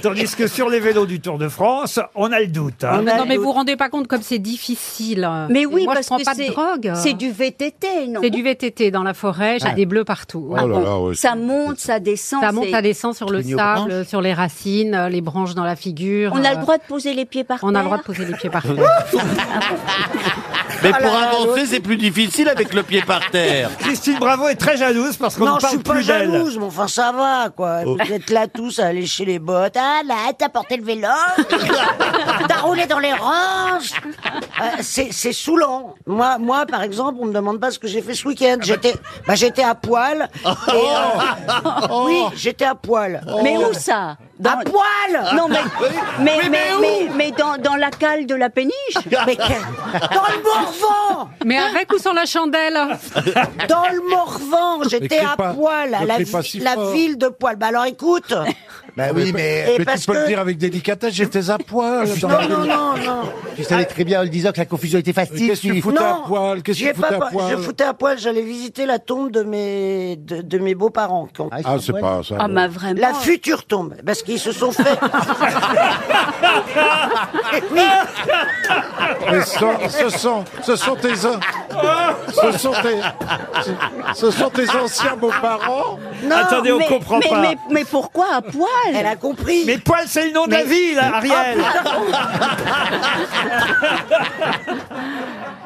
Speaker 1: Tandis que sur les vélos du Tour de France, on a le doute. hein.
Speaker 9: non, mais vous vous rendez pas compte comme c'est difficile.
Speaker 27: Mais
Speaker 9: Et
Speaker 27: oui,
Speaker 9: moi,
Speaker 27: parce
Speaker 9: je prends
Speaker 27: que
Speaker 9: pas
Speaker 27: c'est-
Speaker 9: de drogue.
Speaker 27: c'est du VTT, non
Speaker 9: C'est du VTT dans la forêt, j'ai
Speaker 27: Ah.
Speaker 9: des bleus partout.
Speaker 27: Ah bon, Ça monte, ça descend.
Speaker 9: Ça monte,
Speaker 27: c'est-
Speaker 9: ça descend sur le
Speaker 27: Cligner aux
Speaker 9: sable,
Speaker 27: branches.
Speaker 9: sur les racines, euh, les branches dans la figure.
Speaker 27: On a
Speaker 9: euh,
Speaker 27: le droit de poser les pieds par terre.
Speaker 9: on a le droit de poser les pieds par terre.
Speaker 28: Mais
Speaker 27: Ah
Speaker 28: pour
Speaker 27: là là,
Speaker 28: avancer, c'est plus difficile avec le pied par terre.
Speaker 1: Christine Bravo est très jalouse parce
Speaker 27: non, je suis pas jalouse, mais enfin ça va, quoi.
Speaker 28: Oh.
Speaker 27: Vous êtes là tous à aller chez les bottes. Ah là, t'as porté le vélo, t'as roulé dans les ranges. Euh, c'est c'est saoulant. Moi, moi, par exemple, on me demande pas ce que j'ai fait ce week-end. J'étais, bah, j'étais à poil. et, euh,
Speaker 9: Oh.
Speaker 27: Oui, j'étais à poil.
Speaker 9: Mais où
Speaker 27: ça À poil Non, mais mais mais, mais- mais dans, dans la cale de la péniche. Mais que- dans le Morvan.
Speaker 9: Mais avec ou sans la chandelle
Speaker 27: Dans le Morvan, j'étais
Speaker 9: crie
Speaker 27: à
Speaker 9: pas-
Speaker 27: poil, à
Speaker 9: ne
Speaker 27: la,
Speaker 9: crie pas
Speaker 27: vi-
Speaker 9: si
Speaker 27: la
Speaker 9: fort.
Speaker 27: ville de poil. Bah alors écoute.
Speaker 5: Bah oui, mais.
Speaker 27: Et parce
Speaker 5: tu peux
Speaker 27: que-
Speaker 5: le dire avec délicatesse, j'étais à poil.
Speaker 27: Non, Euh, non, non, non.
Speaker 5: Tu savais très bien en le disant que la confusion était facile.
Speaker 27: Qu'est-ce
Speaker 5: Euh, tu foutais à poil Qu'est-ce que
Speaker 27: j'y ai
Speaker 5: tu foutais
Speaker 27: pas-
Speaker 5: à poil
Speaker 27: Je foutais à poil, j'allais visiter la tombe de mes, de, de mes beaux-parents. qui ont-
Speaker 5: Ah, c'est pas ça, Ah, non. bah, vraiment.
Speaker 27: La future tombe, parce qu'ils se sont fait... Oui.
Speaker 3: Mais ce, ce sont, ce sont tes, ce sont tes, ce sont tes anciens beaux-parents.
Speaker 27: Non, mais- mais- Mais, mais pourquoi à poil Elle a compris.
Speaker 1: Mais poil, c'est le nom de la ville, Ariel.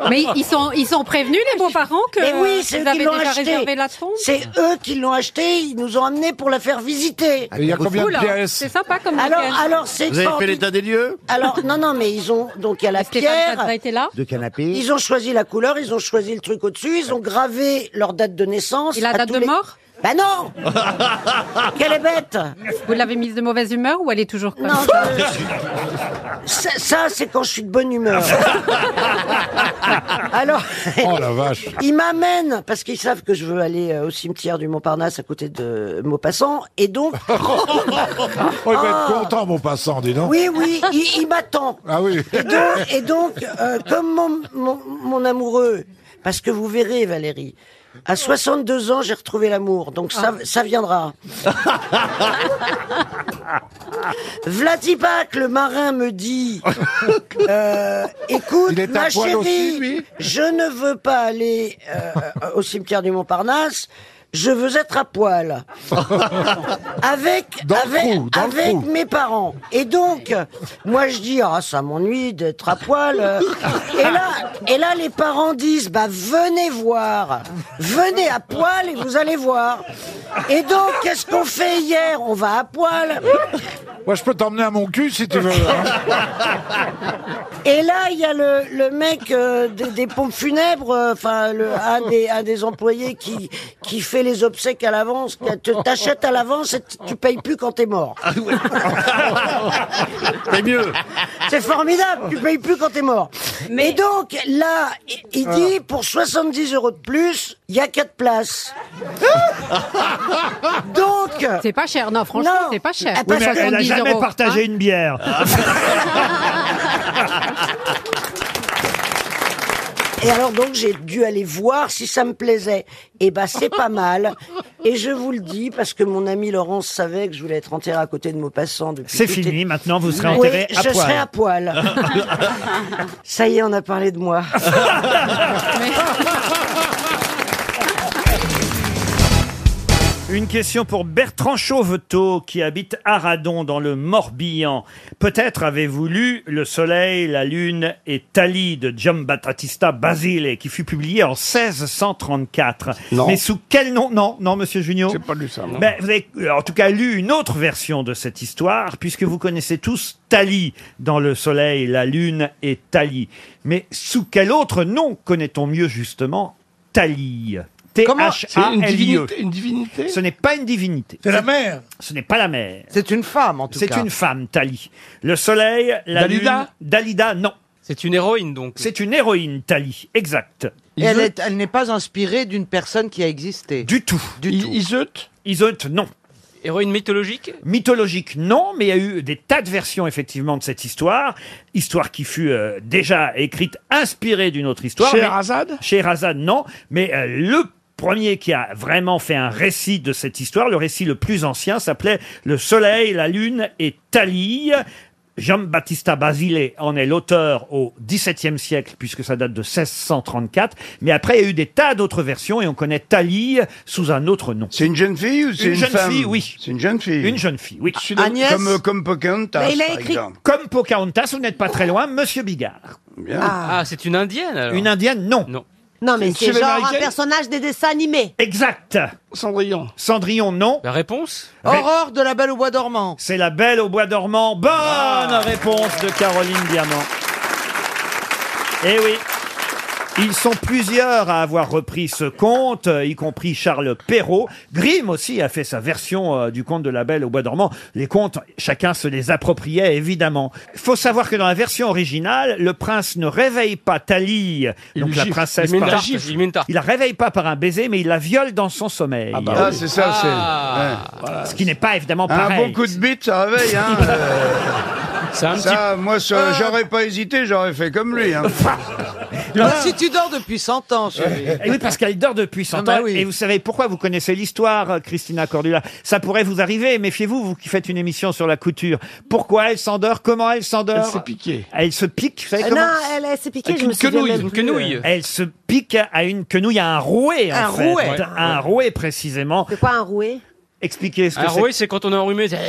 Speaker 9: Mais ils sont, ils sont prévenus, les beaux-parents, que
Speaker 27: Mais oui,
Speaker 9: vous
Speaker 27: c'est eux
Speaker 9: avez
Speaker 27: qui l'ont
Speaker 9: déjà
Speaker 27: acheté.
Speaker 9: réservé la tombe
Speaker 27: C'est eux qui l'ont acheté, ils nous ont amenés pour la faire visiter.
Speaker 9: Et il y a combien de Oula, pièces c'est sympa comme
Speaker 27: alors,
Speaker 9: week-end.
Speaker 27: alors, c'est
Speaker 28: Vous avez fait
Speaker 27: extraordinaire.
Speaker 28: l'état des lieux
Speaker 27: Alors, non, non, mais ils ont, donc, il y a la pierre.
Speaker 9: là
Speaker 5: De canapé.
Speaker 27: Ils ont choisi la couleur, ils ont choisi le truc au-dessus, ils ont gravé leur date de naissance.
Speaker 9: Et la
Speaker 27: à
Speaker 9: date
Speaker 27: tous
Speaker 9: de
Speaker 27: les-
Speaker 9: mort
Speaker 27: Bah non Qu'elle est bête
Speaker 9: Vous l'avez mise de mauvaise humeur ou elle est toujours comme
Speaker 27: Non,
Speaker 9: ça
Speaker 27: Ça, ça, c'est quand je suis de bonne humeur. Alors,
Speaker 3: Oh la vache.
Speaker 27: ils m'amènent, parce qu'ils savent que je veux aller euh, au cimetière du Montparnasse à côté de Maupassant, et donc...
Speaker 3: Oh, il va être content, mon passant, dis donc.
Speaker 27: Oui, oui, il, il m'attend.
Speaker 3: Ah oui.
Speaker 27: Et donc, et donc, euh, comme mon, mon- mon amoureux, parce que vous verrez, Valérie, à 62 ans, j'ai retrouvé l'amour, donc ça, ça viendra. Vladipak, le marin, me dit euh, Écoute,
Speaker 5: Il est à
Speaker 27: ma
Speaker 5: poil
Speaker 27: chérie,
Speaker 5: aussi, lui
Speaker 27: je ne veux pas aller euh, au cimetière du Montparnasse. Je veux être à poil avec
Speaker 5: Dans le
Speaker 27: avec,
Speaker 5: trou, dans le
Speaker 27: avec
Speaker 5: trou.
Speaker 27: mes parents. Et donc, moi je dis ah ça m'ennuie d'être à poil. euh. Et là et là les parents disent bah venez voir, venez à poil et vous allez voir. Et donc qu'est-ce qu'on fait hier On va à poil.
Speaker 3: Moi, je peux t'emmener à mon cul si tu veux. hein.
Speaker 27: Et là, il y a le, le mec euh, des, des pompes funèbres, euh, enfin le un des, un des employés qui qui fait les obsèques à l'avance, qui te- t'achète à l'avance et t- tu payes plus quand t'es mort.
Speaker 1: Ah
Speaker 28: C'est mieux.
Speaker 27: C'est formidable, tu payes plus quand t'es mort. Mais donc, là, il,
Speaker 9: Ah.
Speaker 27: il dit, pour 70 euros de plus, il y a 4 places. donc...
Speaker 9: C'est pas cher, non, franchement,
Speaker 27: Non.
Speaker 9: c'est pas cher.
Speaker 27: Ah,
Speaker 1: Oui, mais elle n'a jamais partagé une bière.
Speaker 27: Et alors donc j'ai dû aller voir si ça me plaisait. Et bah c'est pas mal. Et je vous le dis parce que mon ami Laurence savait que je voulais être enterré à côté de Maupassant depuis.
Speaker 1: C'est
Speaker 27: toute
Speaker 1: fini,
Speaker 27: éternité.
Speaker 1: maintenant vous serez
Speaker 27: Oui,
Speaker 1: enterré à
Speaker 27: je
Speaker 1: poil.
Speaker 27: serai à poil. ça y est, on a parlé de moi.
Speaker 1: Une question pour Bertrand Chauvetot qui habite Aradon dans le Morbihan. Peut-être avez-vous lu Le Soleil, la Lune et Thalie de Giambattista Basile qui fut publié en 1634.
Speaker 21: Non.
Speaker 1: Mais sous quel nom Non, non, monsieur Junio.
Speaker 21: J'ai pas lu ça, non.
Speaker 1: Ben, vous avez euh, en tout cas lu une autre version de cette histoire puisque vous connaissez tous Thalie dans Le Soleil, la Lune et Thalie. Mais sous quel autre nom connaît-on mieux justement Thalie
Speaker 23: Comment C'est une
Speaker 1: T-H-A-L-I-E.
Speaker 23: divinité,
Speaker 8: une divinité
Speaker 1: Ce n'est pas une divinité. C'est la mère. Ce n'est pas la mère.
Speaker 10: C'est une femme, en tout cas.
Speaker 1: C'est une femme, Thalie. Le soleil, la
Speaker 10: Dalida
Speaker 1: lune... Dalida, non. C'est une héroïne, donc. C'est une héroïne, Thalie, exact.
Speaker 10: Et elle est- elle n'est pas inspirée d'une personne qui a existé.
Speaker 1: Du tout.
Speaker 10: Du tout.
Speaker 1: Iseut non. Héroïne mythologique Mythologique, non, mais il y a eu des tas de versions, effectivement, de cette histoire. Histoire qui fut euh, déjà écrite, inspirée d'une autre histoire.
Speaker 23: Scheherazade
Speaker 1: mais- Scheherazade, non. Mais euh, le premier qui a vraiment fait un récit de cette histoire, le récit le plus ancien, s'appelait Le Soleil, la Lune et Thalie. Jean-Baptista Basile en est l'auteur au XVIIe siècle, puisque ça date de 1634. Mais après, il y a eu des tas d'autres versions et on connaît Thalie sous un autre nom. C'est une jeune fille ou
Speaker 21: c'est une
Speaker 1: jeune
Speaker 21: femme
Speaker 1: fille, oui. C'est une jeune fille. Une jeune fille, oui.
Speaker 21: Agnès Comme, euh, comme Pocahontas,
Speaker 1: Mais il a
Speaker 21: par
Speaker 1: écrit
Speaker 21: exemple.
Speaker 1: Comme Pocahontas, vous n'êtes pas très loin, Monsieur Bigard.
Speaker 13: Ah, c'est une indienne alors.
Speaker 1: Une indienne, non.
Speaker 13: Non.
Speaker 12: Non, mais
Speaker 1: C'est
Speaker 12: c'est
Speaker 1: une
Speaker 12: genre un
Speaker 1: Américaine
Speaker 12: personnage des dessins animés. Euh,
Speaker 1: Exact. Cendrillon. Cendrillon, non.
Speaker 13: La réponse
Speaker 1: Aurore de la Belle au Bois dormant. Ah. C'est la Belle au Bois dormant. Bonne réponse de Caroline Diamant. Eh oui. Ils sont plusieurs à avoir repris ce conte, euh, y compris Charles Perrault. Grimm aussi a fait sa version euh, du conte de la Belle au Bois dormant. Les contes, chacun se les appropriait évidemment. Faut savoir que dans la version originale, le prince ne réveille pas Thalie,
Speaker 13: Il
Speaker 1: donc
Speaker 13: lui
Speaker 1: la
Speaker 13: gifle.
Speaker 1: princesse.
Speaker 13: Il met une
Speaker 1: par-
Speaker 13: tarte, il met une tarte.
Speaker 1: il la réveille pas par un baiser, mais il la viole dans son sommeil.
Speaker 21: Ah, bah oui. Ah, c'est ça, c'est- Ah. ouais,
Speaker 1: Ce qui n'est pas évidemment
Speaker 21: Un
Speaker 1: pareil.
Speaker 21: bon coup de bite, ça réveille, hein. euh.
Speaker 13: un
Speaker 21: ça,
Speaker 10: petit-
Speaker 21: moi, ça,
Speaker 10: Ah.
Speaker 21: j'aurais pas hésité, j'aurais fait comme lui. Hein.
Speaker 10: Bah, si tu dors depuis 100 ans, chérie.
Speaker 1: Et Eh oui, parce qu'elle dort depuis 100
Speaker 10: Ah bah
Speaker 1: ans.
Speaker 10: oui.
Speaker 1: Et vous savez pourquoi vous connaissez l'histoire, euh, Christina Cordula. Ça pourrait vous arriver. Méfiez-vous, vous qui faites une émission sur la couture. Pourquoi elle s'endort Comment elle s'endort
Speaker 23: Elle s'est piquée.
Speaker 1: Elle se pique. Vous savez
Speaker 12: Euh,
Speaker 1: comment
Speaker 12: non, elle, elle s'est piquée, je me souviens même plus.
Speaker 1: Elle se pique à une quenouille, à un rouet. en
Speaker 12: Un
Speaker 1: fait.
Speaker 12: rouet.
Speaker 1: À Un rouet précisément.
Speaker 12: C'est quoi un rouet
Speaker 1: Expliquez ce que
Speaker 13: Un
Speaker 1: c'est.
Speaker 13: roué, c'est quand on est enrhumé.
Speaker 21: Ouais,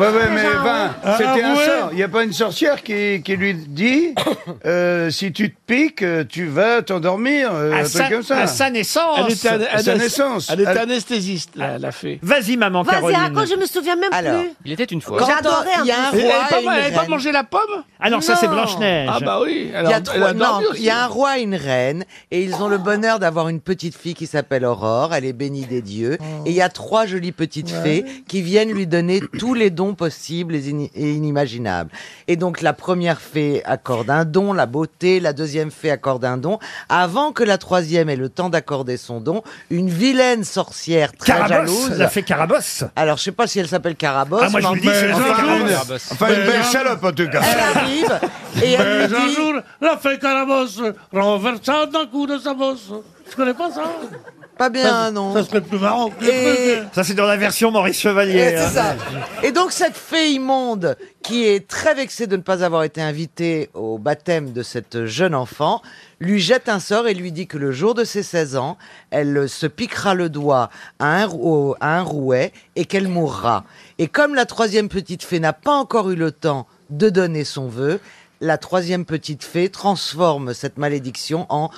Speaker 21: ouais, mais ben,
Speaker 13: Ah,
Speaker 21: c'était un
Speaker 13: ouais.
Speaker 21: sort. Il n'y a pas une sorcière qui, qui lui dit euh, si tu te piques, euh, tu vas t'endormir, euh,
Speaker 1: À
Speaker 21: un
Speaker 1: sa-
Speaker 21: truc comme ça.
Speaker 1: à sa naissance.
Speaker 21: À sa
Speaker 1: Elle était-
Speaker 21: naissance.
Speaker 1: elle était
Speaker 21: anesthésiste, la, fée.
Speaker 1: Vas-y, maman
Speaker 12: Vas-y,
Speaker 1: Caroline.
Speaker 12: raconte, je me souviens même
Speaker 1: Alors.
Speaker 12: plus.
Speaker 13: Il était une fois.
Speaker 12: Quand J'adorais
Speaker 23: il y a
Speaker 12: un
Speaker 23: un
Speaker 12: peu.
Speaker 23: roi Elle avait pas- et une elle avait pas reine.
Speaker 12: mangé
Speaker 23: la pomme
Speaker 1: Ah non, ça, c'est Blanche-Neige.
Speaker 23: Ah bah oui, alors,
Speaker 10: il y, a
Speaker 23: elle
Speaker 10: trois-
Speaker 23: a
Speaker 10: non,
Speaker 23: dormi aussi.
Speaker 10: il y a un roi et une reine, et ils ont le bonheur d'avoir une petite fille qui s'appelle Aurore, elle est bénie des dieux, et il y a trois jolies petites fées
Speaker 23: Ouais.
Speaker 10: qui viennent lui donner tous les dons possibles et ini- et inimaginables. Et donc la première fée accorde un don, la beauté, la deuxième fée accorde un don. Avant que la troisième ait le temps d'accorder son don, une vilaine sorcière très
Speaker 1: Carabosse,
Speaker 10: jalouse...
Speaker 1: la fée Carabosse
Speaker 10: Alors je sais pas si elle s'appelle Carabosse...
Speaker 21: Ah, moi, je
Speaker 10: mais
Speaker 21: vous le dis,
Speaker 10: enfin,
Speaker 21: c'est
Speaker 10: enfin,
Speaker 21: Jean-Jean.
Speaker 10: une-
Speaker 21: Enfin, une belle salope, en tout cas.
Speaker 1: Eh,
Speaker 10: Elle arrive et
Speaker 8: Mais
Speaker 10: elle lui
Speaker 8: un
Speaker 10: dit...
Speaker 8: jour, la fée Carabosse renversa d'un coup de sa bosse. Tu connais pas ça
Speaker 10: Pas bien,
Speaker 8: Ça,
Speaker 10: non.
Speaker 8: Ça serait plus marrant. que le
Speaker 10: Et-
Speaker 8: truc. hein.
Speaker 1: Ça, c'est dans la version Maurice Chevalier.
Speaker 10: Et,
Speaker 1: hein.
Speaker 10: c'est ça. Et donc cette fée immonde, qui est très vexée de ne pas avoir été invitée au baptême de cette jeune enfant, lui jette un sort et lui dit que le jour de ses 16 ans, elle se piquera le doigt à un, rou- au- à un rouet et qu'elle mourra. Et comme la troisième petite fée n'a pas encore eu le temps de donner son vœu, la troisième petite fée transforme cette malédiction en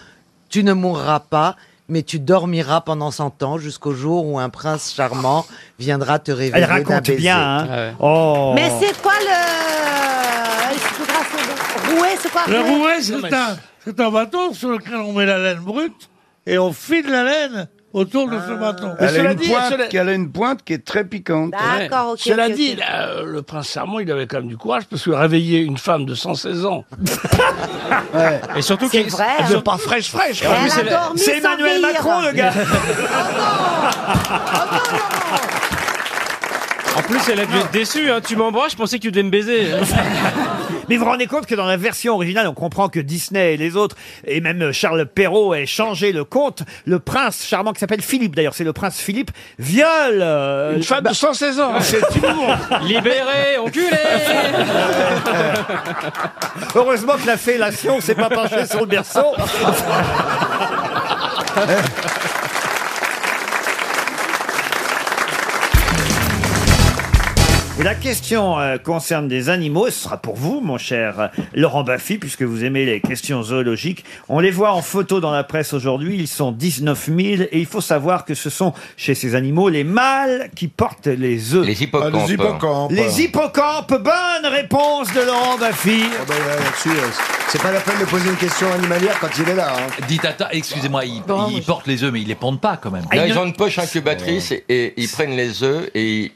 Speaker 10: tu ne mourras pas, mais tu dormiras pendant 100 ans jusqu'au jour où un prince charmant viendra te réveiller.
Speaker 1: Elle
Speaker 10: d'un
Speaker 1: raconte
Speaker 10: baiser.
Speaker 1: bien. hein.
Speaker 28: Ah
Speaker 1: Oh.
Speaker 12: Mais c'est quoi le. Il se faudra se- Rouet, c'est quoi
Speaker 8: Le rouet, c'est un, c'est un bateau sur lequel on met la laine brute et on file la laine autour
Speaker 23: Ah.
Speaker 8: de ce bâton.
Speaker 21: Elle a, une pointe, qu'elle a une pointe qui est très piquante.
Speaker 12: D'accord, ok,
Speaker 23: Cela
Speaker 12: ok,
Speaker 23: dit,
Speaker 12: ok.
Speaker 23: là, euh, le prince Charmant, il avait quand même du courage parce qu'il a réveillé une femme de 116 ans. Et surtout
Speaker 12: C'est vrai,
Speaker 23: Elle
Speaker 12: hein.
Speaker 23: veut pas fraîche, fraîche.
Speaker 12: Elle
Speaker 23: quoi.
Speaker 12: a
Speaker 23: Mais c'est-
Speaker 12: dormi
Speaker 23: C'est
Speaker 12: sans
Speaker 23: Emmanuel
Speaker 12: vieillir.
Speaker 23: Macron, le gars.
Speaker 13: En plus, elle a dû être déçue. hein. Tu m'embrasses, je pensais que tu devais me baiser.
Speaker 1: Mais vous vous rendez compte que dans la version originale, on comprend que Disney et les autres, et même Charles Perrault, aient changé le conte. Le prince charmant qui s'appelle Philippe, d'ailleurs, c'est le prince Philippe, viole... euh, Une
Speaker 23: femme de 116 ans.
Speaker 1: euh, C'est
Speaker 13: Libéré, enculé
Speaker 1: Heureusement que la fellation s'est pas penchée sur le berceau. Et la question euh, concerne des animaux. Ce sera pour vous, mon cher euh, Laurent Baffy, puisque vous aimez les questions zoologiques. On les voit en photo dans la presse aujourd'hui. Ils sont 19 000 et il faut savoir que ce sont chez ces animaux les mâles qui portent les œufs. Les
Speaker 3: hippocampes. Ah, les hippocampes.
Speaker 1: Les hippocampes. Bonne réponse de Laurent Baffy.
Speaker 4: Ah bah, euh, c'est pas la peine de poser une question animalière quand il est là. hein.
Speaker 11: Dit Tata, excusez-moi, il, il porte les œufs, mais il les pondent pas quand même.
Speaker 19: Là, Ah, ils ont une poche incubatrice et, et ils prennent les œufs et,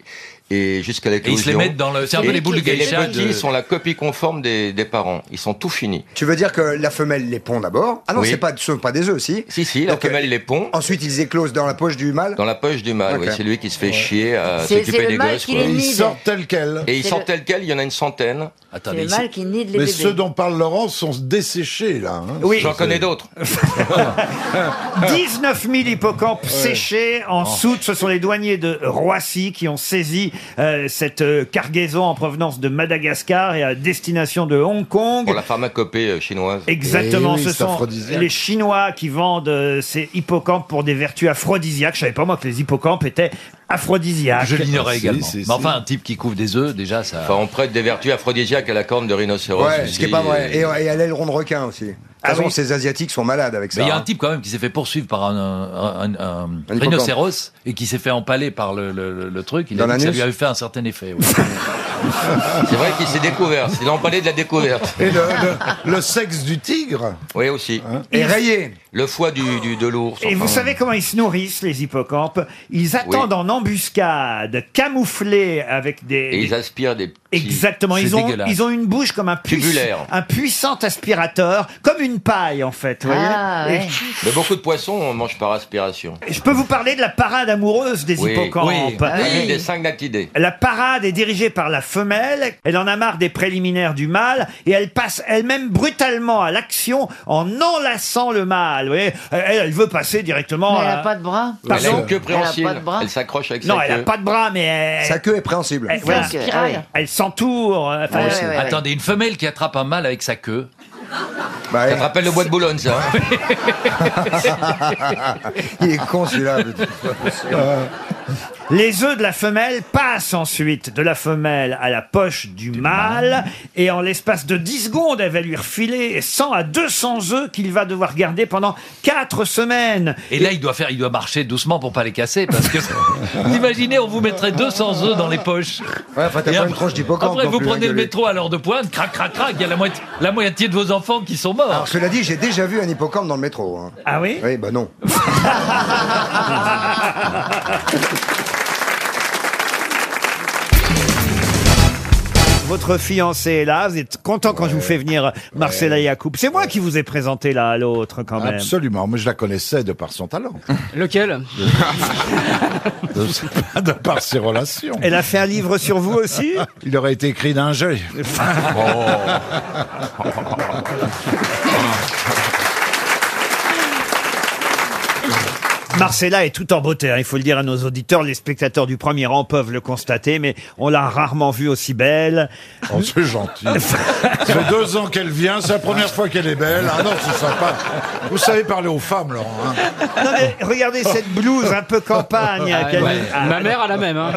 Speaker 19: et jusqu'à l'éclosion.
Speaker 11: Et ils se les mettent dans le- c'est un peu
Speaker 19: Et-
Speaker 11: les boules de
Speaker 19: Et les
Speaker 11: geisha
Speaker 19: petits
Speaker 11: de-
Speaker 19: sont la copie conforme des, des parents. Ils sont tout finis.
Speaker 4: Tu veux dire que la femelle les pond d'abord Ah non,
Speaker 19: Oui.
Speaker 4: c'est pas, ce sont pas des œufs, si
Speaker 19: Si, si, la
Speaker 4: Donc, euh,
Speaker 19: femelle les pond
Speaker 4: Ensuite, ils éclosent dans la poche du mâle.
Speaker 19: dans la poche du mâle.
Speaker 4: Ok.
Speaker 19: oui, c'est lui qui se fait chier à
Speaker 4: C'est- c'est
Speaker 19: s'occuper
Speaker 4: le
Speaker 19: des
Speaker 4: mâle
Speaker 19: gosses.
Speaker 4: qui
Speaker 19: quoi.
Speaker 4: les Ils nide. sortent
Speaker 19: tels quels. Et ils
Speaker 4: C'est
Speaker 19: sortent
Speaker 4: le-
Speaker 19: tels quels, il y en a une centaine.
Speaker 4: C'est le mâle
Speaker 19: qui nide
Speaker 3: Mais ceux dont parle Laurence sont desséchés, là. hein.
Speaker 19: Oui.
Speaker 3: C'est-
Speaker 19: J'en connais d'autres.
Speaker 1: 19 000 hippocampes séchés
Speaker 11: Oh.
Speaker 1: en soute. Ce sont les douaniers de Roissy qui ont saisi euh, cette euh, cargaison en provenance de Madagascar et à destination de Hong Kong.
Speaker 19: Pour la pharmacopée euh, chinoise.
Speaker 11: Eh
Speaker 1: Exactement, ce sont les Chinois qui vendent euh, ces hippocampes pour des vertus aphrodisiaques. Je savais pas moi que les hippocampes étaient aphrodisiaques.
Speaker 11: Ah, Je l'ignorais également.
Speaker 19: si,
Speaker 11: mais enfin, un type qui couvre des œufs, déjà, ça.
Speaker 19: Enfin, on prête des vertus aphrodisiaques à la corne de rhinocéros.
Speaker 4: Ouais, ce
Speaker 19: aussi,
Speaker 4: qui est pas vrai.
Speaker 19: et-
Speaker 4: Et, euh, et à l'aileron de requin aussi. De toute
Speaker 1: Ah
Speaker 4: façon, ces Asiatiques sont malades avec ça.
Speaker 11: Mais il y a
Speaker 4: hein.
Speaker 11: un type quand même qui s'est fait poursuivre par un, un- un- un
Speaker 4: Un
Speaker 11: rhinocéros et qui s'est fait empaler par le, le- le truc. Il
Speaker 19: Dans
Speaker 11: a dit que ça
Speaker 19: l'anus
Speaker 11: lui avait fait un certain effet. oui.
Speaker 19: C'est vrai qu'il s'est découvert. C'est l'empalé de la découverte.
Speaker 3: Et le, le- le sexe du tigre
Speaker 19: Oui, aussi.
Speaker 1: Et rayé.
Speaker 19: Le foie du, du- de l'ours.
Speaker 1: Et vous
Speaker 19: enfin.
Speaker 1: savez comment ils se nourrissent, les hippocampes Ils attendent en embuscade, camouflés avec des...
Speaker 19: Et
Speaker 1: des-
Speaker 19: ils aspirent des petits.
Speaker 1: Exactement, ils ont, ils ont une bouche comme un, puiss-
Speaker 19: Tubulaire.
Speaker 1: un puissant aspirateur, comme une paille en fait. vous voyez
Speaker 2: Ah,
Speaker 1: Et
Speaker 19: Mais beaucoup de poissons, on mange par aspiration.
Speaker 1: je peux vous parler de la parade amoureuse des
Speaker 19: oui,
Speaker 1: hippocampes. Ah
Speaker 19: oui. Avec des cygnatidés.
Speaker 1: La parade est dirigée par la femelle, elle en a marre des préliminaires du mâle et elle passe elle-même brutalement à l'action en enlaçant le mâle. Vous voyez, elle, elle veut passer directement.
Speaker 2: Mais elle
Speaker 1: à-
Speaker 2: a pas de bras.
Speaker 1: Pardon
Speaker 19: elle a une queue
Speaker 1: Elle a pas de
Speaker 19: préhensile.
Speaker 1: bras.
Speaker 19: Elle s'accroche avec
Speaker 1: Non,
Speaker 19: sa
Speaker 1: elle
Speaker 19: queue.
Speaker 1: a pas de bras, mais elle-
Speaker 19: Sa
Speaker 4: queue est préhensible.
Speaker 1: Elle, voilà,
Speaker 19: Sa queue,
Speaker 1: elle-
Speaker 19: ah ouais. Ah
Speaker 1: elle s'entoure. euh, enfin, elle-
Speaker 11: Attendez, une femelle qui attrape un mâle avec sa queue.
Speaker 19: Bah Ça te rappelle le bois de Boulogne, ça. hein
Speaker 11: hein
Speaker 4: Il est con celui-là.
Speaker 1: Euh, Les œufs de la femelle passent ensuite de la femelle à la poche du, mâle, et en l'espace de 10 secondes, elle va lui refiler 100 à 200 œufs qu'il va devoir garder pendant 4 semaines.
Speaker 11: Et là, il doit faire, il doit marcher doucement pour pas les casser, parce que vous imaginez, on vous mettrait 200 œufs dans les poches.
Speaker 4: Ouais, enfin, t'as
Speaker 11: Et
Speaker 4: pas
Speaker 11: après-
Speaker 4: une tranche d'hippocampe.
Speaker 11: Après,
Speaker 4: non
Speaker 11: vous
Speaker 4: plus, hein,
Speaker 11: prenez le
Speaker 4: rigolez.
Speaker 11: métro à l'heure de pointe, crac, crac, crac, il y a la moitié, la moitié de vos enfants qui sont morts.
Speaker 4: Alors, cela dit, j'ai déjà vu un hippocampe dans le métro. hein.
Speaker 1: Ah oui
Speaker 4: Oui, bah non.
Speaker 1: Votre fiancé est là, vous êtes content quand je vous fais venir Marcella Yacoub. C'est moi qui vous ai présenté là à l'autre quand même.
Speaker 3: Absolument, mais je la connaissais de par son talent,
Speaker 13: Lequel
Speaker 3: de, de par ses relations.
Speaker 1: Elle a fait un livre sur vous aussi
Speaker 3: Il aurait été écrit d'un Oh. jeu.
Speaker 7: Oh.
Speaker 1: Marcella est tout en beauté, hein, il faut le dire à nos auditeurs, les spectateurs du premier rang peuvent le constater, mais on l'a rarement vue aussi belle.
Speaker 3: Oh, c'est gentil. Ça fait deux ans qu'elle vient, c'est la première fois qu'elle est belle. Ah non, c'est sympa. Vous savez parler aux femmes, Laurent. hein.
Speaker 1: Non mais regardez cette blouse un peu campagne.
Speaker 3: Ah ouais,
Speaker 1: qu'elle-
Speaker 3: ouais.
Speaker 1: Ah,
Speaker 13: Ma mère a la même. Hein.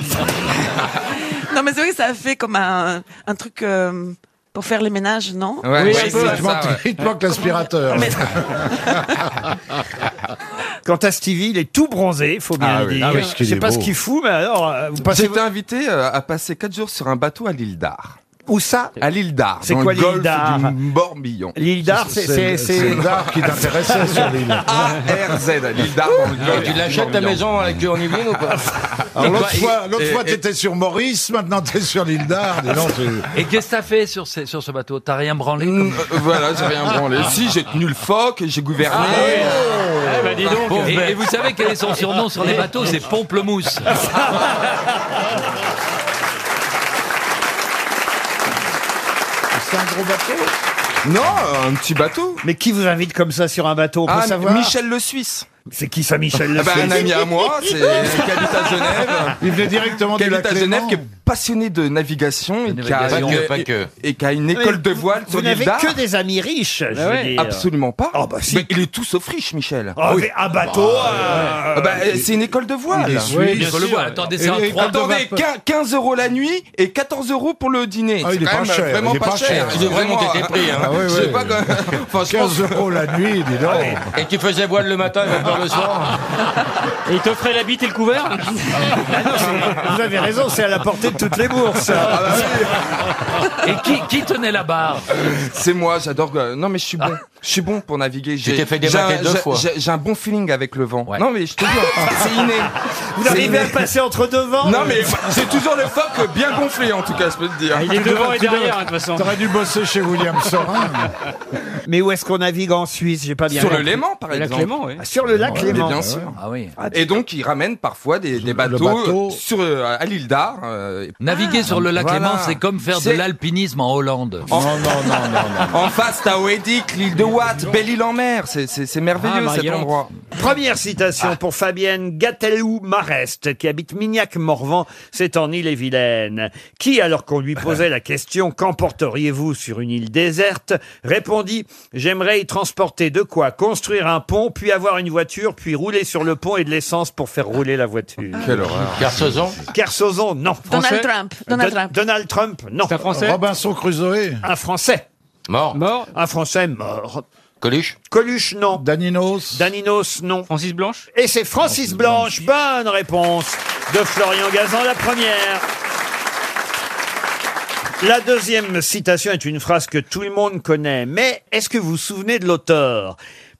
Speaker 14: Non, mais c'est vrai que ça fait comme un, un truc euh, pour faire les ménages, non
Speaker 3: Oui, un peu. Il te manque- il te manque l'aspirateur.
Speaker 1: Quant à Stevie, il est tout bronzé, faut bien
Speaker 26: Ah
Speaker 1: le
Speaker 26: oui,
Speaker 1: dire.
Speaker 26: ah oui,
Speaker 1: Je sais pas ce qu'il fout, mais alors, euh, vous passez...
Speaker 26: J'étais invité euh, à passer 4 jours sur un bateau à l'île d'Ar.
Speaker 1: Où ça
Speaker 7: À l'île d'Ar.
Speaker 1: C'est
Speaker 7: dans
Speaker 1: quoi
Speaker 7: le
Speaker 1: l'île
Speaker 7: golfe
Speaker 1: d'Ar
Speaker 7: du Morbihan.
Speaker 1: L'île d'Ar, c'est- c'est- c'est- C'est l'art qui t'intéressait sur l'île.
Speaker 7: Ah, A-R-Z, l'île d'Ar dans le golfe
Speaker 19: Et tu
Speaker 7: du
Speaker 19: l'achètes ta
Speaker 7: Morbihan.
Speaker 19: maison avec en Yvelines ou pas
Speaker 3: Alors, l'autre
Speaker 19: Et-
Speaker 3: fois, l'autre
Speaker 19: et-
Speaker 3: fois,
Speaker 19: et-
Speaker 3: t'étais sur Maurice, maintenant t'es sur l'île d'Ar. Dis donc, tu-
Speaker 11: Et qu'est-ce que t'as fait sur ce, sur ce bateau T'as rien branlé comme- Ah.
Speaker 7: Euh, Voilà, j'ai rien branlé. Si, j'ai tenu le phoque, j'ai
Speaker 13: Ah
Speaker 7: gouverné.
Speaker 11: Eh
Speaker 7: ben, dis donc.
Speaker 11: et, et vous savez quel est son surnom sur les bateaux C'est Pomplemousse.
Speaker 3: C'est un gros bateau
Speaker 7: Non, un petit bateau.
Speaker 1: Mais qui vous invite comme ça sur un bateau On peut
Speaker 7: Ah,
Speaker 1: savoir
Speaker 7: Michel le Suisse.
Speaker 1: C'est qui ça, Michel Le
Speaker 7: Ah bah,
Speaker 1: Suisse
Speaker 7: un ami à moi, c'est, qui habite à Genève.
Speaker 3: Il venait directement
Speaker 7: qui
Speaker 3: du
Speaker 7: habite
Speaker 3: lac
Speaker 7: à Genève,
Speaker 3: Léman.
Speaker 7: qui est passionné de navigation et qui a
Speaker 1: navigation,
Speaker 7: une,
Speaker 1: pas
Speaker 7: et- et qui a une école de voile
Speaker 1: Vous
Speaker 7: sur l'île
Speaker 1: n'avez
Speaker 7: d'Ar.
Speaker 1: que des amis riches, je
Speaker 7: Ah
Speaker 1: veux
Speaker 7: ouais,
Speaker 1: dire.
Speaker 7: Absolument pas.
Speaker 3: Ah, bah
Speaker 1: si.
Speaker 7: Mais il est tout sauf riche, Michel.
Speaker 1: Ah, mais un bateau,
Speaker 7: ouais.
Speaker 1: euh,
Speaker 7: Ah bah, c'est une école de voile.
Speaker 1: il est suisse. Oui, bien sûr, ouais.
Speaker 7: Attendez,
Speaker 1: Et une école de
Speaker 7: Attendez,
Speaker 1: vapeur.
Speaker 7: 15 15 euros la nuit et 14 euros pour le dîner.
Speaker 3: Ah, il
Speaker 7: C'est
Speaker 3: est
Speaker 7: quand
Speaker 3: pas
Speaker 7: même
Speaker 3: cher,
Speaker 7: Vraiment
Speaker 3: il est
Speaker 7: pas
Speaker 3: pas
Speaker 7: cher.
Speaker 3: cher. Ils devraient
Speaker 7: Vraiment,
Speaker 3: monter tes prix, hein. Ah ouais,
Speaker 7: Je
Speaker 3: ouais.
Speaker 7: sais pas quoi. Enfin, je pense-
Speaker 3: 15 euros la nuit, dis donc.
Speaker 19: Et tu faisais voile le matin et vapeur le soir
Speaker 28: Et il t'offrait la bite et le couvert
Speaker 19: Ah,
Speaker 1: Vous avez raison, c'est à la portée de toutes les bourses.
Speaker 7: Ah bah,
Speaker 11: Et qui, qui tenait la barre
Speaker 7: C'est moi, j'adore. euh, Non, mais je suis bon.
Speaker 28: Ah,
Speaker 7: Je suis bon pour naviguer. J'ai
Speaker 19: t'es fait
Speaker 7: j'ai un-
Speaker 19: démaquer deux
Speaker 7: j'ai-
Speaker 19: fois.
Speaker 7: j'ai- J'ai un bon feeling avec le vent. Non, mais je te jure, c'est inné.
Speaker 1: Vous
Speaker 7: C'est
Speaker 1: arrivez
Speaker 7: inné.
Speaker 1: à passer entre deux vents
Speaker 7: Non, mais j'ai toujours le phoque bien gonflé, en tout cas, je peux te dire.
Speaker 3: Tu devrais- tu devrais- T'aurais dû bosser chez William Sorin.
Speaker 1: Mais où est-ce qu'on navigue en Suisse J'ai pas bien
Speaker 7: Sur le
Speaker 1: compris.
Speaker 7: Léman, par exemple.
Speaker 1: Ah, Sur le lac
Speaker 7: Ouais,
Speaker 1: Léman.
Speaker 7: mais Bien sûr.
Speaker 11: Ah oui.
Speaker 7: Et donc, ils ramènent parfois des, des bateaux
Speaker 3: bateau.
Speaker 7: sur, euh, à l'île d'Ar. euh,
Speaker 11: Naviguer sur le lac
Speaker 7: Voilà.
Speaker 11: Léman, c'est comme faire de
Speaker 7: C'est-
Speaker 11: l'alpinisme en Hollande.
Speaker 4: Oh,
Speaker 7: En- En face, t'as Ouedic, l'île de Watt, Belle-Île-en-Mer. C'est- C'est c'est merveilleux,
Speaker 1: Ah,
Speaker 7: cet
Speaker 1: Marie-Hélène.
Speaker 7: endroit.
Speaker 1: Première citation pour Fabienne Gatelou-Marest, qui habite Mignac-Morvan, c'est en Île-et-Vilaine. Qui, alors qu'on lui posait la question « Qu'emporteriez-vous sur une île déserte ?» répondit « J'aimerais y transporter de quoi construire un pont, puis avoir une voiture, puis rouler sur le pont et de l'essence pour faire rouler la voiture. »
Speaker 7: Quelle horreur.
Speaker 19: Carsozon
Speaker 1: Kersozon, non.
Speaker 13: Donald
Speaker 1: Français
Speaker 13: Trump, Donald
Speaker 1: Don-
Speaker 13: Trump.
Speaker 1: Donald Trump, non. un Français
Speaker 3: Robinson Crusoe.
Speaker 1: Un Français.
Speaker 19: Mort.
Speaker 1: Mort. Un Français mort.
Speaker 19: Coluche
Speaker 1: Coluche, non.
Speaker 3: Daninos.
Speaker 1: Daninos, non.
Speaker 28: Francis Blanche
Speaker 1: Et c'est Francis Blanche. Bonne réponse de Florian Gazan, la première. La deuxième citation est une phrase que tout le monde connaît, mais est-ce que vous vous souvenez de l'auteur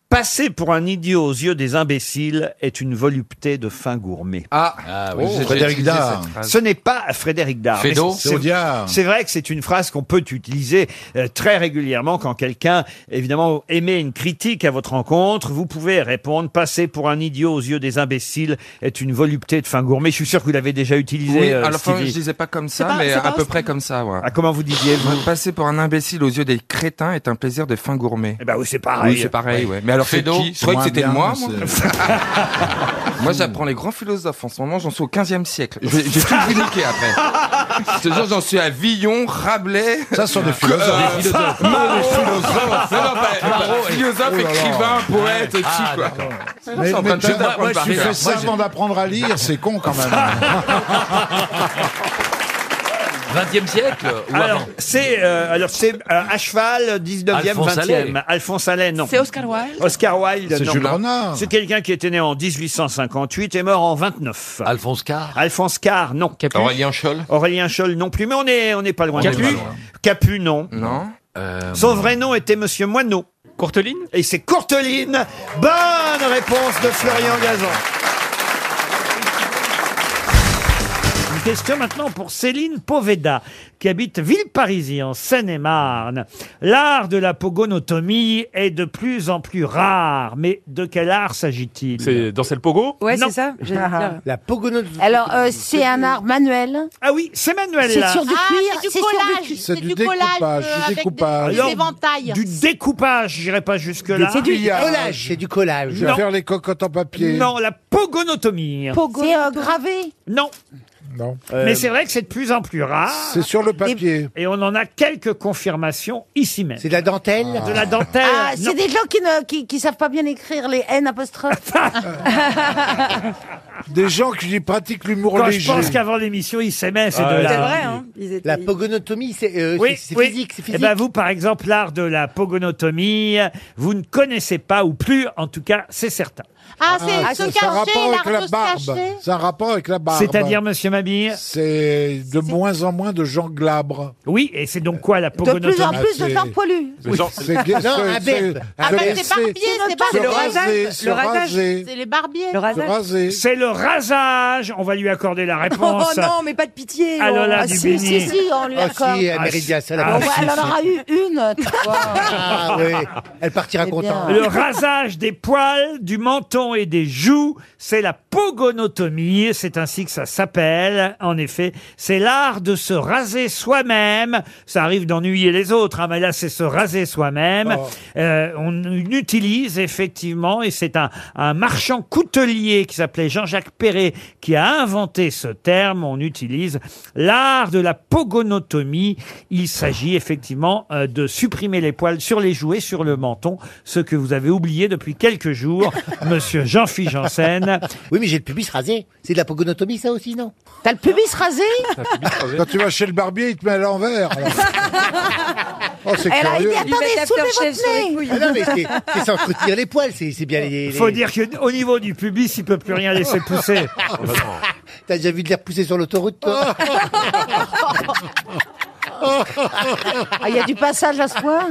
Speaker 1: Passer pour un idiot aux yeux des imbéciles est une volupté de fin gourmet.
Speaker 7: Ah,
Speaker 1: oui,
Speaker 7: j'ai-
Speaker 1: j'ai-
Speaker 7: j'ai
Speaker 3: Frédéric
Speaker 7: utilisé
Speaker 3: Dard.
Speaker 7: cette phrase.
Speaker 1: Ce n'est pas Frédéric Dard. mais
Speaker 19: Fédot
Speaker 1: c'est-
Speaker 3: C'est Audiard.
Speaker 1: Ah. C'est vrai que c'est une phrase qu'on peut utiliser euh, très régulièrement quand quelqu'un, évidemment, émet une critique à votre rencontre. Vous pouvez répondre Passer pour un idiot aux yeux des imbéciles est une volupté de fin gourmet. Je suis sûr que vous l'avez déjà utilisé.
Speaker 7: Oui,
Speaker 1: euh,
Speaker 7: à la fin, je
Speaker 1: Stevie.
Speaker 7: disais pas comme ça,
Speaker 13: pas-
Speaker 7: mais
Speaker 13: c'est pas
Speaker 7: à peu
Speaker 13: aussi-
Speaker 7: près comme ça, ouais.
Speaker 1: Ah, comment vous disiez vous
Speaker 7: Passer pour un imbécile aux yeux des crétins est un plaisir de fin gourmet.
Speaker 1: Eh ben oui, c'est pareil.
Speaker 7: Oui, c'est pareil, ouais. Mais alors, c'est
Speaker 19: Fédot,
Speaker 7: qui Je croyais que
Speaker 3: moins
Speaker 7: c'était de
Speaker 3: bien,
Speaker 7: moi,
Speaker 3: c'est-
Speaker 7: moi. Moi, j'apprends les grands philosophes en ce moment, j'en suis au 15e siècle. Ah Je vais- J'ai tout vous niquer après. Je te jure, j'en suis à Villon, Rabelais. Euh,
Speaker 3: Ça, ce sont des philosophes.
Speaker 7: Marot. Non, non, pas- pas-
Speaker 3: Oh
Speaker 7: philosophe, écrivain, poète, tout, quoi. Là,
Speaker 3: Ah, Mais,
Speaker 7: c'est en
Speaker 3: mais
Speaker 7: train de
Speaker 3: t'as-
Speaker 7: jeter la
Speaker 3: moi,
Speaker 7: pointe par
Speaker 3: tu
Speaker 7: terre.
Speaker 3: fais ça avant d'apprendre à lire, c'est con quand même. hein.
Speaker 11: 20e siècle euh, ou
Speaker 1: Alors,
Speaker 11: avant
Speaker 1: c'est euh, alors c'est euh, à cheval 19e,
Speaker 11: Alphonse
Speaker 1: 20e. Alphonse Allais, non.
Speaker 13: C'est Oscar Wilde
Speaker 1: Oscar Wilde,
Speaker 3: C'est
Speaker 1: non.
Speaker 3: Jules Renard.
Speaker 1: C'est quelqu'un qui était né en 1858 et mort en 29.
Speaker 11: Alphonse Carr
Speaker 1: Alphonse Carr, non.
Speaker 19: Aurélien Scholl
Speaker 1: Aurélien Scholl non plus, mais on est on n'est pas loin.
Speaker 28: Capu
Speaker 1: de ça. Capu non.
Speaker 7: Non.
Speaker 11: Euh,
Speaker 1: Son vrai nom était Monsieur Moineau.
Speaker 28: Courteline
Speaker 1: Et c'est Courteline. Bonne réponse de Florian Gazan. Une question maintenant pour Céline Poveda, qui habite Villeparisis, en Seine-et-Marne. L'art de la pogonotomie est de plus en plus rare, mais de quel art s'agit-il Ah,
Speaker 29: dans le pogo
Speaker 1: Ouais, c'est
Speaker 12: ça.
Speaker 5: La pogonote.
Speaker 12: Alors, euh, c'est un art manuel.
Speaker 1: Ah oui, c'est Manuel
Speaker 12: C'est
Speaker 1: là.
Speaker 12: sur du
Speaker 30: Ah,
Speaker 12: cuir.
Speaker 30: c'est du
Speaker 12: sur du
Speaker 30: collage.
Speaker 12: cuir.
Speaker 3: C'est du
Speaker 30: collage,
Speaker 3: découpage,
Speaker 30: euh,
Speaker 3: du
Speaker 30: avec des-
Speaker 3: découpage.
Speaker 30: des éventails.
Speaker 1: du découpage, j'irai pas jusque-là.
Speaker 5: C'est du
Speaker 3: pliage.
Speaker 5: collage. C'est du collage.
Speaker 3: Je
Speaker 1: Non.
Speaker 3: vais faire les cocottes en papier.
Speaker 1: Non, la pogonotomie. Euh,
Speaker 12: C'est euh, gravé.
Speaker 1: non,
Speaker 3: Non.
Speaker 1: mais c'est vrai que c'est de plus en plus rare.
Speaker 3: C'est sur le papier.
Speaker 1: Et on en a quelques confirmations ici même.
Speaker 5: C'est de la dentelle.
Speaker 1: De la dentelle.
Speaker 12: Ah,
Speaker 1: non.
Speaker 12: c'est des gens qui ne qui, qui savent pas bien écrire les N apostrophes.
Speaker 3: Des gens qui pratiquent l'humour
Speaker 1: Quand je
Speaker 3: léger.
Speaker 1: pense qu'avant l'émission, ils s'aimaient ces
Speaker 29: Ah,
Speaker 1: deux-là.
Speaker 29: c'est
Speaker 13: vrai, hein ils étaient-
Speaker 5: La pogonotomie, c'est euh,
Speaker 1: Oui,
Speaker 5: c'est- c'est
Speaker 1: oui.
Speaker 5: physique, c'est
Speaker 1: Eh
Speaker 5: physique.
Speaker 1: ben vous, par exemple, l'art de la pogonotomie, vous ne connaissez pas ou plus, en tout cas, c'est certain.
Speaker 31: Ah, c'est
Speaker 3: Ah,
Speaker 31: se
Speaker 3: ça- ça a
Speaker 31: cacher,
Speaker 3: rapport avec
Speaker 31: l'art
Speaker 3: la
Speaker 31: de se
Speaker 3: barbe.
Speaker 31: cacher.
Speaker 3: C'est un rapport avec la barbe.
Speaker 1: C'est-à-dire, monsieur Mabille
Speaker 3: C'est de moins en moins de gens glabres.
Speaker 1: Oui, et c'est donc quoi la
Speaker 3: pogonotomie
Speaker 2: poilus.
Speaker 3: Ah, Oui. C'est gay,
Speaker 2: Non,
Speaker 3: c'est-
Speaker 2: un bec.
Speaker 3: c'est-
Speaker 2: Ah,
Speaker 3: se
Speaker 2: bah, c'est
Speaker 3: laisser-
Speaker 2: barbier, c'est pas
Speaker 3: se raser, se raser.
Speaker 31: C'est les barbiers.
Speaker 1: Le
Speaker 3: rasage. raser.
Speaker 1: C'est le rasage. On va lui accorder
Speaker 2: Oh,
Speaker 1: la réponse.
Speaker 6: Oh
Speaker 12: mais pas de pitié.
Speaker 1: à Lola Dubini.
Speaker 5: Ah, si, elle mérite bien ça, la
Speaker 1: Ah,
Speaker 5: pauvre.
Speaker 1: si, si.
Speaker 12: eu une, tu
Speaker 5: Ah, oui. Elle partira contente.
Speaker 1: Le rasage des poils, du menton et des joues, c'est la pogonotomie, c'est ainsi que ça s'appelle. En effet, c'est l'art de se raser soi-même. Ça arrive d'ennuyer les autres, hein, mais là c'est se raser soi-même.
Speaker 5: Oh.
Speaker 1: Euh, on utilise effectivement, et c'est un, un marchand coutelier qui s'appelait Jean-Jacques Perret qui a inventé ce terme. On utilise l'art de la pogonotomie. Il s'agit effectivement euh, de supprimer les poils sur les joues et sur le menton, ce que vous avez oublié depuis quelques jours, monsieur Jean-Philippe Janssen.
Speaker 5: Oui, mais j'ai le pubis rasé. C'est de la pogonotomie, ça aussi, non
Speaker 12: T'as le pubis rasé
Speaker 3: Quand tu vas chez le barbier, il te met à l'envers. alors. Oh, c'est
Speaker 5: Elle a
Speaker 3: curieux.
Speaker 5: dit, attendez,
Speaker 12: Il met soulevez Masterchef votre sur les nez. couilles.
Speaker 5: Ah non, mais c'est- c'est s'entretenir les poils, c'est c'est bien les... les-
Speaker 1: Faut dire qu'au niveau du pubis, il peut plus rien laisser pousser.
Speaker 5: T'as déjà vu de l'air pousser sur l'autoroute, toi
Speaker 12: Ah, il y a du passage à ce point.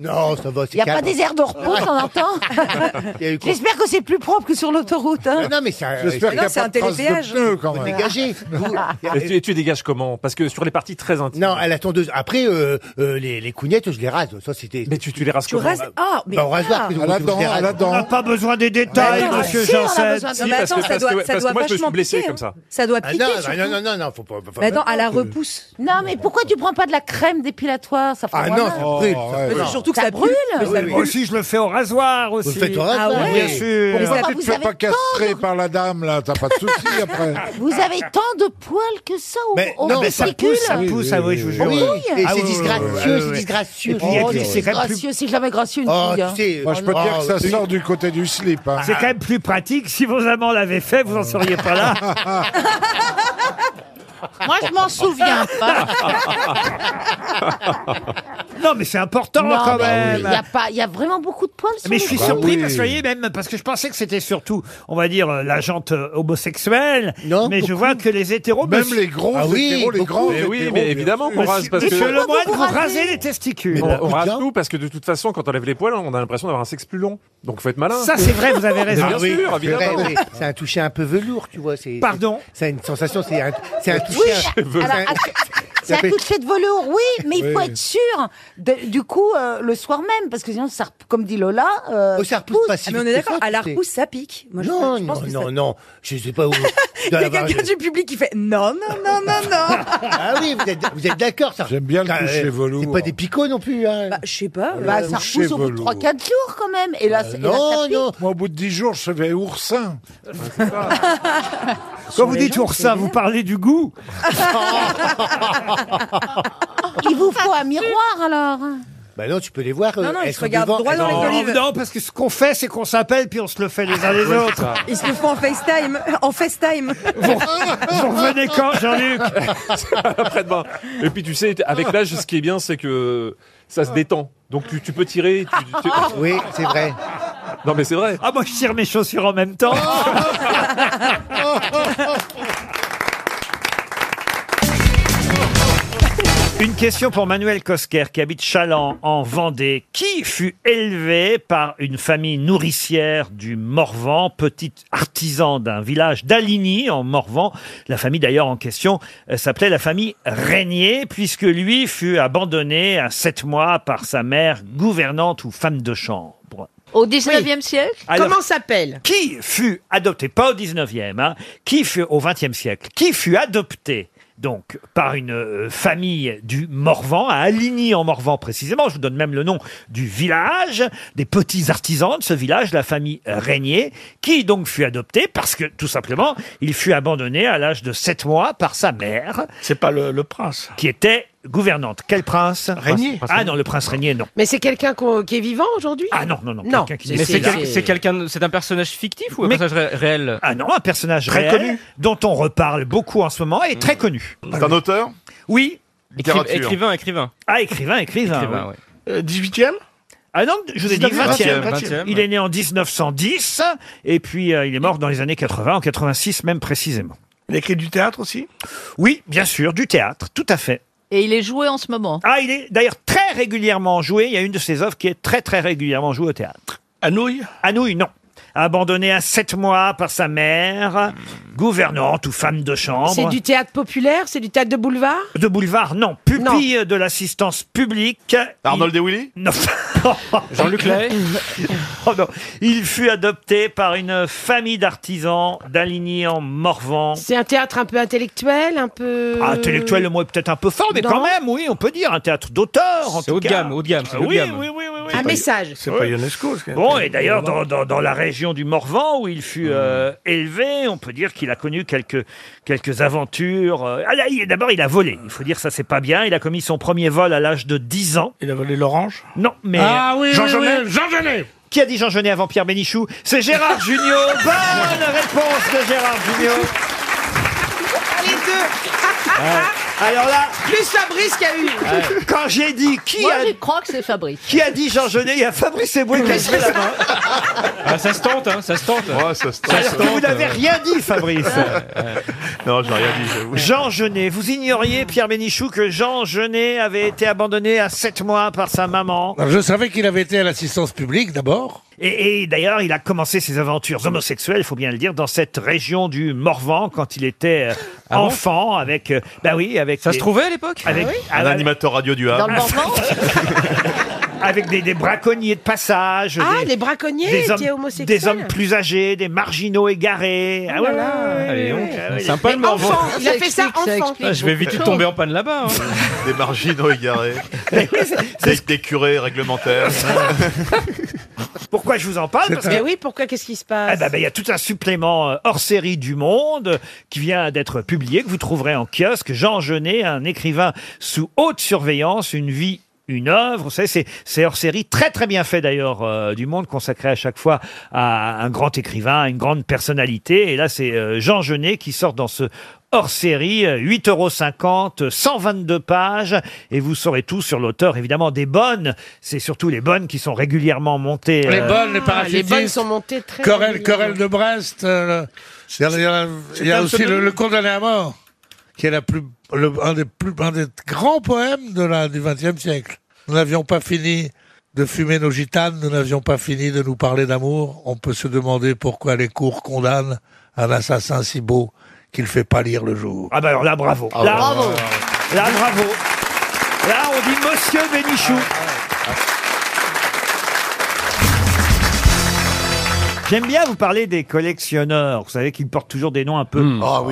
Speaker 5: Non, ça va, c'est
Speaker 12: Il n'y a pas
Speaker 5: calme.
Speaker 12: des airs de repos de temps en temps.
Speaker 5: Il y a eu quoi
Speaker 12: J'espère que c'est plus propre que sur l'autoroute. hein.
Speaker 5: Non, mais ça...
Speaker 32: J'espère qu'il y a pas de traces de pneus, quand même.
Speaker 5: Dégagé. Vous-
Speaker 23: Et tu, et tu dégages comment Parce que sur les parties très intimes.
Speaker 5: Non, à la tondeuse. Après, euh, euh, les, les cougnettes, je les rase. Ça, c'était.
Speaker 23: Mais tu, tu les rases
Speaker 5: Tu
Speaker 23: comment
Speaker 5: rases-
Speaker 12: Ah,
Speaker 5: mais Bah, au rasoir, ah. qu'est-ce que
Speaker 23: À la
Speaker 5: vous voulez que je
Speaker 23: dent,
Speaker 5: les
Speaker 23: à
Speaker 5: rase
Speaker 23: la
Speaker 1: On n'a
Speaker 23: dents.
Speaker 1: pas besoin des détails,
Speaker 5: Mais non,
Speaker 1: monsieur
Speaker 5: si, on a
Speaker 1: Janssen.
Speaker 12: besoin de-
Speaker 23: Si,
Speaker 12: Non, mais
Speaker 23: parce
Speaker 12: attends,
Speaker 23: que-
Speaker 12: ça
Speaker 23: parce
Speaker 12: doit-
Speaker 23: que-
Speaker 12: ça
Speaker 23: parce
Speaker 12: doit
Speaker 23: que moi, je me
Speaker 12: vachement
Speaker 23: suis blessé
Speaker 12: piquer, hein.
Speaker 23: comme ça.
Speaker 12: Ça doit
Speaker 5: Ah
Speaker 12: piquer.
Speaker 5: non,
Speaker 12: surtout.
Speaker 5: non, non, non, non, faut pas. faut pas-
Speaker 12: Mais attends, à la
Speaker 5: Euh,
Speaker 12: repousse. Non, mais pourquoi tu prends pas de la crème dépilatoire Ça fait
Speaker 5: Ah
Speaker 12: moins
Speaker 5: non,
Speaker 12: mal.
Speaker 5: ça brûle.
Speaker 1: Oh,
Speaker 5: ça
Speaker 12: Mais
Speaker 5: brûle.
Speaker 12: surtout que ça, brûle.
Speaker 1: Aussi, je le fais au rasoir aussi.
Speaker 5: Vous le faites au rasoir,
Speaker 3: hein,
Speaker 12: Ah ouais.
Speaker 1: bien sûr.
Speaker 12: Mais ça,
Speaker 3: Tu te
Speaker 12: vous
Speaker 3: fais
Speaker 12: avez
Speaker 3: pas castrer par la dame, là. T'as pas de soucis après.
Speaker 12: Vous avez tant de poils que ça au,
Speaker 5: Mais
Speaker 12: au
Speaker 5: non, mais
Speaker 1: Ça
Speaker 12: testicule
Speaker 1: pousse, ça
Speaker 3: Oui,
Speaker 1: pousse,
Speaker 3: oui,
Speaker 1: ah oui, je vous jure.
Speaker 12: Oui,
Speaker 1: Ah
Speaker 5: Et c'est
Speaker 1: oui, oui, oui,
Speaker 5: disgracieux,
Speaker 1: oui,
Speaker 5: c'est
Speaker 1: oui.
Speaker 5: disgracieux.
Speaker 1: Et puis, il y a
Speaker 5: Oh,
Speaker 1: que-
Speaker 5: non.
Speaker 1: c'est quand même plus
Speaker 12: gracieux. C'est jamais gracieux une
Speaker 5: Oh,
Speaker 12: fille. hein.
Speaker 5: tu sais.
Speaker 3: Moi, je peux te
Speaker 5: oh,
Speaker 3: dire que ça
Speaker 5: tu-
Speaker 3: sort du côté du slip. hein.
Speaker 1: C'est quand même plus pratique. Si vos amants l'avaient fait, vous n'en seriez pas là.
Speaker 31: Moi, je m'en souviens pas.
Speaker 1: Non, mais c'est important
Speaker 12: Non,
Speaker 1: quand
Speaker 12: mais
Speaker 1: même.
Speaker 12: Il y a pas, il y a vraiment beaucoup de poils sur
Speaker 1: Mais
Speaker 12: les
Speaker 1: je suis
Speaker 12: poils.
Speaker 1: surpris,
Speaker 3: Bah oui.
Speaker 1: parce que, vous voyez, même parce que je pensais que c'était surtout, on va dire, euh, la jante euh, homosexuelle.
Speaker 5: Non,
Speaker 1: mais je vois que les hétéros.
Speaker 3: Même
Speaker 1: monsieur-
Speaker 3: les gros
Speaker 5: Ah oui,
Speaker 3: hétéros, les
Speaker 5: beaucoup.
Speaker 3: grands
Speaker 23: Mais oui,
Speaker 3: hétéros,
Speaker 23: mais
Speaker 3: bien
Speaker 23: évidemment
Speaker 3: sûr.
Speaker 23: qu'on rase parce
Speaker 1: Monsieur
Speaker 23: que.
Speaker 1: Lemoine,
Speaker 12: vous
Speaker 1: vous rasez
Speaker 12: rasez
Speaker 1: les testicules.
Speaker 5: Mais
Speaker 13: bah,
Speaker 23: On, on rase
Speaker 5: Tiens.
Speaker 23: tout parce que de toute façon, quand on lève les poils, on a l'impression d'avoir un sexe plus long. Donc faut être malin.
Speaker 1: Ça, c'est vrai, vous avez
Speaker 23: Mais
Speaker 1: raison. Eh
Speaker 23: bien sûr,
Speaker 5: C'est vrai,
Speaker 23: évidemment.
Speaker 5: oui. C'est un toucher un peu velours, tu vois. c'est-
Speaker 1: Pardon
Speaker 5: C'est c'est une sensation, c'est un, c'est un toucher.
Speaker 12: Oui,
Speaker 5: un-
Speaker 12: alors,
Speaker 5: c'est un-
Speaker 12: att- c'est un
Speaker 5: s'appelle-
Speaker 12: toucher de velours, oui, mais il faut
Speaker 3: Oui.
Speaker 12: être sûr, de- du coup, euh, le soir même, parce que sinon, ça, rep- comme dit Lola, euh,
Speaker 5: Oh, ça repousse pas si vite que ça, tu sais.
Speaker 12: ça pique. Moi, je-
Speaker 5: Non,
Speaker 12: je pense
Speaker 5: non,
Speaker 12: que ça-
Speaker 5: non, non. Je sais pas où. Il y
Speaker 12: Il y a quelqu'un du public qui fait non, non, non, non, non.
Speaker 5: Ah oui, vous êtes, vous êtes d'accord, ça.
Speaker 3: J'aime bien le
Speaker 5: Ah,
Speaker 3: toucher
Speaker 5: euh,
Speaker 3: velours.
Speaker 5: C'est pas des picots non plus, hein.
Speaker 12: Bah, je sais pas.
Speaker 1: Euh,
Speaker 3: Le
Speaker 12: Bah, ça
Speaker 3: toucher
Speaker 12: repousse au bout de
Speaker 3: velours.
Speaker 12: 3-4 jours quand même. Et
Speaker 1: Bah,
Speaker 12: là, Ah, c'est- et là, ça
Speaker 5: non,
Speaker 12: pique.
Speaker 5: non.
Speaker 3: Moi, au bout de dix jours, je vais oursin.
Speaker 1: Quand vous dites oursin, vous parlez du goût.
Speaker 12: Il vous faut un miroir alors.
Speaker 5: Bah non, tu peux les voir.
Speaker 33: Non,
Speaker 5: euh,
Speaker 33: non,
Speaker 5: elles
Speaker 33: ils se
Speaker 5: sont
Speaker 33: regardent
Speaker 5: devant-
Speaker 33: droit dans
Speaker 5: elles
Speaker 33: les
Speaker 5: sont-
Speaker 1: Non,
Speaker 33: olives.
Speaker 1: non, parce que ce qu'on fait, c'est qu'on s'appelle, puis on se le fait les uns les autres.
Speaker 33: Ils se le font en FaceTime. En FaceTime.
Speaker 1: Vous revenez quand, Jean-Luc
Speaker 23: Ah,
Speaker 1: Ah.
Speaker 23: Après-demain. Et puis tu sais, avec l'âge, ce qui est bien, c'est que ça se détend. Donc tu, tu peux tirer. tu- tu-
Speaker 5: Ah. Oui, c'est vrai.
Speaker 23: Non mais c'est vrai.
Speaker 1: Ah, moi, je tire mes chaussures en même temps. Une question pour Manuel Kosker qui habite Chaland en Vendée. Qui fut élevé par une famille nourricière du Morvan, petit artisan d'un village d'Aligny en Morvan. La famille d'ailleurs en question euh, s'appelait la famille Régnier puisque lui fut abandonné à sept mois par sa mère gouvernante ou femme de chambre.
Speaker 13: Au 19e siècle
Speaker 1: Alors-
Speaker 13: Comment s'appelle
Speaker 1: Qui fut adopté, pas au 19e, hein, qui fut au 20e siècle, qui fut adopté donc par une euh, famille du Morvan, à Aligny en Morvan précisément, je vous donne même le nom du village, des petits artisans de ce village, la famille Régnier, qui donc fut adopté parce que tout simplement, il fut abandonné à l'âge de 7 mois par sa mère. C'est pas le, prince. Qui était gouvernante. Quel prince
Speaker 23: Régnier.
Speaker 1: Ah non, le prince Régnier, non.
Speaker 33: Mais c'est quelqu'un qu'on- qui est vivant aujourd'hui
Speaker 1: Ah non, non, non.
Speaker 33: Non.
Speaker 1: quelqu'un qui
Speaker 13: Mais c'est
Speaker 1: décède.
Speaker 13: quel- c'est quelqu'un, c'est un personnage fictif ou un
Speaker 1: Mais-
Speaker 13: personnage ré- réel
Speaker 1: Ah non, un personnage
Speaker 13: Très
Speaker 1: réel,
Speaker 13: connu.
Speaker 1: dont on reparle beaucoup en ce moment et très connu.
Speaker 23: C'est un auteur
Speaker 1: Oui.
Speaker 13: Écri- Écrivain, écrivain.
Speaker 1: Ah, écrivain, écrivain.
Speaker 13: Écrivain,
Speaker 1: oui.
Speaker 13: ouais.
Speaker 23: 18 e
Speaker 1: Ah non, je vous ai dit
Speaker 26: 19e,
Speaker 1: 20e.
Speaker 26: 20e,
Speaker 1: Il est né en 1910 et puis euh, il est mort dans les années 80, en 86 même précisément. Il a écrit du théâtre aussi Oui, bien sûr, du théâtre, tout à fait.
Speaker 6: Et il est joué en ce moment.
Speaker 1: Ah, il est d'ailleurs très régulièrement joué. Il y a une de ses œuvres qui est très très régulièrement jouée au théâtre. Anouilh Anouilh, non. Abandonnée à sept mois par sa mère, gouvernante ou femme de chambre.
Speaker 9: C'est du théâtre populaire, c'est du théâtre de boulevard.
Speaker 1: De boulevard, non. Pupille de l'assistance publique. Arnold et Willy Non.
Speaker 23: Jean-Luc Lay
Speaker 1: Oh non. Il fut adopté par une famille d'artisans d'Aligny en Morvan.
Speaker 9: C'est un théâtre un peu intellectuel, un peu.
Speaker 1: Ah, Intellectuel, le mot est peut-être un peu fort, mais
Speaker 9: Euh, Non.
Speaker 1: quand même, oui, on peut dire un théâtre d'auteur. en
Speaker 26: C'est
Speaker 1: tout
Speaker 26: haut de
Speaker 1: cas.
Speaker 26: gamme, haut de gamme, c'est
Speaker 1: Ah
Speaker 26: haut de
Speaker 1: oui,
Speaker 26: gamme.
Speaker 1: oui, oui, oui, oui.
Speaker 9: Un message.
Speaker 1: Ouais.
Speaker 26: c'est-
Speaker 1: Bon, et d'ailleurs, dans, dans- dans la région du Morvan, où il fut euh, élevé, on peut dire qu'il a connu quelques, quelques aventures. euh. Ah, là, il- D'abord, il a volé. Il faut dire ça, c'est pas bien. Il a commis son premier vol à l'âge de 10 ans. Il a volé l'orange Non, mais...
Speaker 8: Ah oui,
Speaker 1: Jean
Speaker 8: oui,
Speaker 1: Genet
Speaker 8: oui, Jean Genet
Speaker 1: Qui a dit Jean Genet avant Pierre Bénichou C'est Gérard Junior. Bonne réponse de Gérard Junior.
Speaker 9: Les deux.
Speaker 1: Alors là...
Speaker 9: Plus Fabrice qui a eu.
Speaker 1: Quand j'ai dit qui
Speaker 6: Moi,
Speaker 1: a...
Speaker 6: je crois que c'est Fabrice.
Speaker 1: Qui a dit Jean Genet Il y a Fabrice Eboué qui a levé la main.
Speaker 26: Ah, ça se tente, hein, ça se tente. ça se
Speaker 1: Alors que vous n'avez rien dit, Fabrice.
Speaker 23: Non, j'ai rien dit, j'avoue.
Speaker 1: Jean Genet, vous ignoriez, Pierre Bénichou, que Jean Genet avait été abandonné à 7 mois par sa maman.
Speaker 8: Alors, je savais qu'il avait été à l'assistance publique d'abord.
Speaker 1: Et, et d'ailleurs, il a commencé ses aventures homosexuelles, il faut bien le dire, dans cette région du Morvan quand il était euh,
Speaker 23: bon
Speaker 1: enfant avec. euh, bah oui, avec.
Speaker 23: Ça se trouvait à l'époque
Speaker 1: Avec,
Speaker 23: Un
Speaker 1: avec,
Speaker 23: animateur radio du Havre.
Speaker 1: avec des, des braconniers de passage.
Speaker 9: Ah,
Speaker 1: des-
Speaker 9: les braconniers
Speaker 1: des
Speaker 9: qui est
Speaker 1: hommes,
Speaker 9: homosexuel.
Speaker 1: des hommes plus âgés, des marginaux égarés. Ah ouais,
Speaker 26: Allez, donc,
Speaker 1: ouais.
Speaker 26: sympa le
Speaker 1: Mais
Speaker 26: Morvan.
Speaker 9: enfant, il a fait ça
Speaker 6: ça
Speaker 9: enfant.
Speaker 26: Ah, je vais vite tomber en panne là-bas. hein.
Speaker 23: Des marginaux égarés. des, des curés réglementaires.
Speaker 1: Pourquoi je vous en parle Parce
Speaker 9: Mais
Speaker 1: que-
Speaker 9: Eh oui, pourquoi Qu'est-ce qui se
Speaker 1: Ah
Speaker 9: passe
Speaker 1: bah, bah, il y a tout un supplément euh, hors série du Monde euh, qui vient d'être publié, que vous trouverez en kiosque. Jean Genet, un écrivain sous haute surveillance, une vie une œuvre, vous savez, c'est- c'est hors série, très très bien fait d'ailleurs euh, du monde, consacré à chaque fois à un grand écrivain, à une grande personnalité. Et là, c'est euh, Jean Genet qui sort dans ce hors série, euh, 8,50 euros, 122 pages, et vous saurez tout sur l'auteur, évidemment, des bonnes. C'est surtout les bonnes qui sont régulièrement montées.
Speaker 8: Les
Speaker 1: euh,
Speaker 8: bonnes,
Speaker 9: Ah, les
Speaker 8: les parachutistes.
Speaker 9: bonnes sont montées très.
Speaker 8: Querelle, querelle de Brest. euh, c'est-à-dire, il y a, il y a
Speaker 9: C'est un
Speaker 8: aussi
Speaker 9: pseudonyme.
Speaker 8: le, le condamné à mort, qui est la plus, le- un, des plus, un des grands poèmes de la, du XXe siècle. Nous n'avions pas fini de fumer nos gitanes, nous n'avions pas fini de nous parler d'amour. On peut se demander pourquoi les cours condamnent un assassin si beau qu'il fait pâlir le jour.
Speaker 1: Ah bah alors là, bravo.
Speaker 8: Ah
Speaker 1: là,
Speaker 8: ouais.
Speaker 1: bravo. Là, bravo. Là, on dit Monsieur Bénichou.
Speaker 8: Ah,
Speaker 1: J'aime bien vous parler des collectionneurs. Vous savez qu'ils portent toujours des noms un peu,
Speaker 8: Hmm. Ah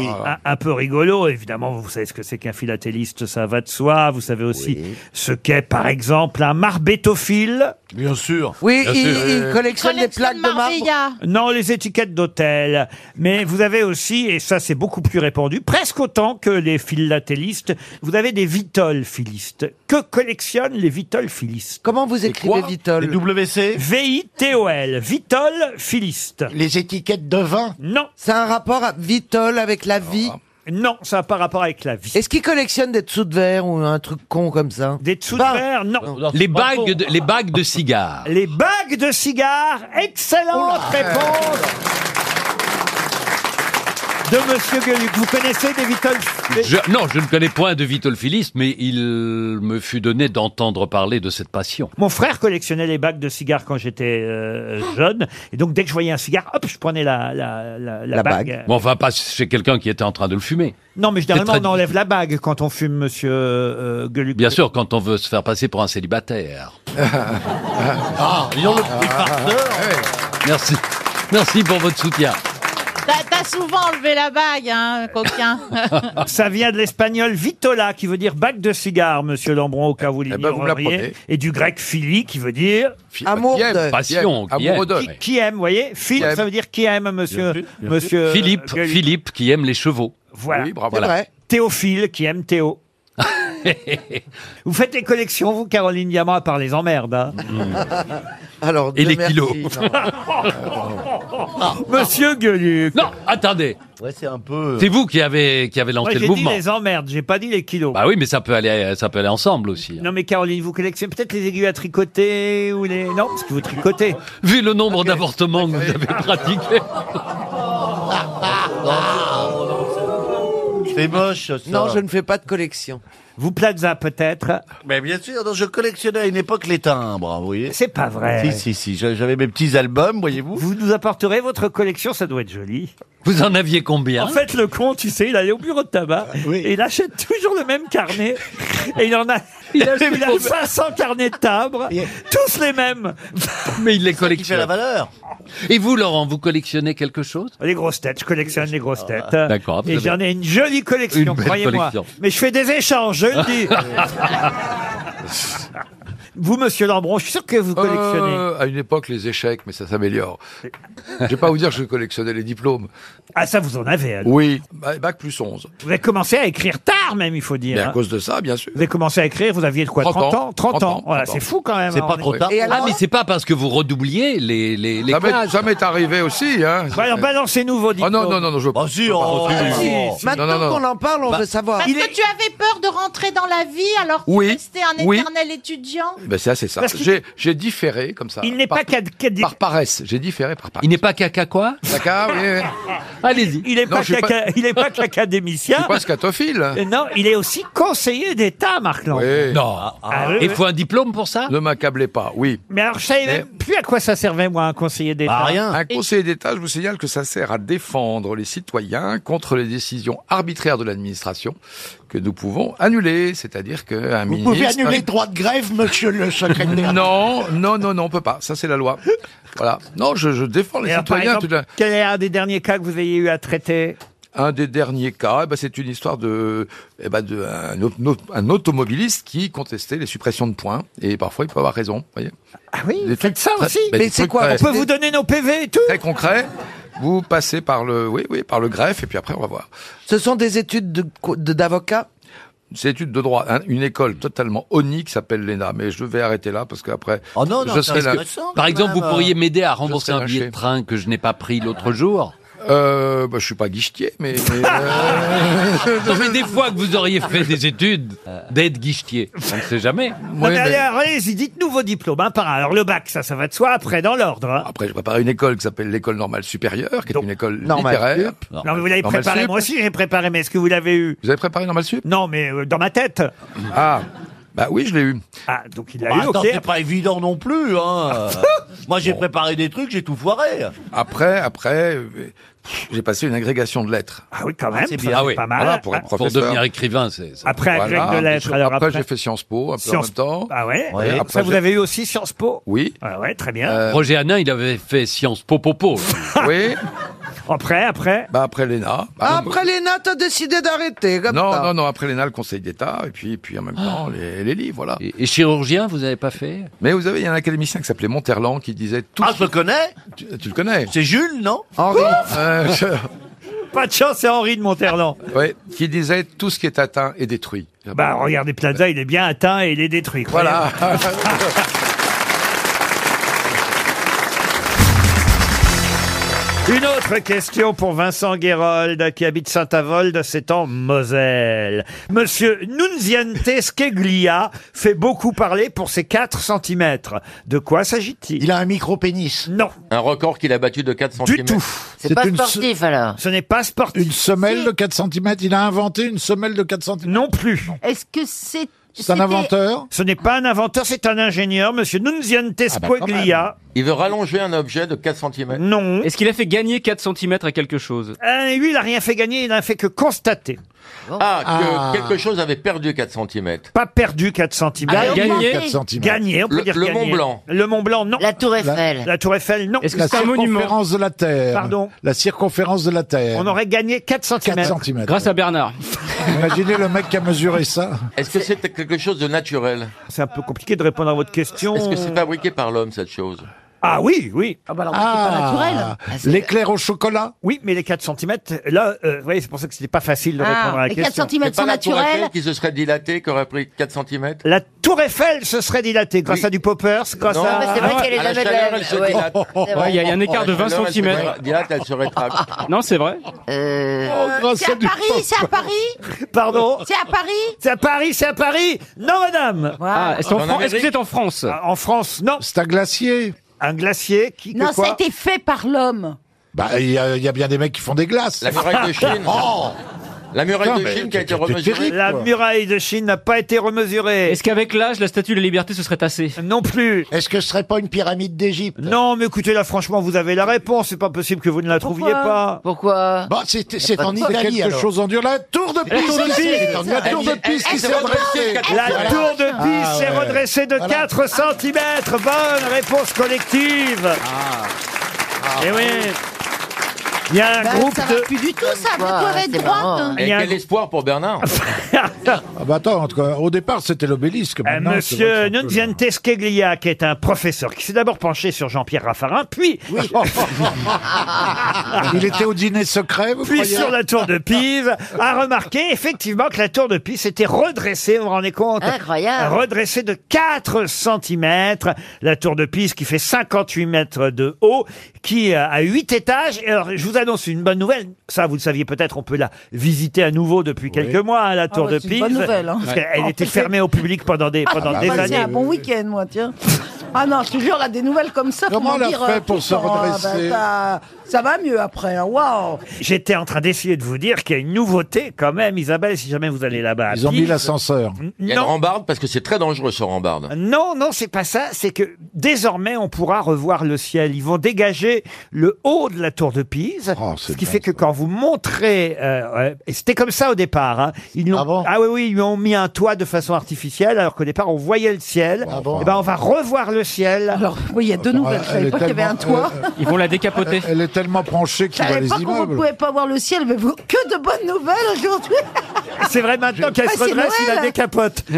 Speaker 1: un, un peu rigolos. Évidemment, vous savez ce que c'est qu'un philatéliste, ça va de soi. Vous savez aussi ce qu'est, par exemple, un marbétophile. Bien sûr.
Speaker 10: Oui, il, il collectionne des plaques de
Speaker 6: Marbella.
Speaker 10: marbre.
Speaker 1: Non, les étiquettes d'hôtel. Mais vous avez aussi, et ça c'est beaucoup plus répandu, presque autant que les philatélistes, vous avez des vitolphilistes. Que collectionnent les vitolphilistes
Speaker 10: Comment vous écrivez Vitol
Speaker 1: WC V-I-T-O-L. Vitolphilistes.
Speaker 5: Les étiquettes de vin
Speaker 1: Non. Ah.
Speaker 10: C'est un rapport à Vitol avec la vie
Speaker 1: Non, ça n'a pas rapport avec la vie.
Speaker 10: Est-ce qu'il collectionne des dessous de verre ou un truc con comme ça Ben,
Speaker 1: Des dessous de verre Non.
Speaker 11: Bah, Les bagues, de, les bagues de cigares.
Speaker 1: Les bagues de cigares. Excellente
Speaker 10: Oh
Speaker 1: réponse de Monsieur Gueluc. Vous connaissez des vitolphilistes
Speaker 11: Je- non, je ne connais point de vitolphilisme, mais il me fut donné d'entendre parler de cette passion.
Speaker 1: Mon frère collectionnait les bagues de cigares quand j'étais euh, jeune. Et donc, dès que je voyais un cigare, hop, je prenais la, la, la, la bague.
Speaker 11: Bon, enfin, pas chez quelqu'un qui était en train de le fumer.
Speaker 1: Non, mais généralement,
Speaker 11: C'est
Speaker 1: on
Speaker 11: très
Speaker 1: enlève la bague quand on fume, monsieur euh, Gueluc.
Speaker 11: Bien sûr, quand on veut se faire passer pour un célibataire.
Speaker 1: ah,
Speaker 11: Merci. Merci pour votre soutien.
Speaker 6: T'as t'as souvent enlevé la bague, hein, coquin.
Speaker 1: Ça vient de l'espagnol vitola, qui veut dire bague de cigare, monsieur Lambron, au cas où vous
Speaker 23: ben, vous me
Speaker 1: l'ignoreriez.
Speaker 23: l'apprenez.
Speaker 1: Et du grec phili, qui veut dire...
Speaker 10: Amour de...
Speaker 11: Passion. Qui aime.
Speaker 1: Qui, qui aime, vous voyez Phil, ça veut dire qui aime, monsieur,
Speaker 11: Bien sûr, bien sûr.
Speaker 1: monsieur euh,
Speaker 11: Philippe,
Speaker 1: Gueluc.
Speaker 11: Philippe qui aime les chevaux.
Speaker 1: Voilà.
Speaker 11: Ah, Voilà.
Speaker 1: Théophile, qui aime Théo. vous faites les collections, vous, Caroline Diamant, à part les emmerdes. hein.
Speaker 11: Mmh.
Speaker 10: Alors,
Speaker 1: Et
Speaker 10: Dieu
Speaker 1: les
Speaker 10: merci,
Speaker 1: kilos.
Speaker 13: Ah.
Speaker 10: non.
Speaker 1: Oh, Monsieur Gueuluc.
Speaker 11: Non, attendez.
Speaker 10: Ouais, c'est un peu.
Speaker 11: C'est vous qui avez, qui avez lancé
Speaker 1: Moi,
Speaker 11: le
Speaker 1: j'ai dit
Speaker 11: mouvement.
Speaker 1: les emmerdes, j'ai pas dit les kilos.
Speaker 11: Bah oui, mais ça peut aller, ça peut aller ensemble aussi.
Speaker 1: Non mais Caroline, vous collectionnez peut-être les aiguilles à tricoter ou les... Non, parce que vous tricotez.
Speaker 11: Vu le nombre d'avortements que vous avez pratiqués.
Speaker 10: C'est moche. Non, je ne fais pas de collection.
Speaker 1: Vous plaza peut-être
Speaker 4: Mais bien sûr, non, je collectionnais à une époque les timbres, vous voyez.
Speaker 1: C'est pas vrai.
Speaker 4: Si, si, si, j'a- j'avais mes petits albums, voyez-vous.
Speaker 1: Vous nous apporterez votre collection, ça doit être joli.
Speaker 11: Vous en aviez combien
Speaker 1: En fait, le con, tu sais, il allait au bureau de tabac et il achète toujours le même carnet. Et il en a, il a, il a 500 carnets de timbres, tous les mêmes.
Speaker 11: Mais il les collectionne.
Speaker 1: la valeur.
Speaker 11: Et vous, Laurent, vous collectionnez quelque chose
Speaker 1: Les grosses têtes, je collectionne les grosses têtes.
Speaker 11: D'accord. vous
Speaker 1: Et
Speaker 11: avez-
Speaker 1: j'en ai une jolie collection,
Speaker 11: Une belle
Speaker 1: croyez-moi.
Speaker 11: collection.
Speaker 1: Mais je fais des échanges, je le dis. vous, monsieur Lambron, je suis sûr que vous collectionnez.
Speaker 28: Euh, à une époque, les échecs, mais ça s'améliore. je vais pas vous dire que je collectionnais les diplômes.
Speaker 1: Ah, ça, vous en avez alors.
Speaker 28: Oui. Ba- Bac plus 11.
Speaker 1: Vous avez commencé à écrire tard, même, il faut dire.
Speaker 28: Mais à
Speaker 1: hein.
Speaker 28: cause de ça, bien sûr.
Speaker 1: Vous avez commencé à écrire, vous aviez de quoi 30 ans 30 ans. Voilà,
Speaker 28: 30
Speaker 1: c'est fou quand même. hein, on est-
Speaker 11: Ah, mais c'est pas parce que vous redoubliez les, les, les
Speaker 28: ça m'est,
Speaker 11: classes.
Speaker 28: ça m'est arrivé aussi, hein.
Speaker 1: Bah alors balancez-nous vos
Speaker 28: Ah non, non, non, non, je veux pas. je veux pas
Speaker 11: oh,
Speaker 28: continuer.
Speaker 11: si, si.
Speaker 28: Non, non, non.
Speaker 10: Maintenant qu'on en parle, on
Speaker 28: Bah,
Speaker 10: veut savoir.
Speaker 6: Parce que tu avais peur de rentrer dans la vie alors que
Speaker 28: Oui,
Speaker 6: tu restais un
Speaker 28: oui.
Speaker 6: éternel étudiant.
Speaker 28: Ben c'est assez ça.
Speaker 6: Parce qu'il-
Speaker 28: J'ai, j'ai différé comme ça.
Speaker 6: Il n'est
Speaker 28: Par-
Speaker 6: pas qu'à-
Speaker 28: Par paresse. J'ai différé par paresse.
Speaker 11: Il n'est pas caca quoi
Speaker 28: Caca, oui,
Speaker 11: Allez-y.
Speaker 1: Il n'est
Speaker 28: Non,
Speaker 1: pas,
Speaker 28: je suis
Speaker 1: qu'aca-
Speaker 28: pas-
Speaker 1: il est pas que
Speaker 28: Je
Speaker 1: l'académicien.
Speaker 28: suis pas scatophile.
Speaker 1: Euh, Non, il est aussi conseiller d'État, Marc Lambron.
Speaker 28: Non.
Speaker 1: Ah, oui,
Speaker 11: Il
Speaker 1: oui.
Speaker 11: faut un diplôme pour ça
Speaker 28: Ne m'accablez pas, oui.
Speaker 1: Mais alors, je savais
Speaker 28: Mais-
Speaker 1: même plus à quoi ça servait, moi, un conseiller d'État.
Speaker 28: Un conseiller d'État, je vous signale que ça sert à défendre les citoyens contre les décisions arbitraires de l'administration que nous pouvons annuler. C'est-à-dire qu'un
Speaker 27: Vous
Speaker 28: ministre...
Speaker 27: pouvez annuler le droit de grève, monsieur le secrétaire.
Speaker 28: Non, non, non, non, on peut pas. Ça, c'est la loi. Voilà. Non, je, je défends les
Speaker 1: Et alors, par
Speaker 28: citoyens.
Speaker 1: exemple,
Speaker 28: tout à-
Speaker 1: Quel est un des derniers cas que vous ayez eu à traiter
Speaker 28: Un des derniers cas, eh ben, c'est une histoire de, eh ben, de un, au- no- un automobiliste qui contestait les suppressions de points. Et parfois, il peut avoir raison. Voyez.
Speaker 1: Ah oui, vous faites ça aussi
Speaker 28: des trucs
Speaker 1: On
Speaker 28: très-
Speaker 1: peut vous donner nos PV et tout
Speaker 28: Très concret. Vous passez par le, oui, oui, par le greffe, et puis après, on va voir.
Speaker 10: Ce sont des études de co- de- d'avocat
Speaker 28: C'est étude de droit, hein, une école totalement oni qui s'appelle l'ENA, mais je vais arrêter là parce qu'après,
Speaker 11: non,
Speaker 28: je
Speaker 11: c'est
Speaker 28: serai là.
Speaker 11: intéressant, Par quand exemple, même. vous pourriez m'aider à rembourser un billet de train que je n'ai pas pris l'autre jour
Speaker 28: euh, bah, Je suis pas guichetier, mais... mais, euh,
Speaker 11: Non, mais des fois que vous auriez fait des études d'être guichetier, on ne sait jamais.
Speaker 1: Non, mais allez, Allez-y, dites-nous vos diplômes, un par un. Alors, le bac, ça, ça va de soi, après, dans l'ordre. hein.
Speaker 28: Après, je préparais une école qui s'appelle l'école normale supérieure, qui est une école
Speaker 1: Normale
Speaker 28: littéraire.
Speaker 1: Non, mais vous l'avez
Speaker 28: Normale
Speaker 1: préparé,
Speaker 28: sup.
Speaker 1: moi aussi j'ai préparé, mais est-ce que vous l'avez eu
Speaker 28: Vous avez préparé Normal Sup
Speaker 1: Non, mais euh, dans ma tête.
Speaker 28: Ah, bah oui, je l'ai eu.
Speaker 1: Ah, donc il l'a
Speaker 4: Bah,
Speaker 1: eu,
Speaker 4: attends,
Speaker 1: ok.
Speaker 4: c'est pas évident non plus, hein. Moi, j'ai préparé des trucs, j'ai tout foiré.
Speaker 28: Après, après, euh, j'ai passé une agrégation de lettres.
Speaker 1: Ah oui, quand même,
Speaker 4: c'est
Speaker 1: ça,
Speaker 4: bien.
Speaker 1: c'est
Speaker 4: Ah oui,
Speaker 1: pas mal.
Speaker 28: Voilà, pour être
Speaker 11: Pour
Speaker 28: professeur.
Speaker 11: devenir écrivain, c'est... c'est-
Speaker 1: Après, agrègue de lettres, alors
Speaker 28: après,
Speaker 1: après-
Speaker 28: j'ai fait Sciences Po, un peu
Speaker 1: Sciences-
Speaker 28: en même temps.
Speaker 1: Ah ouais,
Speaker 28: Et après,
Speaker 1: Ça, vous
Speaker 28: j'ai-
Speaker 1: avez eu aussi Sciences Po
Speaker 28: Oui. Euh,
Speaker 1: Ah ouais, très bien.
Speaker 11: Roger Hanin, il avait fait Sciences Popopo.
Speaker 28: oui.
Speaker 1: Après, après
Speaker 28: Bah après l'ENA.
Speaker 10: Ah,
Speaker 28: Bah,
Speaker 10: Après l'ENA, t'as décidé d'arrêter, comme
Speaker 28: non,
Speaker 10: ça.
Speaker 28: non, non, après l'ENA, le Conseil d'État, et puis, et puis en même temps, les, les livres, voilà.
Speaker 11: Et, chirurgien, vous n'avez pas fait
Speaker 28: Mais vous avez, il y a un académicien qui s'appelait Monterland qui disait tout. Ah,
Speaker 4: je le connais
Speaker 28: tu, tu le connais
Speaker 4: C'est Jules, non
Speaker 28: Henri. Euh,
Speaker 1: Pas de chance, c'est Henri de Monterland.
Speaker 28: Oui, qui disait tout ce qui est atteint est détruit.
Speaker 1: Bah, regardez Plaza, il est bien atteint et il est détruit.
Speaker 28: Voilà.
Speaker 1: Une autre question pour Vincent Guérold, qui habite Saint-Avold, c'est en Moselle. Monsieur Nunziante Skeglia fait beaucoup parler pour ses 4 cm. De quoi s'agit-il Il
Speaker 27: a un micro-pénis.
Speaker 1: Non.
Speaker 19: Un record qu'il a battu de 4 cm.
Speaker 1: Du tout. alors. Ce n'est pas sportif.
Speaker 3: Une semelle de 4 cm. Il a inventé une semelle de 4 cm.
Speaker 1: Non plus.
Speaker 27: Est-ce que c'est. C'est un inventeur
Speaker 1: Ce n'est pas un inventeur, c'est un ingénieur, monsieur Nunziante
Speaker 19: Ah bah quand
Speaker 1: Skeglia.
Speaker 19: Il veut rallonger un objet de 4 cm.
Speaker 1: Non.
Speaker 13: Est-ce qu'il a fait gagner 4 cm à quelque chose
Speaker 1: Euh, lui, il n'a rien fait gagner, il n'a fait que constater.
Speaker 19: Ah, que
Speaker 1: Ah.
Speaker 19: quelque chose avait perdu 4 cm.
Speaker 1: Pas perdu 4 cm.
Speaker 19: Ah, Gagné gagné. 4 centimètres.
Speaker 1: Gagné, on peut
Speaker 19: Le-
Speaker 1: dire
Speaker 19: le
Speaker 1: gagné.
Speaker 19: Mont Blanc.
Speaker 1: Le Mont Blanc, non. La Tour
Speaker 27: Eiffel.
Speaker 1: La, Tour Eiffel, non.
Speaker 3: La circonférence de la Terre.
Speaker 1: Pardon.
Speaker 3: La circonférence de la Terre.
Speaker 1: On aurait gagné 4 cm.
Speaker 3: 4 cm.
Speaker 13: Grâce à Bernard.
Speaker 3: Imaginez le mec qui a mesuré ça.
Speaker 19: Est-ce que c'était quelque chose de naturel
Speaker 1: C'est un peu compliqué de répondre à votre question.
Speaker 19: Est-ce que c'est fabriqué par l'homme, cette chose
Speaker 1: Ah oui, oui. Ah,
Speaker 3: Ah, l'éclair au chocolat
Speaker 1: Oui, mais les 4 cm, là, euh, vous voyez, c'est pour ça que c'était pas facile de
Speaker 19: Ah,
Speaker 1: répondre à la
Speaker 19: les 4
Speaker 1: question.
Speaker 19: C'est pas la tour Eiffel qui se serait dilatée, qui aurait pris 4 cm
Speaker 1: La tour Eiffel se serait dilatée grâce à du poppers, grâce
Speaker 19: Non,
Speaker 1: à... Ah,
Speaker 19: mais c'est vrai qu'elle est
Speaker 1: à
Speaker 19: jamais de la- ouais. C'est vrai.
Speaker 1: Ouais, il y a- il y a un écart de 20
Speaker 19: Alors, elle se
Speaker 1: centimètres.
Speaker 19: serait dilate, elle se rétracte. Euh,
Speaker 1: Non, c'est vrai. Oh,
Speaker 12: c'est à Paris, c'est à Paris
Speaker 1: Pardon
Speaker 12: C'est à Paris
Speaker 1: C'est à Paris, c'est à Paris Non, madame
Speaker 12: Ah, est-ce qu'en En Fran- est-ce que Amérique c'est
Speaker 1: en France Ah, En France, non.
Speaker 3: C'est un glacier
Speaker 1: Un glacier qui...
Speaker 7: Non, ça a été fait par l'homme.
Speaker 3: Bah, il y, a- il y a bien des mecs qui font des glaces.
Speaker 1: La muraille de Chine.
Speaker 3: Oh
Speaker 19: La
Speaker 3: muraille Putain, de mais Chine qui a été t'es- t'es remesurée. terrible,
Speaker 1: La
Speaker 3: quoi.
Speaker 1: muraille de Chine n'a pas été remesurée.
Speaker 13: Est-ce qu'avec l'âge, la statue de la liberté se serait tassée
Speaker 1: Non plus.
Speaker 27: Est-ce que ce serait pas une pyramide d'Égypte
Speaker 1: Non, mais écoutez, là, franchement, vous avez la réponse. C'est pas possible que vous ne la trouviez pas.
Speaker 27: Pourquoi Bah, c'est c'est en Italie.
Speaker 1: quelque
Speaker 27: alors.
Speaker 1: chose
Speaker 3: en dur. La tour de
Speaker 27: La tour de
Speaker 3: Pise,
Speaker 27: Pise.
Speaker 3: c'est- la tour de Pise qui s'est redressée.
Speaker 1: La tour de Pise
Speaker 27: Ah,
Speaker 1: s'est
Speaker 27: ouais.
Speaker 1: redressée de
Speaker 3: Ah.
Speaker 1: 4 cm. Bonne réponse collective.
Speaker 3: Ah.
Speaker 1: Eh oui. Il y a un
Speaker 19: Bah,
Speaker 1: groupe
Speaker 19: ça va
Speaker 1: de.
Speaker 19: plus
Speaker 7: du tout,
Speaker 13: Ah,
Speaker 19: ça, plutôt elle est droite, hein. Et
Speaker 1: Il y a un
Speaker 19: quel espoir pour Bernard
Speaker 3: Ah bah attends, en tout cas, au départ, c'était l'obélisque.
Speaker 1: Euh,
Speaker 3: maintenant, c'est vrai
Speaker 1: Monsieur Nunziante Skeglia, qui est un professeur, qui s'est d'abord penché sur Jean-Pierre Raffarin, puis,
Speaker 3: que- Il était au dîner secret, vous
Speaker 1: puis
Speaker 3: croyez
Speaker 1: sur la tour de Pise, a remarqué effectivement que la tour de Pise était redressée, vous vous rendez compte
Speaker 12: Incroyable.
Speaker 1: Redressée de 4 cm, la tour de Pise qui fait 58 mètres de haut, qui euh, a 8 étages. Et alors, je vous annonce une bonne nouvelle, ça vous le saviez peut-être, on peut la visiter à nouveau depuis quelques mois, hein, la tour
Speaker 7: ouais,
Speaker 1: de
Speaker 7: c'est
Speaker 1: Pise.
Speaker 7: une bonne nouvelle, hein.
Speaker 1: Parce
Speaker 7: Ouais.
Speaker 1: qu'elle
Speaker 7: Oh,
Speaker 1: était
Speaker 7: c'est-
Speaker 1: fermée au public pendant des, pendant
Speaker 7: Ah,
Speaker 1: des
Speaker 7: bah,
Speaker 1: années.
Speaker 7: C'est un bon week-end, moi, tiens. Ah non, je te jure, là, des nouvelles comme ça.
Speaker 3: Comment
Speaker 7: comment
Speaker 3: elle a
Speaker 7: dire,
Speaker 3: fait
Speaker 7: euh,
Speaker 3: pour
Speaker 7: tout
Speaker 3: se
Speaker 7: le temps, hein,
Speaker 3: redresser
Speaker 7: bah, ça, ça va mieux après, hein. waouh
Speaker 1: J'étais en train d'essayer de vous dire qu'il y a une nouveauté quand même, Isabelle, si jamais vous allez là-bas. à
Speaker 3: Ils ont mis
Speaker 1: Pise.
Speaker 3: l'ascenseur.
Speaker 19: Il y a une rambarde parce que c'est très dangereux ce rambarde.
Speaker 1: Euh, Non, non, c'est pas ça. C'est que désormais, on pourra revoir le ciel. Ils vont dégager le haut de la tour de Pise. ce qui fait que quand vous montrez, euh, ouais, et c'était comme ça au départ. hein, ils l'ont- ah, oui, oui, ils lui ont mis un toit de façon artificielle, alors qu'au départ, on voyait le ciel. Eh ben, on va revoir le ciel. Alors,
Speaker 7: oui, il y
Speaker 3: Ah,
Speaker 7: a deux nouvelles. Je savais pas qu'il y avait Oh, un toit.
Speaker 13: Ils vont la décapoter.
Speaker 3: euh, Elle est tellement penchée
Speaker 7: Je
Speaker 3: qu'il voit
Speaker 7: savais
Speaker 3: les
Speaker 7: pas qu'on ne
Speaker 3: immeubles.
Speaker 7: pouvait pas voir le ciel, mais vous- que de bonnes nouvelles aujourd'hui
Speaker 1: C'est vrai, maintenant qu'elle
Speaker 7: Ah,
Speaker 1: se
Speaker 7: c'est
Speaker 1: redresse, il la
Speaker 7: Noël.
Speaker 1: décapote.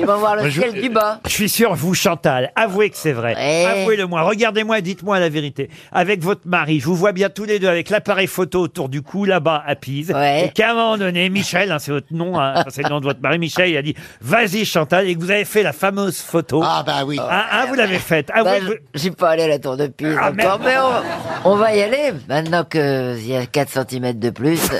Speaker 12: Ils vont voir le Mais je- ciel du bas.
Speaker 1: Je suis sûr, vous, Chantal, avouez que c'est vrai. Avouez-le moi. Regardez-moi et dites-moi la vérité. Avec votre mari, je vous vois bien tous les deux avec l'appareil photo autour du cou, là-bas, à Pise. Et qu'à un moment donné, Michel, hein, c'est votre nom, hein, c'est le nom de votre mari, Michel, il a dit, vas-y, Chantal, et que vous avez fait la fameuse photo. Ah, bah oui. Ah, ah, vous l'avez faite. Ah,
Speaker 12: Bah,
Speaker 1: oui,
Speaker 12: je-
Speaker 1: vous-
Speaker 12: J'ai pas allé à la tour de Pise
Speaker 1: Ah,
Speaker 12: encore,
Speaker 1: merde.
Speaker 12: mais euh, on, on va y aller. Maintenant qu'il y a 4 cm de plus.